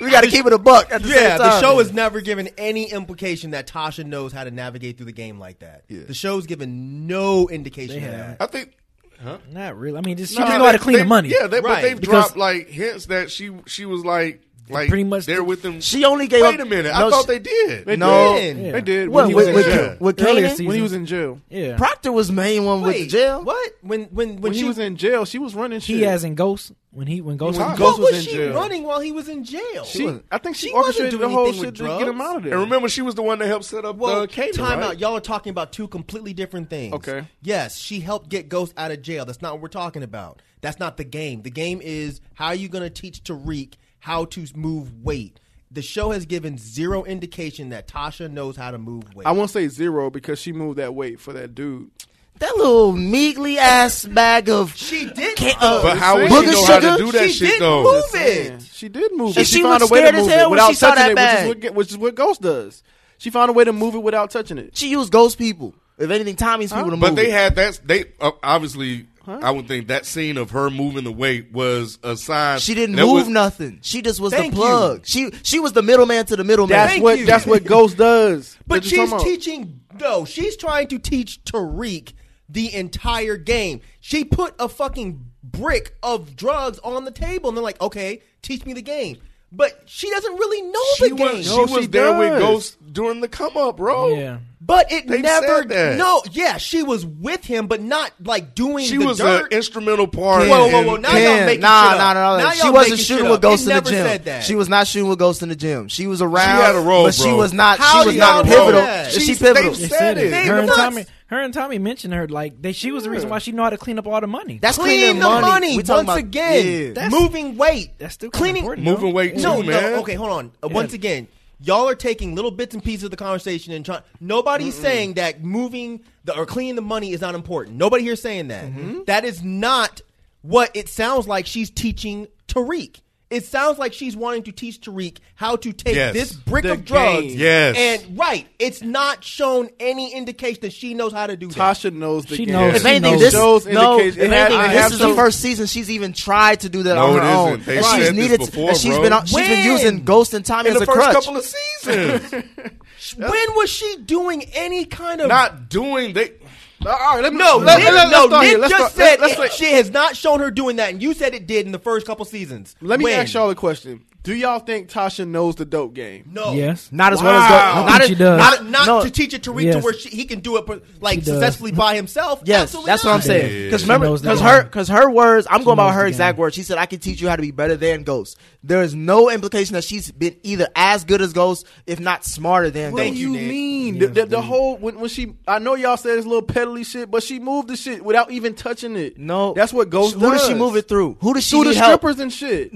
[SPEAKER 7] we got to keep it a buck. At the
[SPEAKER 10] yeah,
[SPEAKER 7] same time.
[SPEAKER 10] the show is never given any implication that Tasha knows how to navigate through the game like that. The show's given no indication. Of that.
[SPEAKER 2] I think. Huh?
[SPEAKER 20] Not really. I mean, just she
[SPEAKER 2] No,
[SPEAKER 20] just
[SPEAKER 2] they-
[SPEAKER 20] know how to clean
[SPEAKER 2] they-
[SPEAKER 20] the money.
[SPEAKER 2] Yeah, they, but
[SPEAKER 10] Right.
[SPEAKER 2] they've
[SPEAKER 20] Because-
[SPEAKER 2] dropped like hints that she she was like like
[SPEAKER 20] Pretty much
[SPEAKER 2] there with them.
[SPEAKER 7] She only gave
[SPEAKER 2] Wait
[SPEAKER 7] up-
[SPEAKER 2] a minute,
[SPEAKER 7] no,
[SPEAKER 2] I thought they
[SPEAKER 7] she-
[SPEAKER 2] did.
[SPEAKER 9] They
[SPEAKER 7] No.
[SPEAKER 9] did.
[SPEAKER 7] Yeah.
[SPEAKER 9] They did.
[SPEAKER 7] What,
[SPEAKER 9] when, he
[SPEAKER 7] with-
[SPEAKER 9] was in
[SPEAKER 7] with-
[SPEAKER 9] jail.
[SPEAKER 7] with
[SPEAKER 9] Earlier
[SPEAKER 7] Kanan?
[SPEAKER 9] When he was in jail.
[SPEAKER 20] Yeah.
[SPEAKER 7] Proctor was the main one with the
[SPEAKER 10] Wait,
[SPEAKER 7] jail.
[SPEAKER 10] What? When when when,
[SPEAKER 9] When
[SPEAKER 10] she
[SPEAKER 9] he was in jail, she was running shit.
[SPEAKER 20] He as in Ghost when he when Ghost
[SPEAKER 9] When
[SPEAKER 20] was-
[SPEAKER 9] Ghost
[SPEAKER 10] what was,
[SPEAKER 9] was in
[SPEAKER 10] she
[SPEAKER 9] jail.
[SPEAKER 10] running while he was in jail?
[SPEAKER 9] she, I think she,
[SPEAKER 10] She wasn't
[SPEAKER 9] orchestrated
[SPEAKER 10] doing
[SPEAKER 9] the whole
[SPEAKER 10] anything
[SPEAKER 9] shit
[SPEAKER 10] with
[SPEAKER 9] to get him
[SPEAKER 10] drugs.
[SPEAKER 9] out of there.
[SPEAKER 2] And remember, she was the one that helped set up
[SPEAKER 10] well,
[SPEAKER 2] the cable.
[SPEAKER 10] Oh, time
[SPEAKER 2] right?
[SPEAKER 10] out. Y'all are talking about two completely different things.
[SPEAKER 9] Okay.
[SPEAKER 10] Yes, she helped get Ghost out of jail. That's not what we're talking about. That's not the game. The game is how are you going to teach Tariq how to move weight. The show has given zero indication that Tasha knows how to move weight.
[SPEAKER 9] I won't say zero because she moved that weight for that dude.
[SPEAKER 7] That little mealy ass bag of
[SPEAKER 10] she did.
[SPEAKER 7] Ca- uh,
[SPEAKER 2] But how would
[SPEAKER 7] Booger
[SPEAKER 2] she know how to
[SPEAKER 7] Sugar?
[SPEAKER 2] do that
[SPEAKER 10] she
[SPEAKER 2] shit
[SPEAKER 10] didn't
[SPEAKER 2] though?
[SPEAKER 10] move
[SPEAKER 9] Yeah,
[SPEAKER 10] it.
[SPEAKER 9] she did move
[SPEAKER 7] And
[SPEAKER 9] it. She,
[SPEAKER 7] she
[SPEAKER 9] found a
[SPEAKER 7] was
[SPEAKER 9] way to
[SPEAKER 7] scared as
[SPEAKER 9] move
[SPEAKER 7] hell
[SPEAKER 9] it
[SPEAKER 7] when
[SPEAKER 9] without
[SPEAKER 7] she saw
[SPEAKER 9] touching it,
[SPEAKER 7] that
[SPEAKER 9] which is, what, ge- which is what Ghost does. She found a way to move it without touching it.
[SPEAKER 7] She used Ghost people. If anything, Tommy's people to move.
[SPEAKER 2] But they
[SPEAKER 7] it.
[SPEAKER 2] had that. They uh, obviously, I would think that scene of her moving the weight was a sign.
[SPEAKER 7] She didn't
[SPEAKER 2] that
[SPEAKER 7] move
[SPEAKER 2] was-
[SPEAKER 7] nothing. She just was the
[SPEAKER 10] Thank you.
[SPEAKER 7] plug. She she was the middleman to the middleman.
[SPEAKER 9] That's what
[SPEAKER 10] you.
[SPEAKER 9] that's what Ghost does.
[SPEAKER 10] But
[SPEAKER 9] That's what I'm
[SPEAKER 10] she's
[SPEAKER 9] talking about.
[SPEAKER 10] teaching. No, she's trying to teach Tariq the entire game. She put a fucking brick of drugs on the table, and they're like, "Okay, teach me the game." But she doesn't really know
[SPEAKER 2] She
[SPEAKER 10] the game.
[SPEAKER 2] was,
[SPEAKER 9] No,
[SPEAKER 2] she was
[SPEAKER 9] she
[SPEAKER 2] there with
[SPEAKER 9] does.
[SPEAKER 2] Ghost during the come up, bro.
[SPEAKER 20] Yeah.
[SPEAKER 10] but it
[SPEAKER 2] They've
[SPEAKER 10] never.
[SPEAKER 2] said that.
[SPEAKER 10] No, yeah, she was with him, but not like doing.
[SPEAKER 2] She
[SPEAKER 10] the
[SPEAKER 2] was an
[SPEAKER 10] dirt.
[SPEAKER 2] instrumental part.
[SPEAKER 10] Whoa, whoa, whoa!
[SPEAKER 2] in-
[SPEAKER 10] Now
[SPEAKER 7] Yeah,
[SPEAKER 10] y'all making
[SPEAKER 7] nah,
[SPEAKER 10] shit
[SPEAKER 7] nah,
[SPEAKER 10] up.
[SPEAKER 7] nah, nah.
[SPEAKER 10] Now
[SPEAKER 7] She
[SPEAKER 10] y'all
[SPEAKER 7] wasn't
[SPEAKER 10] making
[SPEAKER 7] shooting
[SPEAKER 10] shit
[SPEAKER 7] with
[SPEAKER 10] up.
[SPEAKER 7] Ghost
[SPEAKER 10] It
[SPEAKER 7] in the
[SPEAKER 10] never
[SPEAKER 7] gym.
[SPEAKER 10] Said that.
[SPEAKER 7] She was not shooting with Ghost in the gym. She was around.
[SPEAKER 2] had a role,
[SPEAKER 7] but she
[SPEAKER 2] bro.
[SPEAKER 7] was not.
[SPEAKER 10] How
[SPEAKER 7] she was
[SPEAKER 10] do
[SPEAKER 7] not
[SPEAKER 10] y'all
[SPEAKER 7] pivotal.
[SPEAKER 10] know that?
[SPEAKER 7] She
[SPEAKER 2] She's-
[SPEAKER 7] pivotal.
[SPEAKER 2] they've
[SPEAKER 20] They said it.
[SPEAKER 2] They
[SPEAKER 20] Her and
[SPEAKER 10] nuts.
[SPEAKER 20] Tommy, her and Tommy mentioned her like they, she was the reason why she know how to clean up all the money.
[SPEAKER 7] That's
[SPEAKER 10] clean
[SPEAKER 7] cleaning
[SPEAKER 10] the money,
[SPEAKER 7] We
[SPEAKER 10] once
[SPEAKER 7] talking about- yeah.
[SPEAKER 10] again.
[SPEAKER 20] That's-
[SPEAKER 10] Moving weight.
[SPEAKER 20] That's still kinda
[SPEAKER 10] cleaning.
[SPEAKER 20] important,
[SPEAKER 2] Moving
[SPEAKER 20] though.
[SPEAKER 2] weight
[SPEAKER 10] No,
[SPEAKER 2] too, man.
[SPEAKER 10] no. Okay, hold on. Uh, Once again, y'all are taking little bits and pieces of the conversation and trying. Nobody's saying that moving the or cleaning the money is not important. Nobody here is saying that.
[SPEAKER 7] Mm-hmm.
[SPEAKER 10] That is not what it sounds like. She's teaching Tariq. It sounds like she's wanting to teach Tariq how to take
[SPEAKER 2] Yes.
[SPEAKER 10] this brick
[SPEAKER 9] The
[SPEAKER 10] of drugs.
[SPEAKER 9] game.
[SPEAKER 2] Yes.
[SPEAKER 10] and right, it's not shown any indication that she knows how to do that.
[SPEAKER 9] Tasha knows the
[SPEAKER 20] She
[SPEAKER 9] game.
[SPEAKER 20] knows.
[SPEAKER 7] If
[SPEAKER 20] She
[SPEAKER 7] anything,
[SPEAKER 20] knows.
[SPEAKER 7] this
[SPEAKER 9] Shows
[SPEAKER 7] no. If
[SPEAKER 9] indication- it had-
[SPEAKER 7] anything,
[SPEAKER 9] I
[SPEAKER 7] this
[SPEAKER 9] have
[SPEAKER 7] is the
[SPEAKER 9] to-
[SPEAKER 7] first season she's even tried to do that
[SPEAKER 2] No,
[SPEAKER 7] on her
[SPEAKER 2] it isn't.
[SPEAKER 7] own,
[SPEAKER 2] They
[SPEAKER 7] and
[SPEAKER 2] said
[SPEAKER 7] she's
[SPEAKER 2] this
[SPEAKER 7] needed.
[SPEAKER 2] before,
[SPEAKER 7] to, and she's
[SPEAKER 2] bro.
[SPEAKER 7] been she's been
[SPEAKER 10] When?
[SPEAKER 7] using Ghost and Tommy
[SPEAKER 2] in
[SPEAKER 7] as
[SPEAKER 2] the
[SPEAKER 7] a
[SPEAKER 2] first
[SPEAKER 7] crutch.
[SPEAKER 2] couple of seasons,
[SPEAKER 10] when was she doing any kind of
[SPEAKER 2] not doing they.
[SPEAKER 9] All right, let me,
[SPEAKER 10] No,
[SPEAKER 9] let,
[SPEAKER 10] Nick,
[SPEAKER 9] let, let's
[SPEAKER 10] no,
[SPEAKER 9] start
[SPEAKER 10] Nick
[SPEAKER 9] here. Let's
[SPEAKER 10] just
[SPEAKER 9] start, let-
[SPEAKER 10] said
[SPEAKER 9] let's
[SPEAKER 10] it-
[SPEAKER 9] start-
[SPEAKER 10] she has not shown her doing that, and you said it did in the first couple seasons.
[SPEAKER 9] Let me
[SPEAKER 10] When?
[SPEAKER 9] ask y'all a question. Do y'all think Tasha knows the dope game?
[SPEAKER 10] No,
[SPEAKER 20] yes.
[SPEAKER 7] Not as well as Ghost.
[SPEAKER 20] I
[SPEAKER 7] Not
[SPEAKER 20] think
[SPEAKER 7] as-
[SPEAKER 20] she does.
[SPEAKER 10] not, not
[SPEAKER 7] no.
[SPEAKER 10] to teach it Tariq to
[SPEAKER 20] Yes.
[SPEAKER 10] where she, he can do it but, like
[SPEAKER 20] She does.
[SPEAKER 10] successfully by himself.
[SPEAKER 7] Yes,
[SPEAKER 10] Absolutely
[SPEAKER 7] that's what I'm
[SPEAKER 10] not.
[SPEAKER 7] saying. Because
[SPEAKER 20] She
[SPEAKER 7] remember,
[SPEAKER 20] knows the
[SPEAKER 7] because
[SPEAKER 20] game.
[SPEAKER 7] her, because her words, I'm going by
[SPEAKER 20] knows
[SPEAKER 7] her
[SPEAKER 20] the
[SPEAKER 7] exact
[SPEAKER 20] game.
[SPEAKER 7] words. She said, "I can teach you how to be better than Ghost." There is no implication that she's been either as good as Ghost, if not smarter than
[SPEAKER 10] Thank
[SPEAKER 9] What do
[SPEAKER 7] Ghost.
[SPEAKER 10] you,
[SPEAKER 9] you
[SPEAKER 10] Nick.
[SPEAKER 9] mean? the, the, the whole when, when she, I know y'all said it's little peddly shit, but she moved the shit without even touching it.
[SPEAKER 7] No,
[SPEAKER 9] that's what Ghost
[SPEAKER 7] Who does
[SPEAKER 9] does.
[SPEAKER 7] she move it through? Who does she
[SPEAKER 9] through the
[SPEAKER 7] need help?
[SPEAKER 9] strippers and shit.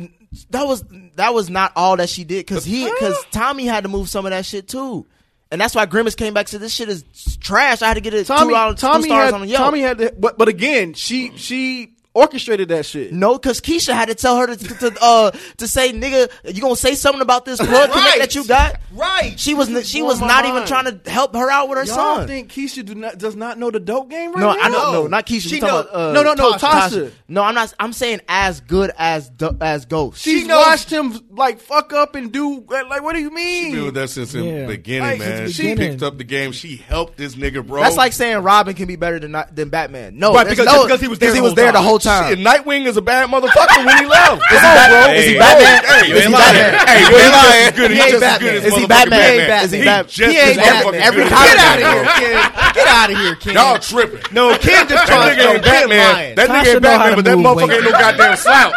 [SPEAKER 7] That was that was not all that she did because he because Tommy had to move some of that shit too, and that's why Grimace came back and said, "This shit is trash." I had to get it two
[SPEAKER 9] Tommy,
[SPEAKER 7] dollars, two
[SPEAKER 9] Tommy
[SPEAKER 7] stars
[SPEAKER 9] had,
[SPEAKER 7] on Yelp.
[SPEAKER 9] Tommy had, to, but but again, she she orchestrated that shit.
[SPEAKER 7] No, because Keisha had to tell her to to, to, uh, to say, "Nigga, you gonna say something about this blood connect that you got?"
[SPEAKER 10] Right.
[SPEAKER 7] She was she was
[SPEAKER 9] my
[SPEAKER 7] not even
[SPEAKER 9] mind.
[SPEAKER 7] trying to help her out with her
[SPEAKER 9] Y'all
[SPEAKER 7] son.
[SPEAKER 9] think Keisha do not does not know the dope game right
[SPEAKER 7] no,
[SPEAKER 9] now?
[SPEAKER 7] I don't know. Not Keisha.
[SPEAKER 10] She
[SPEAKER 7] we talking
[SPEAKER 10] know-
[SPEAKER 7] about, uh,
[SPEAKER 9] no, no, no, Tasha.
[SPEAKER 7] No, I'm not. I'm saying as good as do- as Ghost.
[SPEAKER 9] She's
[SPEAKER 10] knows-
[SPEAKER 9] watched him like fuck up and do like. What do you mean?
[SPEAKER 2] She been with that since the
[SPEAKER 20] Yeah.
[SPEAKER 2] beginning,
[SPEAKER 9] Like,
[SPEAKER 2] man.
[SPEAKER 9] since
[SPEAKER 2] She
[SPEAKER 9] the
[SPEAKER 20] beginning.
[SPEAKER 2] picked up the game. She helped this nigga, bro.
[SPEAKER 7] That's like saying Robin can be better than not, than Batman. No,
[SPEAKER 10] Right,
[SPEAKER 7] there's
[SPEAKER 10] because-
[SPEAKER 7] no,
[SPEAKER 10] because he was there the whole
[SPEAKER 7] the
[SPEAKER 10] time.
[SPEAKER 7] whole time.
[SPEAKER 2] Shit, Nightwing is a bad motherfucker when he left. Come on, bro.
[SPEAKER 7] Is he Batman?
[SPEAKER 2] Hey,
[SPEAKER 7] Is he Batman?
[SPEAKER 2] Hey, you ain't lying. Good. He
[SPEAKER 7] ain't
[SPEAKER 2] just as
[SPEAKER 7] Batman.
[SPEAKER 2] good as
[SPEAKER 7] Is he
[SPEAKER 2] motherfucking
[SPEAKER 7] Batman?
[SPEAKER 2] Batman.
[SPEAKER 7] Is he
[SPEAKER 2] He
[SPEAKER 7] Batman?
[SPEAKER 2] just
[SPEAKER 7] He
[SPEAKER 2] as
[SPEAKER 7] ain't Batman.
[SPEAKER 2] motherfucking
[SPEAKER 7] Every
[SPEAKER 2] good as
[SPEAKER 7] time-
[SPEAKER 10] Get out
[SPEAKER 2] Batman,
[SPEAKER 10] of here,
[SPEAKER 2] bro.
[SPEAKER 10] kid. Get out of here, kid.
[SPEAKER 2] Y'all tripping.
[SPEAKER 10] no, kid just
[SPEAKER 2] That
[SPEAKER 10] trying to
[SPEAKER 2] nigga ain't Batman. That
[SPEAKER 20] Tasha
[SPEAKER 2] nigga ain't
[SPEAKER 20] know how
[SPEAKER 2] Batman,
[SPEAKER 20] to
[SPEAKER 2] but that
[SPEAKER 20] move
[SPEAKER 2] motherfucker
[SPEAKER 20] weight.
[SPEAKER 2] ain't no goddamn slouch.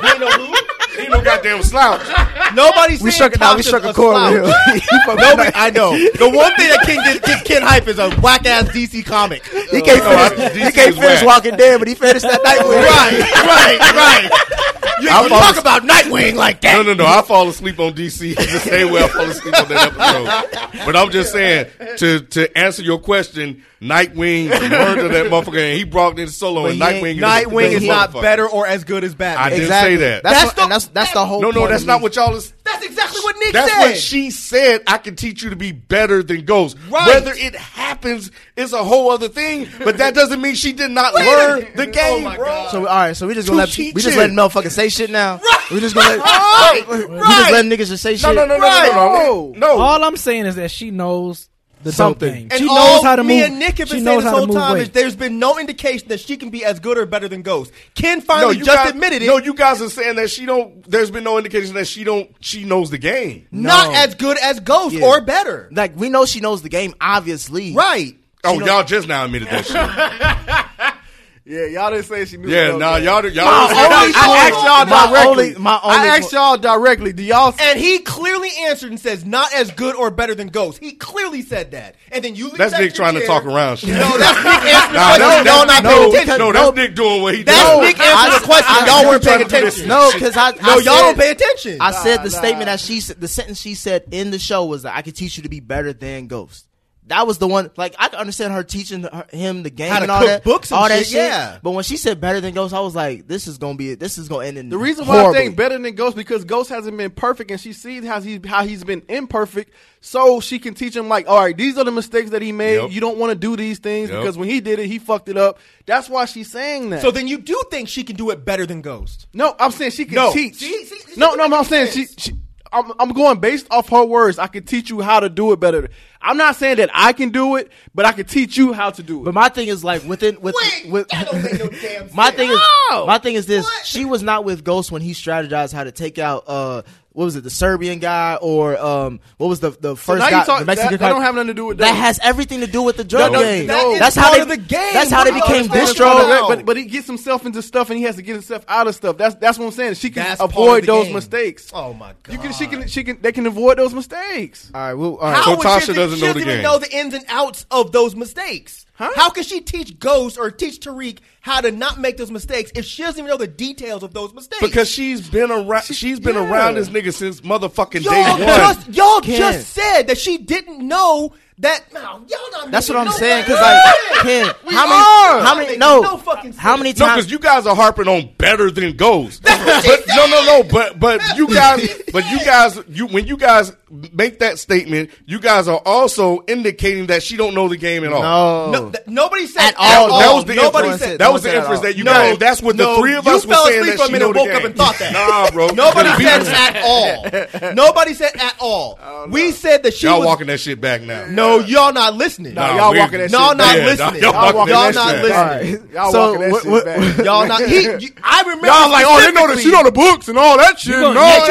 [SPEAKER 2] He ain't no who? He ain't no goddamn slouch.
[SPEAKER 10] Nobody's
[SPEAKER 7] we
[SPEAKER 10] saying
[SPEAKER 7] struck. Nah, we
[SPEAKER 10] Tasha's
[SPEAKER 7] struck a
[SPEAKER 10] a
[SPEAKER 7] chord
[SPEAKER 10] slouch.
[SPEAKER 7] with him. He fucking-
[SPEAKER 10] Nobody, I know. The one thing that King did, gives Ken hype is a whack ass DC comic. uh,
[SPEAKER 7] He can't
[SPEAKER 2] No, I-
[SPEAKER 7] finish. He
[SPEAKER 2] DC
[SPEAKER 7] can't
[SPEAKER 2] is
[SPEAKER 7] finish
[SPEAKER 2] whack.
[SPEAKER 7] Walking Dead, but he finished that night with.
[SPEAKER 10] right, right, right. You ain't gonna talk about Nightwing like that.
[SPEAKER 2] No, no, no. I fall asleep on DC the same way I fall asleep on that episode. But I'm just saying to to answer your question, Nightwing murdered that motherfucker, and he brought in solo.
[SPEAKER 10] But
[SPEAKER 2] and
[SPEAKER 10] he
[SPEAKER 2] Nightwing,
[SPEAKER 10] ain't-
[SPEAKER 2] is
[SPEAKER 10] Nightwing
[SPEAKER 2] the
[SPEAKER 10] is not
[SPEAKER 2] motherfucker.
[SPEAKER 10] better or as good as Batman.
[SPEAKER 2] I didn't say that.
[SPEAKER 10] That's, the,
[SPEAKER 7] and that's that's the whole.
[SPEAKER 2] no, no,
[SPEAKER 7] point
[SPEAKER 2] that's
[SPEAKER 7] of
[SPEAKER 2] not
[SPEAKER 7] these-
[SPEAKER 2] what y'all is.
[SPEAKER 10] that's exactly what Nick
[SPEAKER 2] That's
[SPEAKER 10] said.
[SPEAKER 2] what she said. I can teach you to be better than Ghost.
[SPEAKER 10] Right.
[SPEAKER 2] Whether it happens is a whole other thing, but that doesn't mean she did not
[SPEAKER 10] Wait a-
[SPEAKER 2] learn the
[SPEAKER 10] Oh
[SPEAKER 2] game,
[SPEAKER 10] my
[SPEAKER 2] bro.
[SPEAKER 10] God.
[SPEAKER 7] So all right, so we just gonna
[SPEAKER 2] To
[SPEAKER 7] let
[SPEAKER 2] teach
[SPEAKER 7] we just
[SPEAKER 2] it.
[SPEAKER 7] letting Mel fucking say shit now.
[SPEAKER 10] Right.
[SPEAKER 7] We just gonna let
[SPEAKER 10] Right.
[SPEAKER 7] we
[SPEAKER 10] Right.
[SPEAKER 7] just letting niggas just say shit.
[SPEAKER 2] No, no, no, no,
[SPEAKER 10] Right.
[SPEAKER 2] no, no, no.
[SPEAKER 20] All I'm saying is that she knows the
[SPEAKER 7] Something.
[SPEAKER 20] something.
[SPEAKER 10] And
[SPEAKER 20] She
[SPEAKER 10] all
[SPEAKER 20] knows how to
[SPEAKER 10] me
[SPEAKER 20] move.
[SPEAKER 10] and Nick have been
[SPEAKER 20] she
[SPEAKER 10] saying
[SPEAKER 20] knows
[SPEAKER 10] this
[SPEAKER 20] how to
[SPEAKER 10] whole
[SPEAKER 20] move
[SPEAKER 10] time
[SPEAKER 20] weight.
[SPEAKER 10] is there's been no indication that she can be as good or better than Ghost. Ken finally
[SPEAKER 2] you
[SPEAKER 10] just
[SPEAKER 2] guys-
[SPEAKER 10] admitted it.
[SPEAKER 2] No, you guys are saying that she don't. There's been no indication that she don't. She knows the game.
[SPEAKER 10] Not as good as Ghost
[SPEAKER 7] Yeah.
[SPEAKER 10] or better.
[SPEAKER 7] Like we know she knows the game, obviously.
[SPEAKER 10] Right.
[SPEAKER 2] Oh, y'all just now admitted that shit.
[SPEAKER 9] Yeah, y'all didn't say she knew.
[SPEAKER 2] Yeah,
[SPEAKER 9] about
[SPEAKER 2] nah,
[SPEAKER 9] that.
[SPEAKER 2] y'all, y'all.
[SPEAKER 9] I, asked y'all
[SPEAKER 7] my
[SPEAKER 9] directly.
[SPEAKER 7] only- my
[SPEAKER 9] I
[SPEAKER 7] only-
[SPEAKER 9] asked y'all directly. Do y'all?
[SPEAKER 10] And he clearly answered and says, "Not as good or better than Ghost." He clearly said that, and then you. Leave
[SPEAKER 2] that's
[SPEAKER 10] that in
[SPEAKER 2] Nick
[SPEAKER 10] your
[SPEAKER 2] trying to
[SPEAKER 10] chair.
[SPEAKER 2] talk around shit.
[SPEAKER 10] No, that's Nick answering
[SPEAKER 2] Nah,
[SPEAKER 10] the question.
[SPEAKER 2] that's-
[SPEAKER 10] Y'all not
[SPEAKER 2] that's- no,
[SPEAKER 10] paying attention.
[SPEAKER 2] No, that's Nick doing what he
[SPEAKER 10] That's
[SPEAKER 2] does.
[SPEAKER 10] Nick answering the question. y'all weren't
[SPEAKER 2] trying
[SPEAKER 10] paying
[SPEAKER 2] to do
[SPEAKER 10] attention.
[SPEAKER 2] this.
[SPEAKER 7] No, because I,
[SPEAKER 10] no,
[SPEAKER 7] I
[SPEAKER 10] y'all don't
[SPEAKER 7] said-
[SPEAKER 10] pay attention.
[SPEAKER 7] I said the statement that she said, the sentence she said in the show was that I could teach you to be better than Ghost. That was the one, like I could understand her teaching her, him the game
[SPEAKER 10] How to
[SPEAKER 7] and all
[SPEAKER 10] cook
[SPEAKER 7] that,
[SPEAKER 10] books and
[SPEAKER 7] all that
[SPEAKER 10] shit, yeah.
[SPEAKER 7] But when she said better than Ghost, I was like, this is gonna be, this is gonna end in
[SPEAKER 9] The reason why I think better than Ghost because Ghost hasn't been perfect, and she sees how he how he's been imperfect, so she can teach him like, all right, these are the mistakes that he made.
[SPEAKER 2] Yep.
[SPEAKER 9] You don't want to do these things
[SPEAKER 2] Yep.
[SPEAKER 9] because when he did it, he fucked it up. That's why she's saying that.
[SPEAKER 10] So then you do think she can do it better than Ghost?
[SPEAKER 9] no, I'm saying she can
[SPEAKER 10] No.
[SPEAKER 9] teach.
[SPEAKER 10] See, see, this
[SPEAKER 9] no,
[SPEAKER 10] doesn't
[SPEAKER 9] no, I'm
[SPEAKER 10] make
[SPEAKER 9] not saying she.
[SPEAKER 10] sense.
[SPEAKER 9] she I'm, I'm going based off her words. I can teach you how to do it better. I'm not saying that I can do it, but I can teach you how to do it.
[SPEAKER 7] But my thing is like within with,
[SPEAKER 10] Wait,
[SPEAKER 7] with
[SPEAKER 10] that don't make no damn
[SPEAKER 7] my
[SPEAKER 10] sense.
[SPEAKER 7] thing is
[SPEAKER 10] No.
[SPEAKER 7] my thing is this:
[SPEAKER 10] What?
[SPEAKER 7] she was not with Ghost when he strategized how to take out uh what was it the Serbian guy or um what was the the first
[SPEAKER 9] now you
[SPEAKER 7] guy
[SPEAKER 9] talk-
[SPEAKER 7] the Mexican
[SPEAKER 9] that-
[SPEAKER 7] guy
[SPEAKER 9] that don't have nothing to do with
[SPEAKER 7] that
[SPEAKER 9] that.
[SPEAKER 7] has everything to do with the drug
[SPEAKER 2] No, no,
[SPEAKER 7] game.
[SPEAKER 10] that is
[SPEAKER 7] that's how
[SPEAKER 10] part
[SPEAKER 7] they
[SPEAKER 10] of the game.
[SPEAKER 7] That's how they
[SPEAKER 2] Oh,
[SPEAKER 10] What
[SPEAKER 7] became
[SPEAKER 10] the fuck is
[SPEAKER 7] distro.
[SPEAKER 10] going on?
[SPEAKER 9] But, but he gets himself into stuff and he has to get himself out of stuff. That's that's what I'm saying. She can
[SPEAKER 10] That's part of
[SPEAKER 9] avoid
[SPEAKER 10] the
[SPEAKER 9] those
[SPEAKER 10] game.
[SPEAKER 9] mistakes.
[SPEAKER 10] Oh my god!
[SPEAKER 9] You can, she can, she can, they can avoid those mistakes.
[SPEAKER 19] All right, well, all right.
[SPEAKER 10] How
[SPEAKER 2] So
[SPEAKER 10] would
[SPEAKER 2] Tasha
[SPEAKER 10] she- she
[SPEAKER 2] doesn't know the
[SPEAKER 10] even
[SPEAKER 2] game.
[SPEAKER 10] know the ins and outs of those mistakes.
[SPEAKER 9] Huh?
[SPEAKER 10] How can she teach Ghost or teach Tariq how to not make those mistakes if she doesn't even know the details of those mistakes?
[SPEAKER 2] Because she's been around. She's been
[SPEAKER 9] yeah.
[SPEAKER 2] around this nigga since motherfucking day
[SPEAKER 10] y'all
[SPEAKER 2] one.
[SPEAKER 10] just y'all
[SPEAKER 7] Ken.
[SPEAKER 10] just said that she didn't know that. No, y'all not.
[SPEAKER 7] That's what
[SPEAKER 10] making
[SPEAKER 7] I'm
[SPEAKER 10] no
[SPEAKER 7] saying.
[SPEAKER 10] fucking
[SPEAKER 7] Cause like,
[SPEAKER 10] sense.
[SPEAKER 7] Ken,
[SPEAKER 10] We
[SPEAKER 7] how
[SPEAKER 10] are.
[SPEAKER 7] many, how
[SPEAKER 10] Not
[SPEAKER 7] many,
[SPEAKER 10] making
[SPEAKER 7] no,
[SPEAKER 10] no fucking
[SPEAKER 7] how
[SPEAKER 10] sense.
[SPEAKER 7] many
[SPEAKER 2] No,
[SPEAKER 7] times?
[SPEAKER 2] because you guys are harping on better than Ghost.
[SPEAKER 10] what she
[SPEAKER 2] but, no, no, no.
[SPEAKER 10] said.
[SPEAKER 2] But but
[SPEAKER 10] That's
[SPEAKER 2] you
[SPEAKER 10] what
[SPEAKER 2] guys,
[SPEAKER 10] she
[SPEAKER 2] but you
[SPEAKER 10] said.
[SPEAKER 2] guys, you when you guys make that statement, you guys are also indicating that she don't know the game at all.
[SPEAKER 7] no,
[SPEAKER 10] No, th- nobody said
[SPEAKER 7] Oh. At
[SPEAKER 2] That,
[SPEAKER 7] all.
[SPEAKER 2] that was the
[SPEAKER 10] Nobody
[SPEAKER 2] inference.
[SPEAKER 10] said
[SPEAKER 2] that was the
[SPEAKER 10] nobody
[SPEAKER 2] inference
[SPEAKER 10] said
[SPEAKER 2] that you
[SPEAKER 10] at all.
[SPEAKER 2] got. And that's what
[SPEAKER 10] No,
[SPEAKER 2] the three of
[SPEAKER 10] you
[SPEAKER 2] us were
[SPEAKER 10] fell
[SPEAKER 2] saying
[SPEAKER 10] asleep
[SPEAKER 2] that
[SPEAKER 10] for a
[SPEAKER 2] she
[SPEAKER 10] minute
[SPEAKER 2] know
[SPEAKER 10] and
[SPEAKER 2] the
[SPEAKER 10] woke
[SPEAKER 2] game.
[SPEAKER 10] up and thought that.
[SPEAKER 2] Nah, bro.
[SPEAKER 10] Nobody
[SPEAKER 2] Could've beat
[SPEAKER 10] said
[SPEAKER 2] us.
[SPEAKER 10] at all. Nobody said at all. We said that she
[SPEAKER 2] Y'all
[SPEAKER 10] was.
[SPEAKER 2] walking that shit back now.
[SPEAKER 10] no, y'all not listening.
[SPEAKER 2] Nah,
[SPEAKER 9] y'all
[SPEAKER 2] we-
[SPEAKER 9] walking that
[SPEAKER 10] y'all
[SPEAKER 9] shit
[SPEAKER 10] not
[SPEAKER 9] back.
[SPEAKER 2] Yeah, nah,
[SPEAKER 10] listening.
[SPEAKER 2] Y'all
[SPEAKER 10] Y'all,
[SPEAKER 2] walking that
[SPEAKER 10] not
[SPEAKER 2] shit back.
[SPEAKER 10] listening.
[SPEAKER 9] Y'all
[SPEAKER 7] So,
[SPEAKER 9] walking that
[SPEAKER 7] what-
[SPEAKER 9] shit
[SPEAKER 7] what-
[SPEAKER 9] back.
[SPEAKER 10] Y'all not. He, you, I remember.
[SPEAKER 2] Y'all like, oh, they know that
[SPEAKER 10] specifically-
[SPEAKER 2] she know the books and all that shit.
[SPEAKER 20] gonna-
[SPEAKER 2] No,
[SPEAKER 20] yeah,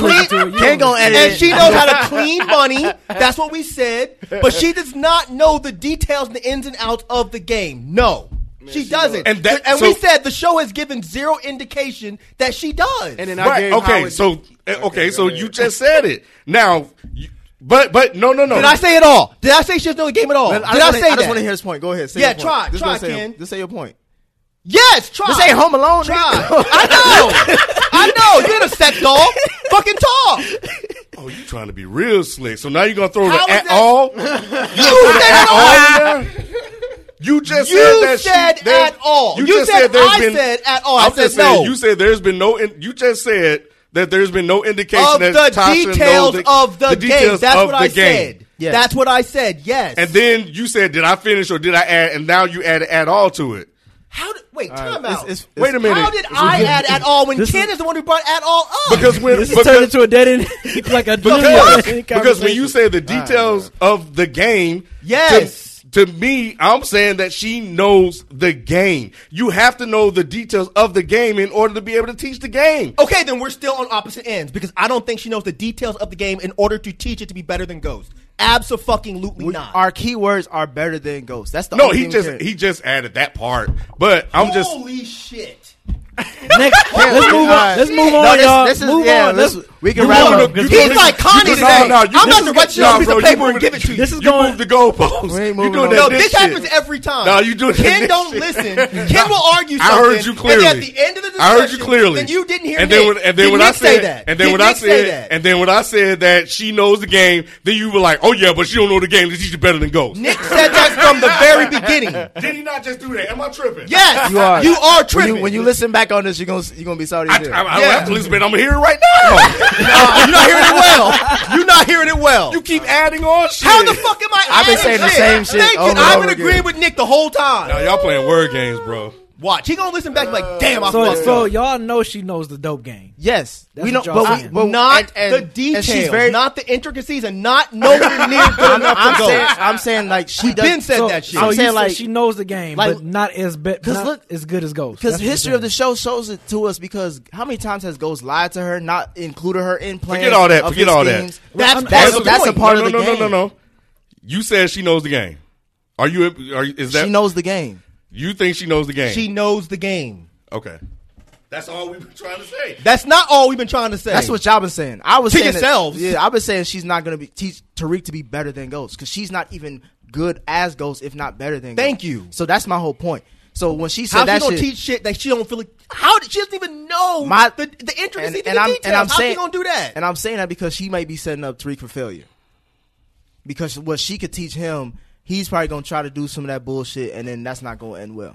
[SPEAKER 20] You gonna
[SPEAKER 10] She knows how to
[SPEAKER 20] listen to it.
[SPEAKER 10] clean.
[SPEAKER 20] You Ken
[SPEAKER 7] gonna edit
[SPEAKER 10] and
[SPEAKER 7] it.
[SPEAKER 10] she knows how to clean money. That's what we said. But she does not know the details and the ins and outs of the game. No. she doesn't.
[SPEAKER 2] And that-
[SPEAKER 10] and we
[SPEAKER 2] so-
[SPEAKER 10] said the show has given zero indication that she does.
[SPEAKER 9] And then I
[SPEAKER 2] Right.
[SPEAKER 9] gave
[SPEAKER 2] Okay.
[SPEAKER 9] Howard-
[SPEAKER 2] So eh, okay. so you just said it. Now, you, but but no no no.
[SPEAKER 10] Did I say it all? Did I say she doesn't know the game at all? Did
[SPEAKER 7] I,
[SPEAKER 10] I,
[SPEAKER 7] just wanna-
[SPEAKER 10] say
[SPEAKER 7] I just
[SPEAKER 10] that?
[SPEAKER 7] want to hear his point. Go ahead. Say
[SPEAKER 10] Yeah,
[SPEAKER 7] your point.
[SPEAKER 10] try,
[SPEAKER 7] Just
[SPEAKER 10] try,
[SPEAKER 7] gonna say,
[SPEAKER 10] Ken.
[SPEAKER 7] Just say your point.
[SPEAKER 10] Yes, try.
[SPEAKER 7] This ain't Home Alone.
[SPEAKER 10] Try.
[SPEAKER 7] nigga.
[SPEAKER 10] I know. I know. You're the sex doll. Fucking talk.
[SPEAKER 2] Oh, you trying to be real slick. So now you're gonna throw
[SPEAKER 10] How
[SPEAKER 2] the
[SPEAKER 10] is
[SPEAKER 2] at
[SPEAKER 10] that-
[SPEAKER 2] all?
[SPEAKER 10] You said it all.
[SPEAKER 2] all in there? You just
[SPEAKER 10] You
[SPEAKER 2] said that she-
[SPEAKER 10] said
[SPEAKER 2] there's-
[SPEAKER 10] at all. You
[SPEAKER 2] just
[SPEAKER 10] said
[SPEAKER 2] there's
[SPEAKER 10] I said at all. I
[SPEAKER 2] I'm just
[SPEAKER 10] said no.
[SPEAKER 2] saying, You said there's been no. In, you just said that there's been no indication
[SPEAKER 10] of
[SPEAKER 2] that
[SPEAKER 10] the
[SPEAKER 2] Tasha
[SPEAKER 10] details
[SPEAKER 2] knows the,
[SPEAKER 10] of the, game.
[SPEAKER 2] details
[SPEAKER 10] That's
[SPEAKER 2] of
[SPEAKER 10] what
[SPEAKER 2] the
[SPEAKER 10] I
[SPEAKER 2] game.
[SPEAKER 10] said.
[SPEAKER 7] Yes.
[SPEAKER 10] That's what I said. Yes.
[SPEAKER 2] And then you said, "Did I finish or did I add?" And now you added "at all" to it.
[SPEAKER 10] how? Did, wait, time
[SPEAKER 7] it's-
[SPEAKER 10] out.
[SPEAKER 7] it's-
[SPEAKER 2] Wait a minute.
[SPEAKER 10] How did I add at all when
[SPEAKER 20] This
[SPEAKER 10] Ken is,
[SPEAKER 20] is-
[SPEAKER 10] the one who brought at all up?
[SPEAKER 2] Because when
[SPEAKER 20] This is
[SPEAKER 2] because-
[SPEAKER 20] turned into a dead end, like a
[SPEAKER 2] because, because when you say the details of the game,
[SPEAKER 10] Yes.
[SPEAKER 2] To, to me, I'm saying that she knows the game. You have to know the details of the game in order to be able to teach the game.
[SPEAKER 10] okay, then we're still on opposite ends because I don't think she knows the details of the game in order to teach it to be better than Ghost. Absolutely
[SPEAKER 7] We-
[SPEAKER 10] not.
[SPEAKER 7] Our keywords are better than Ghost. That's the
[SPEAKER 2] No,
[SPEAKER 7] only
[SPEAKER 2] he
[SPEAKER 7] thing we
[SPEAKER 2] just
[SPEAKER 7] care.
[SPEAKER 2] he just added that part. But I'm just
[SPEAKER 10] holy shit.
[SPEAKER 20] Next, let's move on. Let's move
[SPEAKER 7] No,
[SPEAKER 20] on,
[SPEAKER 7] this-
[SPEAKER 20] y'all.
[SPEAKER 7] this is-
[SPEAKER 20] move
[SPEAKER 7] yeah,
[SPEAKER 20] on.
[SPEAKER 7] let's-
[SPEAKER 20] Let's,
[SPEAKER 7] we We can
[SPEAKER 10] You
[SPEAKER 7] wrap
[SPEAKER 10] moved
[SPEAKER 7] up.
[SPEAKER 10] the-
[SPEAKER 7] Because
[SPEAKER 10] He's
[SPEAKER 7] we-
[SPEAKER 10] like Connie
[SPEAKER 7] No,
[SPEAKER 10] today.
[SPEAKER 7] no, you-
[SPEAKER 10] I'm
[SPEAKER 7] this
[SPEAKER 10] about
[SPEAKER 7] is go-
[SPEAKER 10] to write you
[SPEAKER 7] nah,
[SPEAKER 10] a piece
[SPEAKER 7] bro,
[SPEAKER 10] of
[SPEAKER 7] you
[SPEAKER 10] paper
[SPEAKER 7] moving
[SPEAKER 10] and give
[SPEAKER 7] the-
[SPEAKER 10] it to you.
[SPEAKER 7] this is You going- moved the goalposts. We ain't You moving doing on. that
[SPEAKER 10] No,
[SPEAKER 7] bitch
[SPEAKER 10] this
[SPEAKER 7] shit.
[SPEAKER 10] happens every time.
[SPEAKER 7] Nah, you doing that
[SPEAKER 10] Ken
[SPEAKER 7] bitch
[SPEAKER 10] don't
[SPEAKER 7] shit.
[SPEAKER 10] listen. Ken will argue
[SPEAKER 2] I
[SPEAKER 10] something.
[SPEAKER 2] heard you clearly.
[SPEAKER 10] And at the end of the discussion,
[SPEAKER 2] I heard you clearly.
[SPEAKER 10] Then you didn't hear
[SPEAKER 2] and
[SPEAKER 10] Nick.
[SPEAKER 2] Then when, and then
[SPEAKER 10] Did
[SPEAKER 2] when
[SPEAKER 10] Nick
[SPEAKER 2] I said
[SPEAKER 10] say that?
[SPEAKER 2] and then
[SPEAKER 10] Did
[SPEAKER 2] when
[SPEAKER 10] Nick
[SPEAKER 2] I
[SPEAKER 10] say
[SPEAKER 2] said,
[SPEAKER 10] that?
[SPEAKER 2] and then when I said that she knows the game, then you were like, "Oh yeah, but she don't know the game. She's better than Ghost."
[SPEAKER 10] Nick said that from the very beginning.
[SPEAKER 2] Did he not just do that? Am I tripping?
[SPEAKER 10] Yes,
[SPEAKER 7] You are.
[SPEAKER 10] You are
[SPEAKER 7] When you,
[SPEAKER 10] tripping.
[SPEAKER 7] when you listen back on this, you're gonna you're gonna be sorry. You did.
[SPEAKER 2] I, I don't have to listen, but I'm gonna hear it right now.
[SPEAKER 10] You're not hearing it well. You're not hearing it well.
[SPEAKER 2] You keep adding on shit.
[SPEAKER 10] How the fuck am I?
[SPEAKER 7] I've been
[SPEAKER 10] adding
[SPEAKER 7] saying the
[SPEAKER 10] shit?
[SPEAKER 7] same shit
[SPEAKER 10] Thank you.
[SPEAKER 7] over and
[SPEAKER 10] I've
[SPEAKER 7] over
[SPEAKER 10] been
[SPEAKER 7] again.
[SPEAKER 10] agreeing with Nick the whole time.
[SPEAKER 2] Now y'all playing word games, bro.
[SPEAKER 10] Watch, he gonna listen back
[SPEAKER 7] Uh,
[SPEAKER 10] like, damn, I
[SPEAKER 20] So,
[SPEAKER 10] fucked
[SPEAKER 20] so
[SPEAKER 10] up.
[SPEAKER 20] y'all know she knows the dope game.
[SPEAKER 7] Yes,
[SPEAKER 20] That's
[SPEAKER 7] we
[SPEAKER 20] what
[SPEAKER 7] don't.
[SPEAKER 20] y'all
[SPEAKER 7] But we,
[SPEAKER 20] saying.
[SPEAKER 7] but
[SPEAKER 10] Not
[SPEAKER 7] and-
[SPEAKER 10] the
[SPEAKER 7] and- and
[SPEAKER 10] details,
[SPEAKER 7] she's very.
[SPEAKER 10] not the intricacies, and not nowhere near good
[SPEAKER 7] I'm,
[SPEAKER 10] enough
[SPEAKER 7] I'm
[SPEAKER 10] to go.
[SPEAKER 7] saying, I'm saying like she
[SPEAKER 10] We've
[SPEAKER 7] does,
[SPEAKER 10] been said
[SPEAKER 7] so-
[SPEAKER 10] that shit.
[SPEAKER 7] I'm
[SPEAKER 20] So you
[SPEAKER 7] saying
[SPEAKER 20] said
[SPEAKER 7] like
[SPEAKER 20] she knows the game,
[SPEAKER 7] like-
[SPEAKER 20] but not as be,
[SPEAKER 7] 'Cause
[SPEAKER 20] not
[SPEAKER 7] look-
[SPEAKER 20] as good as Ghost.
[SPEAKER 7] because
[SPEAKER 20] That's what you're
[SPEAKER 7] history of the
[SPEAKER 20] saying.
[SPEAKER 7] show shows it to us. Because how many times has Ghost lied to her, not included her in plans?
[SPEAKER 2] Forget all that.
[SPEAKER 7] of
[SPEAKER 2] Forget
[SPEAKER 7] his
[SPEAKER 2] all that.
[SPEAKER 7] schemes?
[SPEAKER 10] That's-
[SPEAKER 7] That's that's,
[SPEAKER 10] that's the
[SPEAKER 7] that's a
[SPEAKER 10] point.
[SPEAKER 7] part
[SPEAKER 2] no,
[SPEAKER 7] of the
[SPEAKER 2] no,
[SPEAKER 7] game.
[SPEAKER 2] no, no, no. You said she knows the game. Are you? Are you- is that
[SPEAKER 7] She knows the game.
[SPEAKER 2] you think she knows the game?
[SPEAKER 10] She knows the game.
[SPEAKER 2] okay. That's all we've been trying to say.
[SPEAKER 10] That's not all we've been trying to say.
[SPEAKER 7] That's what y'all been saying. I was
[SPEAKER 10] To
[SPEAKER 7] saying that-
[SPEAKER 10] yourselves.
[SPEAKER 7] yeah, I've been saying she's not gonna be teach Tariq to be better than Ghost because she's not even good as Ghost, if not better than.
[SPEAKER 10] Thank
[SPEAKER 7] Ghost.
[SPEAKER 10] you.
[SPEAKER 7] So that's my whole point. So when she said
[SPEAKER 10] How she
[SPEAKER 7] that
[SPEAKER 10] gonna
[SPEAKER 7] shit,
[SPEAKER 10] teach shit that she don't feel like? How did she doesn't even know
[SPEAKER 7] My-
[SPEAKER 10] the the
[SPEAKER 7] and,
[SPEAKER 10] intricacies
[SPEAKER 7] and
[SPEAKER 10] the
[SPEAKER 7] I'm
[SPEAKER 10] details?
[SPEAKER 7] and I'm
[SPEAKER 10] How
[SPEAKER 7] saying
[SPEAKER 10] she gonna do that?
[SPEAKER 7] And I'm saying that because she might be setting up Tariq for failure. Because what she could teach him, he's probably gonna try to do some of that bullshit, and then that's not gonna end well.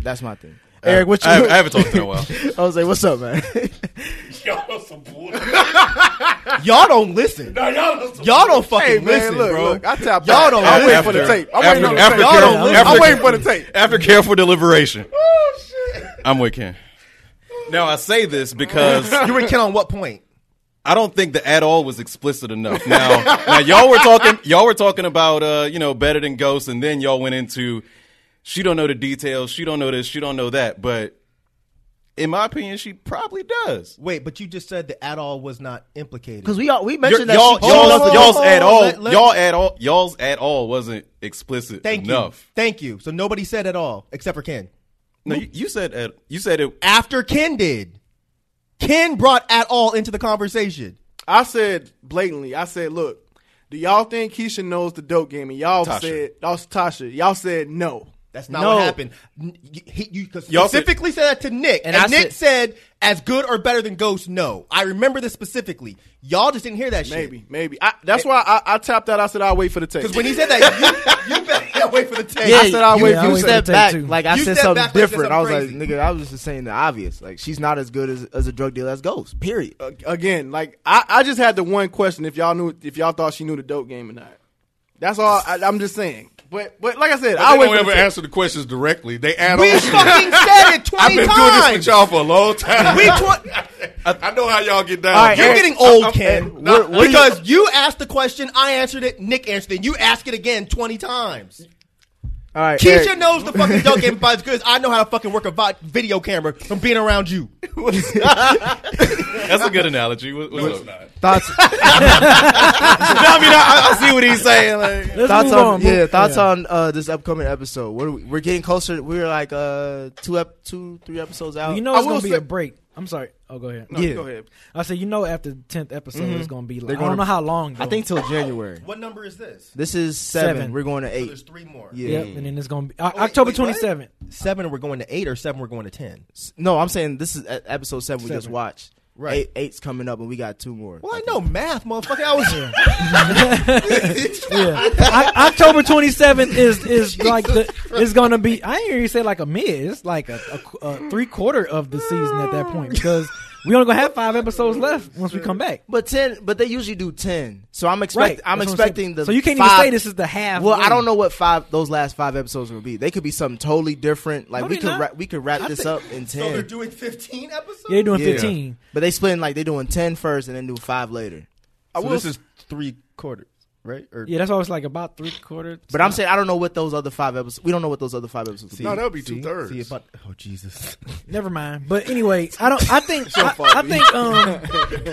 [SPEAKER 7] That's my thing.
[SPEAKER 20] Uh,
[SPEAKER 7] Eric, what you?
[SPEAKER 8] I, haven't- I haven't talked in a while.
[SPEAKER 7] I was like, what's up, man?
[SPEAKER 2] Y'all know some bull-
[SPEAKER 10] y'all don't listen.
[SPEAKER 2] Nah, y'all know some
[SPEAKER 10] Y'all don't fucking
[SPEAKER 9] Hey, man,
[SPEAKER 10] listen,
[SPEAKER 9] look,
[SPEAKER 10] bro.
[SPEAKER 9] look, I tell you,
[SPEAKER 10] Y'all don't
[SPEAKER 9] I'm waiting for
[SPEAKER 10] listen.
[SPEAKER 9] the tape. I'm waiting for the
[SPEAKER 8] after
[SPEAKER 9] tape.
[SPEAKER 8] careful-
[SPEAKER 9] Y'all don't listen.
[SPEAKER 8] after-
[SPEAKER 9] I'm waiting for the tape.
[SPEAKER 8] After careful deliberation.
[SPEAKER 2] Oh,
[SPEAKER 8] I'm with Ken. Now I say this because
[SPEAKER 10] You were Ken on what point?
[SPEAKER 8] I don't think the at all was explicit enough. Now, now y'all were talking, y'all were talking about, uh, you know, better than Ghost, and then y'all went into, she don't know the details, she don't know this, she don't know that, but in my opinion, she probably does.
[SPEAKER 10] Wait, but you just said the at all was not implicated.
[SPEAKER 7] Because we all, we
[SPEAKER 8] Your-
[SPEAKER 7] mentioned that
[SPEAKER 8] y'all,
[SPEAKER 7] she-
[SPEAKER 8] y'all's,
[SPEAKER 10] hold on,
[SPEAKER 8] y'all's
[SPEAKER 10] hold on,
[SPEAKER 8] at all,
[SPEAKER 10] let- let-
[SPEAKER 8] y'all at all, y'all's at all wasn't explicit
[SPEAKER 10] Thank
[SPEAKER 8] enough.
[SPEAKER 10] you. Thank you. So nobody said at all except for Ken.
[SPEAKER 8] No, you, you said at, you said it.
[SPEAKER 10] After Ken did. Ken brought at all into the conversation.
[SPEAKER 9] I said blatantly, I said, look, do y'all think Keisha knows the dope game? And y'all
[SPEAKER 8] Tasha.
[SPEAKER 9] said, that was Tasha. Y'all said no.
[SPEAKER 10] That's not
[SPEAKER 7] No.
[SPEAKER 10] what happened. N- You, he- you
[SPEAKER 8] Y'all said-
[SPEAKER 10] specifically said, that to Nick, and,
[SPEAKER 7] And I
[SPEAKER 10] Nick said, "As good or better than Ghost." No, I remember this specifically. Y'all just didn't hear that
[SPEAKER 9] Maybe,
[SPEAKER 10] shit.
[SPEAKER 9] maybe. I, that's why I, I tapped out. I said, I'll wait for the tape.
[SPEAKER 10] Because when he said that, you, you better wait for the tape.
[SPEAKER 7] Yeah,
[SPEAKER 9] I said I'll
[SPEAKER 7] you,
[SPEAKER 9] wait
[SPEAKER 7] you
[SPEAKER 9] for you to
[SPEAKER 7] stepped
[SPEAKER 20] take
[SPEAKER 7] back.
[SPEAKER 20] two.
[SPEAKER 7] Like I
[SPEAKER 10] You
[SPEAKER 7] said
[SPEAKER 10] stepped
[SPEAKER 7] something
[SPEAKER 10] back like I said
[SPEAKER 7] different. I was
[SPEAKER 10] something
[SPEAKER 7] like,
[SPEAKER 10] crazy.
[SPEAKER 7] nigga, I was just saying the obvious. Like she's not as good as, as a drug dealer as Ghost. Period.
[SPEAKER 10] Uh,
[SPEAKER 9] Again, like, I, I just had the one question if y'all knew, if y'all thought she knew the dope game or not. That's all I, I'm just saying. But, but like I said,
[SPEAKER 2] I
[SPEAKER 9] I'll wait
[SPEAKER 2] don't
[SPEAKER 9] for the
[SPEAKER 2] ever
[SPEAKER 9] tape.
[SPEAKER 2] answer the questions directly. They add
[SPEAKER 10] we
[SPEAKER 2] on. shit.
[SPEAKER 10] fucking said it 20
[SPEAKER 2] I've been doing
[SPEAKER 10] times.
[SPEAKER 2] this with y'all for a long time.
[SPEAKER 10] We tw-
[SPEAKER 2] I, I know how y'all get down.
[SPEAKER 7] All right,
[SPEAKER 10] You're
[SPEAKER 7] Eric,
[SPEAKER 10] getting old,
[SPEAKER 2] I'm-
[SPEAKER 10] Ken.
[SPEAKER 2] I'm- nah, what do you-
[SPEAKER 10] because you, asked the question, I answered it, Nick answered it. You ask it again 20 times.
[SPEAKER 7] All right,
[SPEAKER 10] Keisha
[SPEAKER 7] Eric.
[SPEAKER 10] knows the fucking dope game five because I know how to fucking work a vi- video camera from being around you.
[SPEAKER 8] That's a good analogy. What- what's up?
[SPEAKER 7] Thoughts,
[SPEAKER 8] I mean, I, I see what he's saying. like-
[SPEAKER 20] Let's
[SPEAKER 7] thoughts
[SPEAKER 20] move
[SPEAKER 7] on,
[SPEAKER 20] on,
[SPEAKER 7] yeah,
[SPEAKER 20] bro.
[SPEAKER 7] thoughts on uh, this upcoming episode. We're we're getting closer. We're like uh, two ep- two three episodes out.
[SPEAKER 20] You know
[SPEAKER 9] I
[SPEAKER 20] it's
[SPEAKER 9] will
[SPEAKER 20] gonna be
[SPEAKER 9] say-
[SPEAKER 20] a break. I'm sorry. Oh, go ahead.
[SPEAKER 9] No,
[SPEAKER 7] Yeah.
[SPEAKER 9] go ahead.
[SPEAKER 20] I said you know after the tenth episode it's gonna be. Like, I
[SPEAKER 7] gonna-
[SPEAKER 20] don't know how long.
[SPEAKER 7] I
[SPEAKER 20] though.
[SPEAKER 7] think till January.
[SPEAKER 10] What number is this?
[SPEAKER 7] This is 7
[SPEAKER 20] Seven.
[SPEAKER 7] We're going to
[SPEAKER 10] There's
[SPEAKER 7] eight.
[SPEAKER 10] three more.
[SPEAKER 7] Yeah.
[SPEAKER 20] Yep, and then it's gonna be o-
[SPEAKER 10] wait,
[SPEAKER 20] October
[SPEAKER 10] wait, what?
[SPEAKER 20] twenty seventh.
[SPEAKER 10] Seven, we're going to eight, or seven, we're going to ten.
[SPEAKER 7] S- No, I'm saying this is e- episode seven, we just
[SPEAKER 20] Seven.
[SPEAKER 7] watched.
[SPEAKER 10] Right.
[SPEAKER 7] Eight, eight's coming up, and we got two more.
[SPEAKER 10] Well, I
[SPEAKER 7] think.
[SPEAKER 10] know math, motherfucker. I was here.
[SPEAKER 20] Yeah, O- October twenty seventh is is like the is gonna be. I didn't hear you say like a mid. It's like a, a qu- a three quarter of the season at that point because we only gonna have five episodes left once we come back.
[SPEAKER 7] But ten, but they usually do ten. So I'm expect,
[SPEAKER 20] Right.
[SPEAKER 7] I'm
[SPEAKER 20] That's what I'm
[SPEAKER 7] expecting
[SPEAKER 20] saying.
[SPEAKER 7] the.
[SPEAKER 20] So you can't even
[SPEAKER 7] five,
[SPEAKER 20] say this is the half
[SPEAKER 7] Well, I
[SPEAKER 20] win.
[SPEAKER 7] don't know what five those last five episodes will be. They could be something totally different. Like
[SPEAKER 20] No,
[SPEAKER 7] we
[SPEAKER 20] they
[SPEAKER 7] could
[SPEAKER 20] not.
[SPEAKER 7] wrap, we could wrap this up in
[SPEAKER 10] so Oh, they're
[SPEAKER 7] ten.
[SPEAKER 10] doing 15 episodes?
[SPEAKER 20] Yeah, they're doing
[SPEAKER 7] Yeah.
[SPEAKER 20] fifteen.
[SPEAKER 7] But they splitting like they're doing 10 first and then do five later.
[SPEAKER 9] I
[SPEAKER 8] So
[SPEAKER 9] will
[SPEAKER 8] this is three quarters, right? Or
[SPEAKER 20] Yeah, that's why it's like about three quarters.
[SPEAKER 7] But I'm saying I don't know what those other five episodes. We don't know what those other five episodes.
[SPEAKER 2] no,
[SPEAKER 7] will be.
[SPEAKER 2] that would be two thirds.
[SPEAKER 10] See about, oh, Jesus.
[SPEAKER 20] Never mind. But anyway, I don't. I think. I, I think. Um.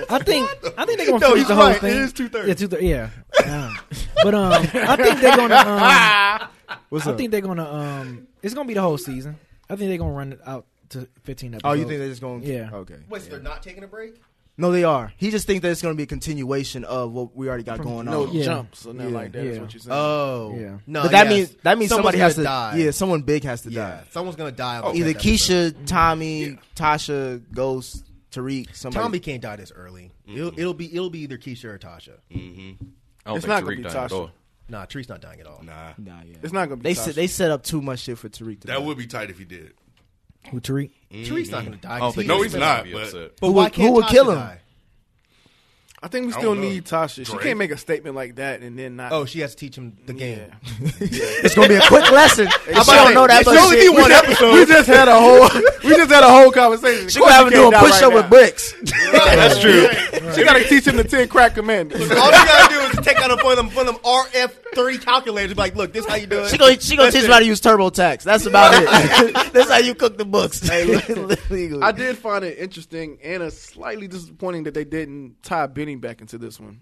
[SPEAKER 20] I think. I think they're gonna finish
[SPEAKER 9] he's
[SPEAKER 20] the whole
[SPEAKER 9] right. It
[SPEAKER 20] thing.
[SPEAKER 9] is two-thirds.
[SPEAKER 20] Yeah, two thirds. Yeah. Um, but um, I think they're gonna. Um, I think they're gonna. Um, it's gonna be the whole season. I think they're gonna run it out to fifteen episodes.
[SPEAKER 7] Oh, you think they're just going?
[SPEAKER 20] Yeah.
[SPEAKER 7] Okay.
[SPEAKER 10] Wait, so they're not taking a break?
[SPEAKER 7] No, they are. He just thinks that it's going to be a continuation of what we already got
[SPEAKER 9] From-
[SPEAKER 7] going
[SPEAKER 9] no
[SPEAKER 7] on.
[SPEAKER 9] Yeah. jumps or nothing like that is Yeah. what you're saying.
[SPEAKER 7] Oh,
[SPEAKER 9] Yeah.
[SPEAKER 7] No,
[SPEAKER 10] No,
[SPEAKER 7] but that
[SPEAKER 10] yes.
[SPEAKER 7] means that means
[SPEAKER 10] Someone's
[SPEAKER 7] somebody has to.
[SPEAKER 10] gonna die.
[SPEAKER 7] Yeah, someone big has to die.
[SPEAKER 10] Someone's gonna die. about
[SPEAKER 7] Either
[SPEAKER 10] that
[SPEAKER 7] Keisha, Tommy, Tasha, Ghost, Tariq. Somebody.
[SPEAKER 10] Tommy can't die this early. It'll, it'll be it'll be either Keisha or Tasha. Mm-hmm.
[SPEAKER 8] I don't It's think not gonna Tariq be dying at Tasha. all.
[SPEAKER 10] Nah, Tariq's not dying at all.
[SPEAKER 2] Nah,
[SPEAKER 7] nah, yeah.
[SPEAKER 9] It's not gonna be
[SPEAKER 7] They
[SPEAKER 9] Tasha.
[SPEAKER 7] set, they set up too much shit for Tariq. To
[SPEAKER 2] That would be tight if he did.
[SPEAKER 20] Who Tariq?
[SPEAKER 10] Tariq's not gonna die.
[SPEAKER 2] I don't
[SPEAKER 10] 'cause
[SPEAKER 2] think
[SPEAKER 10] he
[SPEAKER 2] Oh, no,
[SPEAKER 10] is
[SPEAKER 2] he's
[SPEAKER 10] gonna
[SPEAKER 2] not.
[SPEAKER 10] be
[SPEAKER 2] But,
[SPEAKER 10] upset. But why can't Tasha die?
[SPEAKER 9] I think we
[SPEAKER 10] I
[SPEAKER 9] still
[SPEAKER 10] don't know.
[SPEAKER 9] need Tasha. She
[SPEAKER 10] Drake?
[SPEAKER 9] can't make a statement like that and then not.
[SPEAKER 10] Oh, she has to teach him the game.
[SPEAKER 9] it's
[SPEAKER 7] gonna be a quick lesson.
[SPEAKER 9] Hey,
[SPEAKER 7] If
[SPEAKER 9] shut
[SPEAKER 7] you don't
[SPEAKER 9] up.
[SPEAKER 7] know that
[SPEAKER 9] It's
[SPEAKER 7] much
[SPEAKER 9] only
[SPEAKER 7] shit-
[SPEAKER 9] be one
[SPEAKER 7] We just-
[SPEAKER 9] episode. We just had a whole. We just had a whole conversation.
[SPEAKER 7] She gonna have him doing push up with bricks.
[SPEAKER 9] That's true. she gotta teach him the ten crack commandments.
[SPEAKER 10] All you gotta do is take out a one of them, one of them RF thirty calculators. and Be like, look, this how you do it.
[SPEAKER 7] She gonna she gonna
[SPEAKER 10] That's
[SPEAKER 7] teach
[SPEAKER 10] it.
[SPEAKER 7] him how to use TurboTax. That's about it. That's how you cook the books. Legally.
[SPEAKER 9] I did find it interesting and a slightly disappointing that they didn't tie Benny back into this one.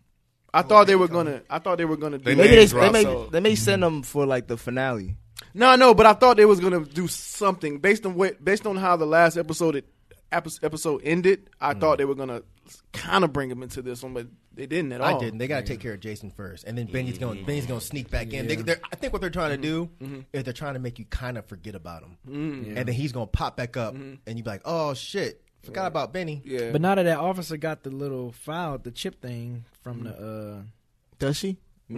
[SPEAKER 9] I thought Oh, they were gonna. I thought they were gonna. do
[SPEAKER 7] Maybe they, they
[SPEAKER 9] that.
[SPEAKER 7] may
[SPEAKER 9] So-
[SPEAKER 7] they may send them for like the finale.
[SPEAKER 9] No, no, but I thought they was gonna do something based on what, based on how the last episode it, epis- episode ended. I
[SPEAKER 20] Mm.
[SPEAKER 9] thought they were gonna kind of bring him into this one, but they didn't at all.
[SPEAKER 10] I didn't. They got to take care of Jason first, and then Benny's going.
[SPEAKER 9] Mhm.
[SPEAKER 10] to Benny's going to sneak back in. They,
[SPEAKER 9] Yeah.
[SPEAKER 10] they're- I think what they're trying
[SPEAKER 9] Mhm.
[SPEAKER 10] to do
[SPEAKER 9] Mhm.
[SPEAKER 10] is they're trying to make you kind of forget about him,
[SPEAKER 9] Mm. Yeah.
[SPEAKER 10] and then he's going to pop back up, and you be like, "Oh shit, forgot about Benny."
[SPEAKER 9] Yeah,
[SPEAKER 20] But now that that officer got the little file, the chip thing from the. uh
[SPEAKER 7] Does she?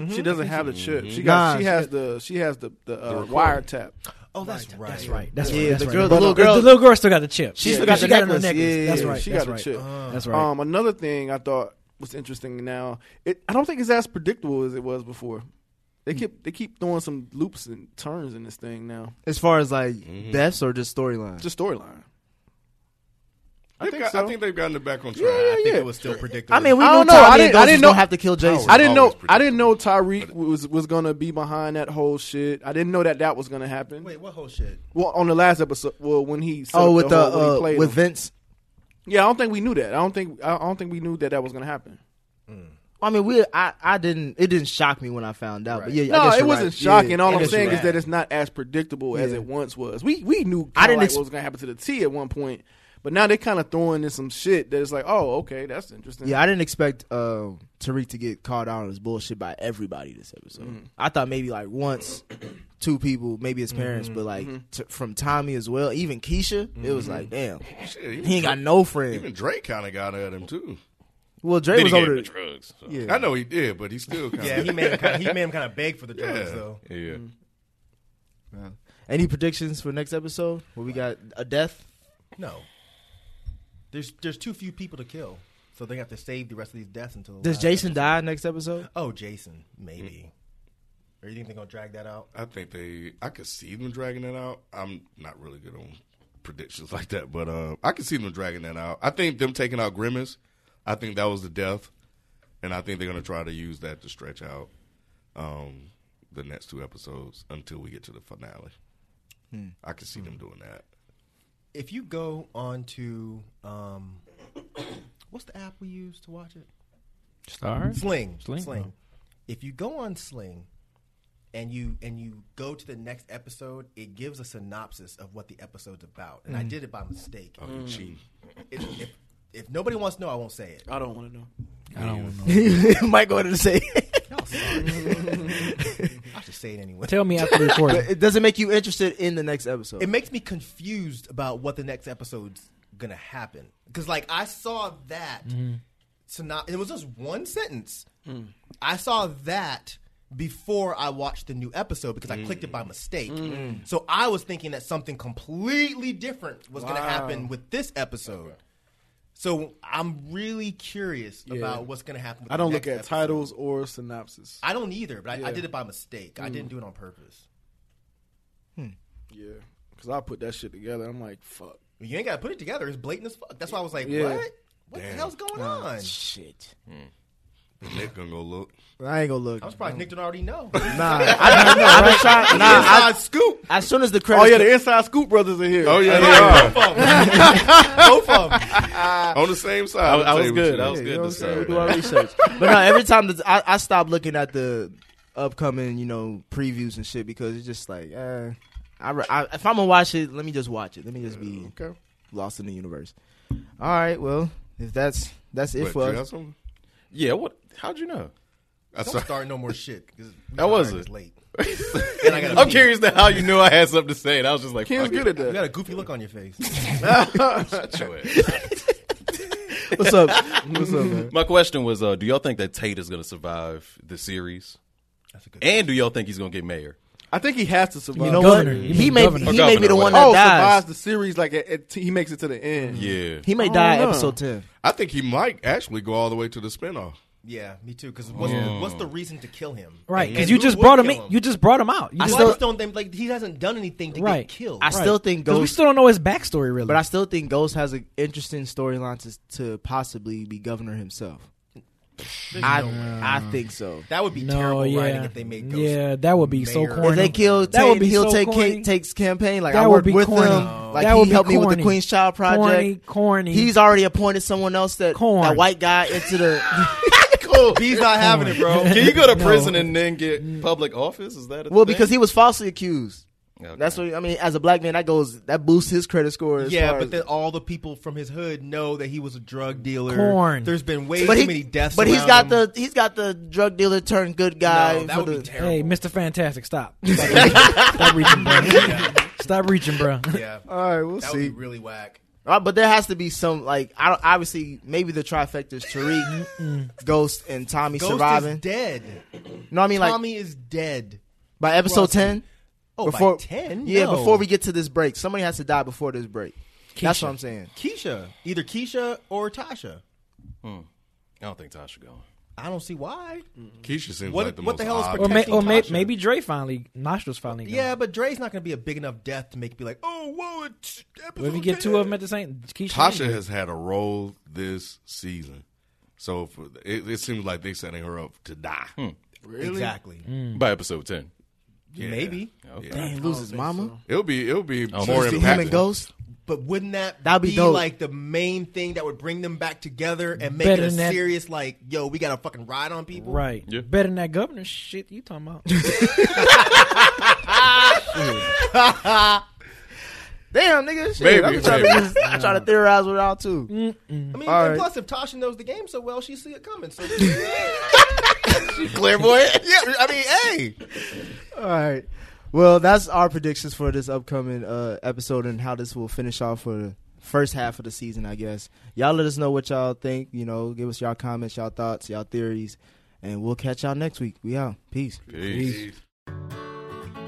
[SPEAKER 9] She doesn't have
[SPEAKER 10] Mm-hmm.
[SPEAKER 9] the chip. She
[SPEAKER 20] Mhm. Mm-hmm. Nah,
[SPEAKER 9] got. she
[SPEAKER 20] she
[SPEAKER 9] has the. She has the the, uh,
[SPEAKER 20] recording.
[SPEAKER 9] wiretap.
[SPEAKER 10] Oh, that's right.
[SPEAKER 20] That's right. That's
[SPEAKER 9] Yeah,
[SPEAKER 20] right. That's
[SPEAKER 9] the
[SPEAKER 20] right.
[SPEAKER 9] girl- the
[SPEAKER 20] But, uh,
[SPEAKER 9] little girl-
[SPEAKER 20] the little girl still got the chip.
[SPEAKER 9] She still
[SPEAKER 20] Yeah,
[SPEAKER 9] got the
[SPEAKER 20] she got it on her
[SPEAKER 9] necklace.
[SPEAKER 20] necklace.
[SPEAKER 9] Yeah,
[SPEAKER 20] That's
[SPEAKER 9] yeah,
[SPEAKER 20] right.
[SPEAKER 9] She
[SPEAKER 20] That's
[SPEAKER 9] got
[SPEAKER 20] right.
[SPEAKER 9] the chip.
[SPEAKER 10] Uh,
[SPEAKER 20] That's right.
[SPEAKER 9] Um, another thing I thought was interesting. Now, it, I don't think it's as predictable as it was before.
[SPEAKER 20] Hmm.
[SPEAKER 9] They keep they keep throwing some loops and turns in this thing now.
[SPEAKER 7] As far as like
[SPEAKER 20] Mm-hmm.
[SPEAKER 7] deaths or just storyline.
[SPEAKER 9] Just storyline.
[SPEAKER 2] I think, I think they've gotten it back on track.
[SPEAKER 9] Yeah, yeah,
[SPEAKER 2] I think
[SPEAKER 9] yeah.
[SPEAKER 2] it was
[SPEAKER 10] still predictable.
[SPEAKER 7] I mean, we
[SPEAKER 9] I
[SPEAKER 7] knew
[SPEAKER 9] don't know.
[SPEAKER 7] Tommy
[SPEAKER 9] I
[SPEAKER 7] and
[SPEAKER 9] didn't.
[SPEAKER 7] Ghost
[SPEAKER 9] I
[SPEAKER 7] was
[SPEAKER 9] didn't know
[SPEAKER 7] gonna have to kill Jason.
[SPEAKER 9] I didn't know. I didn't know Tyreek was was gonna be behind that whole shit. I didn't know that that was gonna happen.
[SPEAKER 10] Wait, what whole shit?
[SPEAKER 9] Well, on the last episode, well, when he set
[SPEAKER 7] Oh,
[SPEAKER 9] up
[SPEAKER 7] with
[SPEAKER 9] the,
[SPEAKER 7] the,
[SPEAKER 9] whole- when he
[SPEAKER 7] uh,
[SPEAKER 9] played
[SPEAKER 7] with
[SPEAKER 9] him.
[SPEAKER 7] Vince.
[SPEAKER 9] Yeah, I don't think we knew that. I don't think. I don't think we knew that that was gonna happen.
[SPEAKER 7] I mean, we. I, I didn't. It didn't shock me when I found out. But yeah, I
[SPEAKER 9] no,
[SPEAKER 7] guess
[SPEAKER 9] it
[SPEAKER 7] you're
[SPEAKER 9] wasn't
[SPEAKER 7] right.
[SPEAKER 9] shocking.
[SPEAKER 7] Yeah, I
[SPEAKER 9] All I'm
[SPEAKER 7] guess
[SPEAKER 9] saying
[SPEAKER 7] you're
[SPEAKER 9] is
[SPEAKER 7] right.
[SPEAKER 9] that it's not as predictable as
[SPEAKER 7] Yeah.
[SPEAKER 9] it once was. We we knew
[SPEAKER 7] I
[SPEAKER 9] I
[SPEAKER 7] didn't
[SPEAKER 9] didn't
[SPEAKER 7] ex-
[SPEAKER 9] what was gonna happen to the T at one point, but now they're kind of throwing in some shit that it's like, oh, okay, that's interesting.
[SPEAKER 7] Yeah, I didn't expect uh, Tariq to get called out on his bullshit by everybody this episode.
[SPEAKER 9] Mhm.
[SPEAKER 7] I thought maybe like once, two people, maybe his parents,
[SPEAKER 9] Mhm.
[SPEAKER 7] but like
[SPEAKER 9] Mhm.
[SPEAKER 7] t- from Tommy as well, even Keisha. It was like, damn,
[SPEAKER 2] Shit,
[SPEAKER 7] he ain't
[SPEAKER 2] even
[SPEAKER 7] got
[SPEAKER 2] Drake-
[SPEAKER 7] no friend.
[SPEAKER 2] Even Drake kind of got at him too.
[SPEAKER 7] Well, Drake
[SPEAKER 2] Then
[SPEAKER 7] was
[SPEAKER 2] he
[SPEAKER 7] over
[SPEAKER 2] gave
[SPEAKER 7] the-
[SPEAKER 2] him drugs. so.
[SPEAKER 7] Yeah.
[SPEAKER 2] I know he did, but he still. Kinda
[SPEAKER 10] Yeah, he made him kinda- he made him kinda beg for the drugs,
[SPEAKER 2] yeah.
[SPEAKER 10] though.
[SPEAKER 2] Yeah.
[SPEAKER 7] Any predictions for next episode? Where we got a death?
[SPEAKER 10] No, there's there's too few people to kill, so they have to save the rest of these deaths until. the
[SPEAKER 7] Does
[SPEAKER 10] last
[SPEAKER 7] Jason
[SPEAKER 10] episode.
[SPEAKER 7] die next episode?
[SPEAKER 10] Oh, Jason, maybe. Or you think they're gonna drag that out?
[SPEAKER 2] I think they. I could see them dragging it out. I'm not really good on predictions like that, but uh, I could see them dragging that out. I think them taking out Grimace. I think that was the death, and I think they're gonna try to use that to stretch out um, the next two episodes until we get to the finale.
[SPEAKER 7] Hmm.
[SPEAKER 2] I could see them doing that.
[SPEAKER 10] If you go on to um, what's the app we use to watch it?
[SPEAKER 20] Star?
[SPEAKER 10] Sling.
[SPEAKER 20] Sling?
[SPEAKER 10] Sling.
[SPEAKER 20] Oh.
[SPEAKER 10] If you go on Sling and you and you go to the next episode, it gives a synopsis of what the episode's about. And I
[SPEAKER 2] Mm.
[SPEAKER 10] did it by mistake.
[SPEAKER 2] Oh, you Mm. cheating.
[SPEAKER 10] If, if, if nobody wants to know, I won't say it.
[SPEAKER 9] I don't want to know.
[SPEAKER 20] I don't wanna
[SPEAKER 7] Mike wanted to say.
[SPEAKER 10] Y'all suck. I should say it anyway.
[SPEAKER 7] But it doesn't make you interested in the next episode.
[SPEAKER 10] It makes me confused about what the next episode's gonna happen because, like, I saw that
[SPEAKER 9] Mm-hmm.
[SPEAKER 20] Mhm.
[SPEAKER 10] synop- It was just one sentence.
[SPEAKER 20] Mm.
[SPEAKER 10] I saw that before I watched the new episode because I clicked it by mistake.
[SPEAKER 20] Mm.
[SPEAKER 10] So I was thinking that something completely different was gonna
[SPEAKER 9] Wow.
[SPEAKER 10] happen with this episode. So I'm really curious
[SPEAKER 9] Yeah.
[SPEAKER 10] about what's gonna happen. With
[SPEAKER 9] I
[SPEAKER 10] the
[SPEAKER 9] don't look
[SPEAKER 10] next
[SPEAKER 9] at
[SPEAKER 10] episode.
[SPEAKER 9] titles or synopsis.
[SPEAKER 10] I don't either, but I,
[SPEAKER 9] Yeah.
[SPEAKER 10] I did it by mistake. I
[SPEAKER 9] Mm.
[SPEAKER 10] didn't do it on purpose.
[SPEAKER 9] Yeah, because I put that shit together. I'm like, fuck.
[SPEAKER 10] You ain't gotta put it together. It's blatant as fuck. That's why I was like,
[SPEAKER 9] Yeah.
[SPEAKER 10] what? What the
[SPEAKER 9] Damn.
[SPEAKER 10] hell's going
[SPEAKER 9] Oh,
[SPEAKER 10] on?
[SPEAKER 7] Shit.
[SPEAKER 2] Nick gonna go look.
[SPEAKER 7] I ain't gonna look.
[SPEAKER 10] I'm surprised Nick didn't already know.
[SPEAKER 7] Nah, I, nah, I've been trying. Nah, I-
[SPEAKER 10] Inside scoop.
[SPEAKER 7] As soon as the
[SPEAKER 9] Oh
[SPEAKER 7] credits,
[SPEAKER 9] yeah, the Inside Scoop brothers are here.
[SPEAKER 2] Oh yeah, they
[SPEAKER 9] Right,
[SPEAKER 2] are.
[SPEAKER 9] both of 'em. Both of 'em.
[SPEAKER 2] on the same side.
[SPEAKER 8] I-
[SPEAKER 2] of the
[SPEAKER 8] I was
[SPEAKER 2] table,
[SPEAKER 8] good.
[SPEAKER 2] too.
[SPEAKER 8] I was Yeah, good you know
[SPEAKER 7] So we do our research. But no, every time that I, I stop looking at the upcoming, you know, previews and shit because it's just like, uh, I, re- I if I'm gonna watch it, let me just watch it. Let me just be lost in the universe. All right, well,
[SPEAKER 19] if that's that's it
[SPEAKER 8] What,
[SPEAKER 19] for
[SPEAKER 8] you got
[SPEAKER 19] us.
[SPEAKER 8] something? Yeah, what? How'd you know?
[SPEAKER 10] Don't start no more shit. 'cause we
[SPEAKER 8] That was
[SPEAKER 10] already
[SPEAKER 8] it.
[SPEAKER 10] Late. And I gotta
[SPEAKER 8] I'm
[SPEAKER 10] pee.
[SPEAKER 8] curious to how you knew I had something to say, and I was just like, fuck it.
[SPEAKER 10] You got a goofy look on your face.
[SPEAKER 8] Shut your ass.
[SPEAKER 9] What's up? What's up, man?
[SPEAKER 8] My question was, uh, do y'all think that Tate is going to survive the series? and do y'all think he's going to get mayor?
[SPEAKER 9] I think he has to survive.
[SPEAKER 8] You know what? Governor. You He mean may- governor. he may be the one that
[SPEAKER 9] oh,
[SPEAKER 8] dies.
[SPEAKER 9] survives the series. Like it, it- he makes it to the end.
[SPEAKER 2] Yeah.
[SPEAKER 9] He may I don't die know. episode 10.
[SPEAKER 2] I think he might actually go all the way to the spinoff.
[SPEAKER 10] Yeah, me too. Because what's,
[SPEAKER 2] Yeah.
[SPEAKER 10] the, what's the reason to kill him?
[SPEAKER 20] Right,
[SPEAKER 10] And
[SPEAKER 20] 'cause you
[SPEAKER 10] who
[SPEAKER 20] just
[SPEAKER 10] would
[SPEAKER 20] brought him
[SPEAKER 10] kill
[SPEAKER 20] in- you just brought him out. You
[SPEAKER 10] I
[SPEAKER 20] just
[SPEAKER 10] still
[SPEAKER 20] don't-
[SPEAKER 10] don't think like he hasn't done anything to
[SPEAKER 20] right.
[SPEAKER 10] get killed.
[SPEAKER 7] I still think
[SPEAKER 20] 'Cause
[SPEAKER 7] Ghost.
[SPEAKER 20] we still don't know his backstory really.
[SPEAKER 7] But I still think Ghost has an interesting storyline to, to possibly be governor himself. I I think so.
[SPEAKER 10] That would be
[SPEAKER 20] No, terrible yeah. writing if
[SPEAKER 7] they made
[SPEAKER 20] Yeah, that would be so corny.
[SPEAKER 7] If they kill
[SPEAKER 20] that would be
[SPEAKER 7] he'll
[SPEAKER 20] so
[SPEAKER 7] take
[SPEAKER 20] corny.
[SPEAKER 7] Kate, takes campaign. Like
[SPEAKER 20] That
[SPEAKER 7] I
[SPEAKER 20] would
[SPEAKER 7] worked
[SPEAKER 20] be
[SPEAKER 7] with
[SPEAKER 20] corny.
[SPEAKER 7] him.
[SPEAKER 20] No.
[SPEAKER 7] Like
[SPEAKER 20] That
[SPEAKER 7] he
[SPEAKER 20] would be
[SPEAKER 7] helped me with
[SPEAKER 20] corny.
[SPEAKER 7] the Queen's Child Project.
[SPEAKER 20] Corny, corny.
[SPEAKER 7] He's already appointed someone else that that white guy into the. cool.
[SPEAKER 10] He's not having it, bro.
[SPEAKER 8] Can you go to prison and then get public office? Is that a
[SPEAKER 7] Well,
[SPEAKER 8] thing?
[SPEAKER 7] because he was falsely accused.
[SPEAKER 8] Okay.
[SPEAKER 7] That's what I mean. As a black man, that goes that boosts his credit score. as
[SPEAKER 10] Yeah,
[SPEAKER 7] far
[SPEAKER 10] but
[SPEAKER 7] as-
[SPEAKER 10] then all the people from his hood know that he was a drug dealer.
[SPEAKER 7] Corn.
[SPEAKER 10] There's been way
[SPEAKER 7] But
[SPEAKER 10] too
[SPEAKER 7] he-
[SPEAKER 10] many deaths.
[SPEAKER 7] But he's
[SPEAKER 10] around
[SPEAKER 7] got
[SPEAKER 10] him.
[SPEAKER 7] the he's got the drug dealer turned good guy.
[SPEAKER 10] No, that
[SPEAKER 7] for
[SPEAKER 10] would be
[SPEAKER 7] the-
[SPEAKER 20] hey, Mr. Fantastic, stop. Stop reaching, bro. Stop reaching, bro.
[SPEAKER 10] Yeah.
[SPEAKER 7] All right, we'll
[SPEAKER 10] that
[SPEAKER 7] see.
[SPEAKER 10] Would be really whack.
[SPEAKER 7] Uh, but there has to be some like I don't, obviously maybe the trifecta is Tariq, Ghost, and Tommy
[SPEAKER 10] Ghost
[SPEAKER 7] surviving.
[SPEAKER 10] is dead.
[SPEAKER 7] No, I mean like
[SPEAKER 10] Tommy is dead.
[SPEAKER 7] by episode
[SPEAKER 10] Who else
[SPEAKER 7] ten.
[SPEAKER 10] is- Oh, by
[SPEAKER 7] before
[SPEAKER 10] 10?
[SPEAKER 7] Yeah,
[SPEAKER 10] No.
[SPEAKER 7] before we get to this break, somebody has to die before this break. That's
[SPEAKER 10] Keisha.
[SPEAKER 7] what I'm saying.
[SPEAKER 10] Keisha, either Keisha or Tasha.
[SPEAKER 8] Hmm. I don't think Tasha going.
[SPEAKER 10] I don't see why.
[SPEAKER 2] Keisha seems
[SPEAKER 10] What-
[SPEAKER 2] like the
[SPEAKER 10] what
[SPEAKER 2] most
[SPEAKER 10] the hell is
[SPEAKER 2] odd
[SPEAKER 20] Or, may,
[SPEAKER 10] protecting
[SPEAKER 20] or may,
[SPEAKER 10] Tasha.
[SPEAKER 20] maybe Dre finally nostrils finally. Gone.
[SPEAKER 10] Yeah, but Dre's not going to be a big enough death to make it be like, oh, whoa, it's
[SPEAKER 20] Well,
[SPEAKER 10] episode
[SPEAKER 20] if you get two of them at the same, Keisha
[SPEAKER 2] Tasha has had a role this season, so for, it, it seems like they setting her up to die.
[SPEAKER 10] Really? Exactly.
[SPEAKER 8] Hmm.
[SPEAKER 20] Mm.
[SPEAKER 8] By episode 10.
[SPEAKER 2] Yeah.
[SPEAKER 10] Maybe.
[SPEAKER 8] Okay.
[SPEAKER 7] Damn, lose his mama.
[SPEAKER 2] It'll be it'll be
[SPEAKER 8] Oh,
[SPEAKER 2] more
[SPEAKER 8] see
[SPEAKER 7] him and
[SPEAKER 2] impactful.
[SPEAKER 7] Ghost?
[SPEAKER 10] But wouldn't that
[SPEAKER 7] That'd be
[SPEAKER 10] be,
[SPEAKER 7] dope.
[SPEAKER 10] like the main thing that would bring them back together and make
[SPEAKER 20] Better
[SPEAKER 10] it a
[SPEAKER 20] than that-
[SPEAKER 10] serious like, yo, we got to fucking ride on people?
[SPEAKER 20] Right. Better than that governor shit you talking about.
[SPEAKER 7] Damn, nigga, shit.
[SPEAKER 20] Maybe,
[SPEAKER 7] I'm trying,
[SPEAKER 20] maybe.
[SPEAKER 7] To, I'm trying to theorize with y'all too.
[SPEAKER 10] I mean,
[SPEAKER 7] All
[SPEAKER 10] and
[SPEAKER 7] right.
[SPEAKER 10] plus, if Tasha knows the game so well, she see it coming. So
[SPEAKER 7] clairvoyant.
[SPEAKER 10] yeah, I mean, hey.
[SPEAKER 7] All right. Well, that's our predictions for this upcoming uh, episode and how this will finish off for the first half of the season, I guess. Y'all let us know what y'all think. You know, give us y'all comments, y'all thoughts, y'all theories, and we'll catch y'all next week. We out. Peace.
[SPEAKER 2] Peace.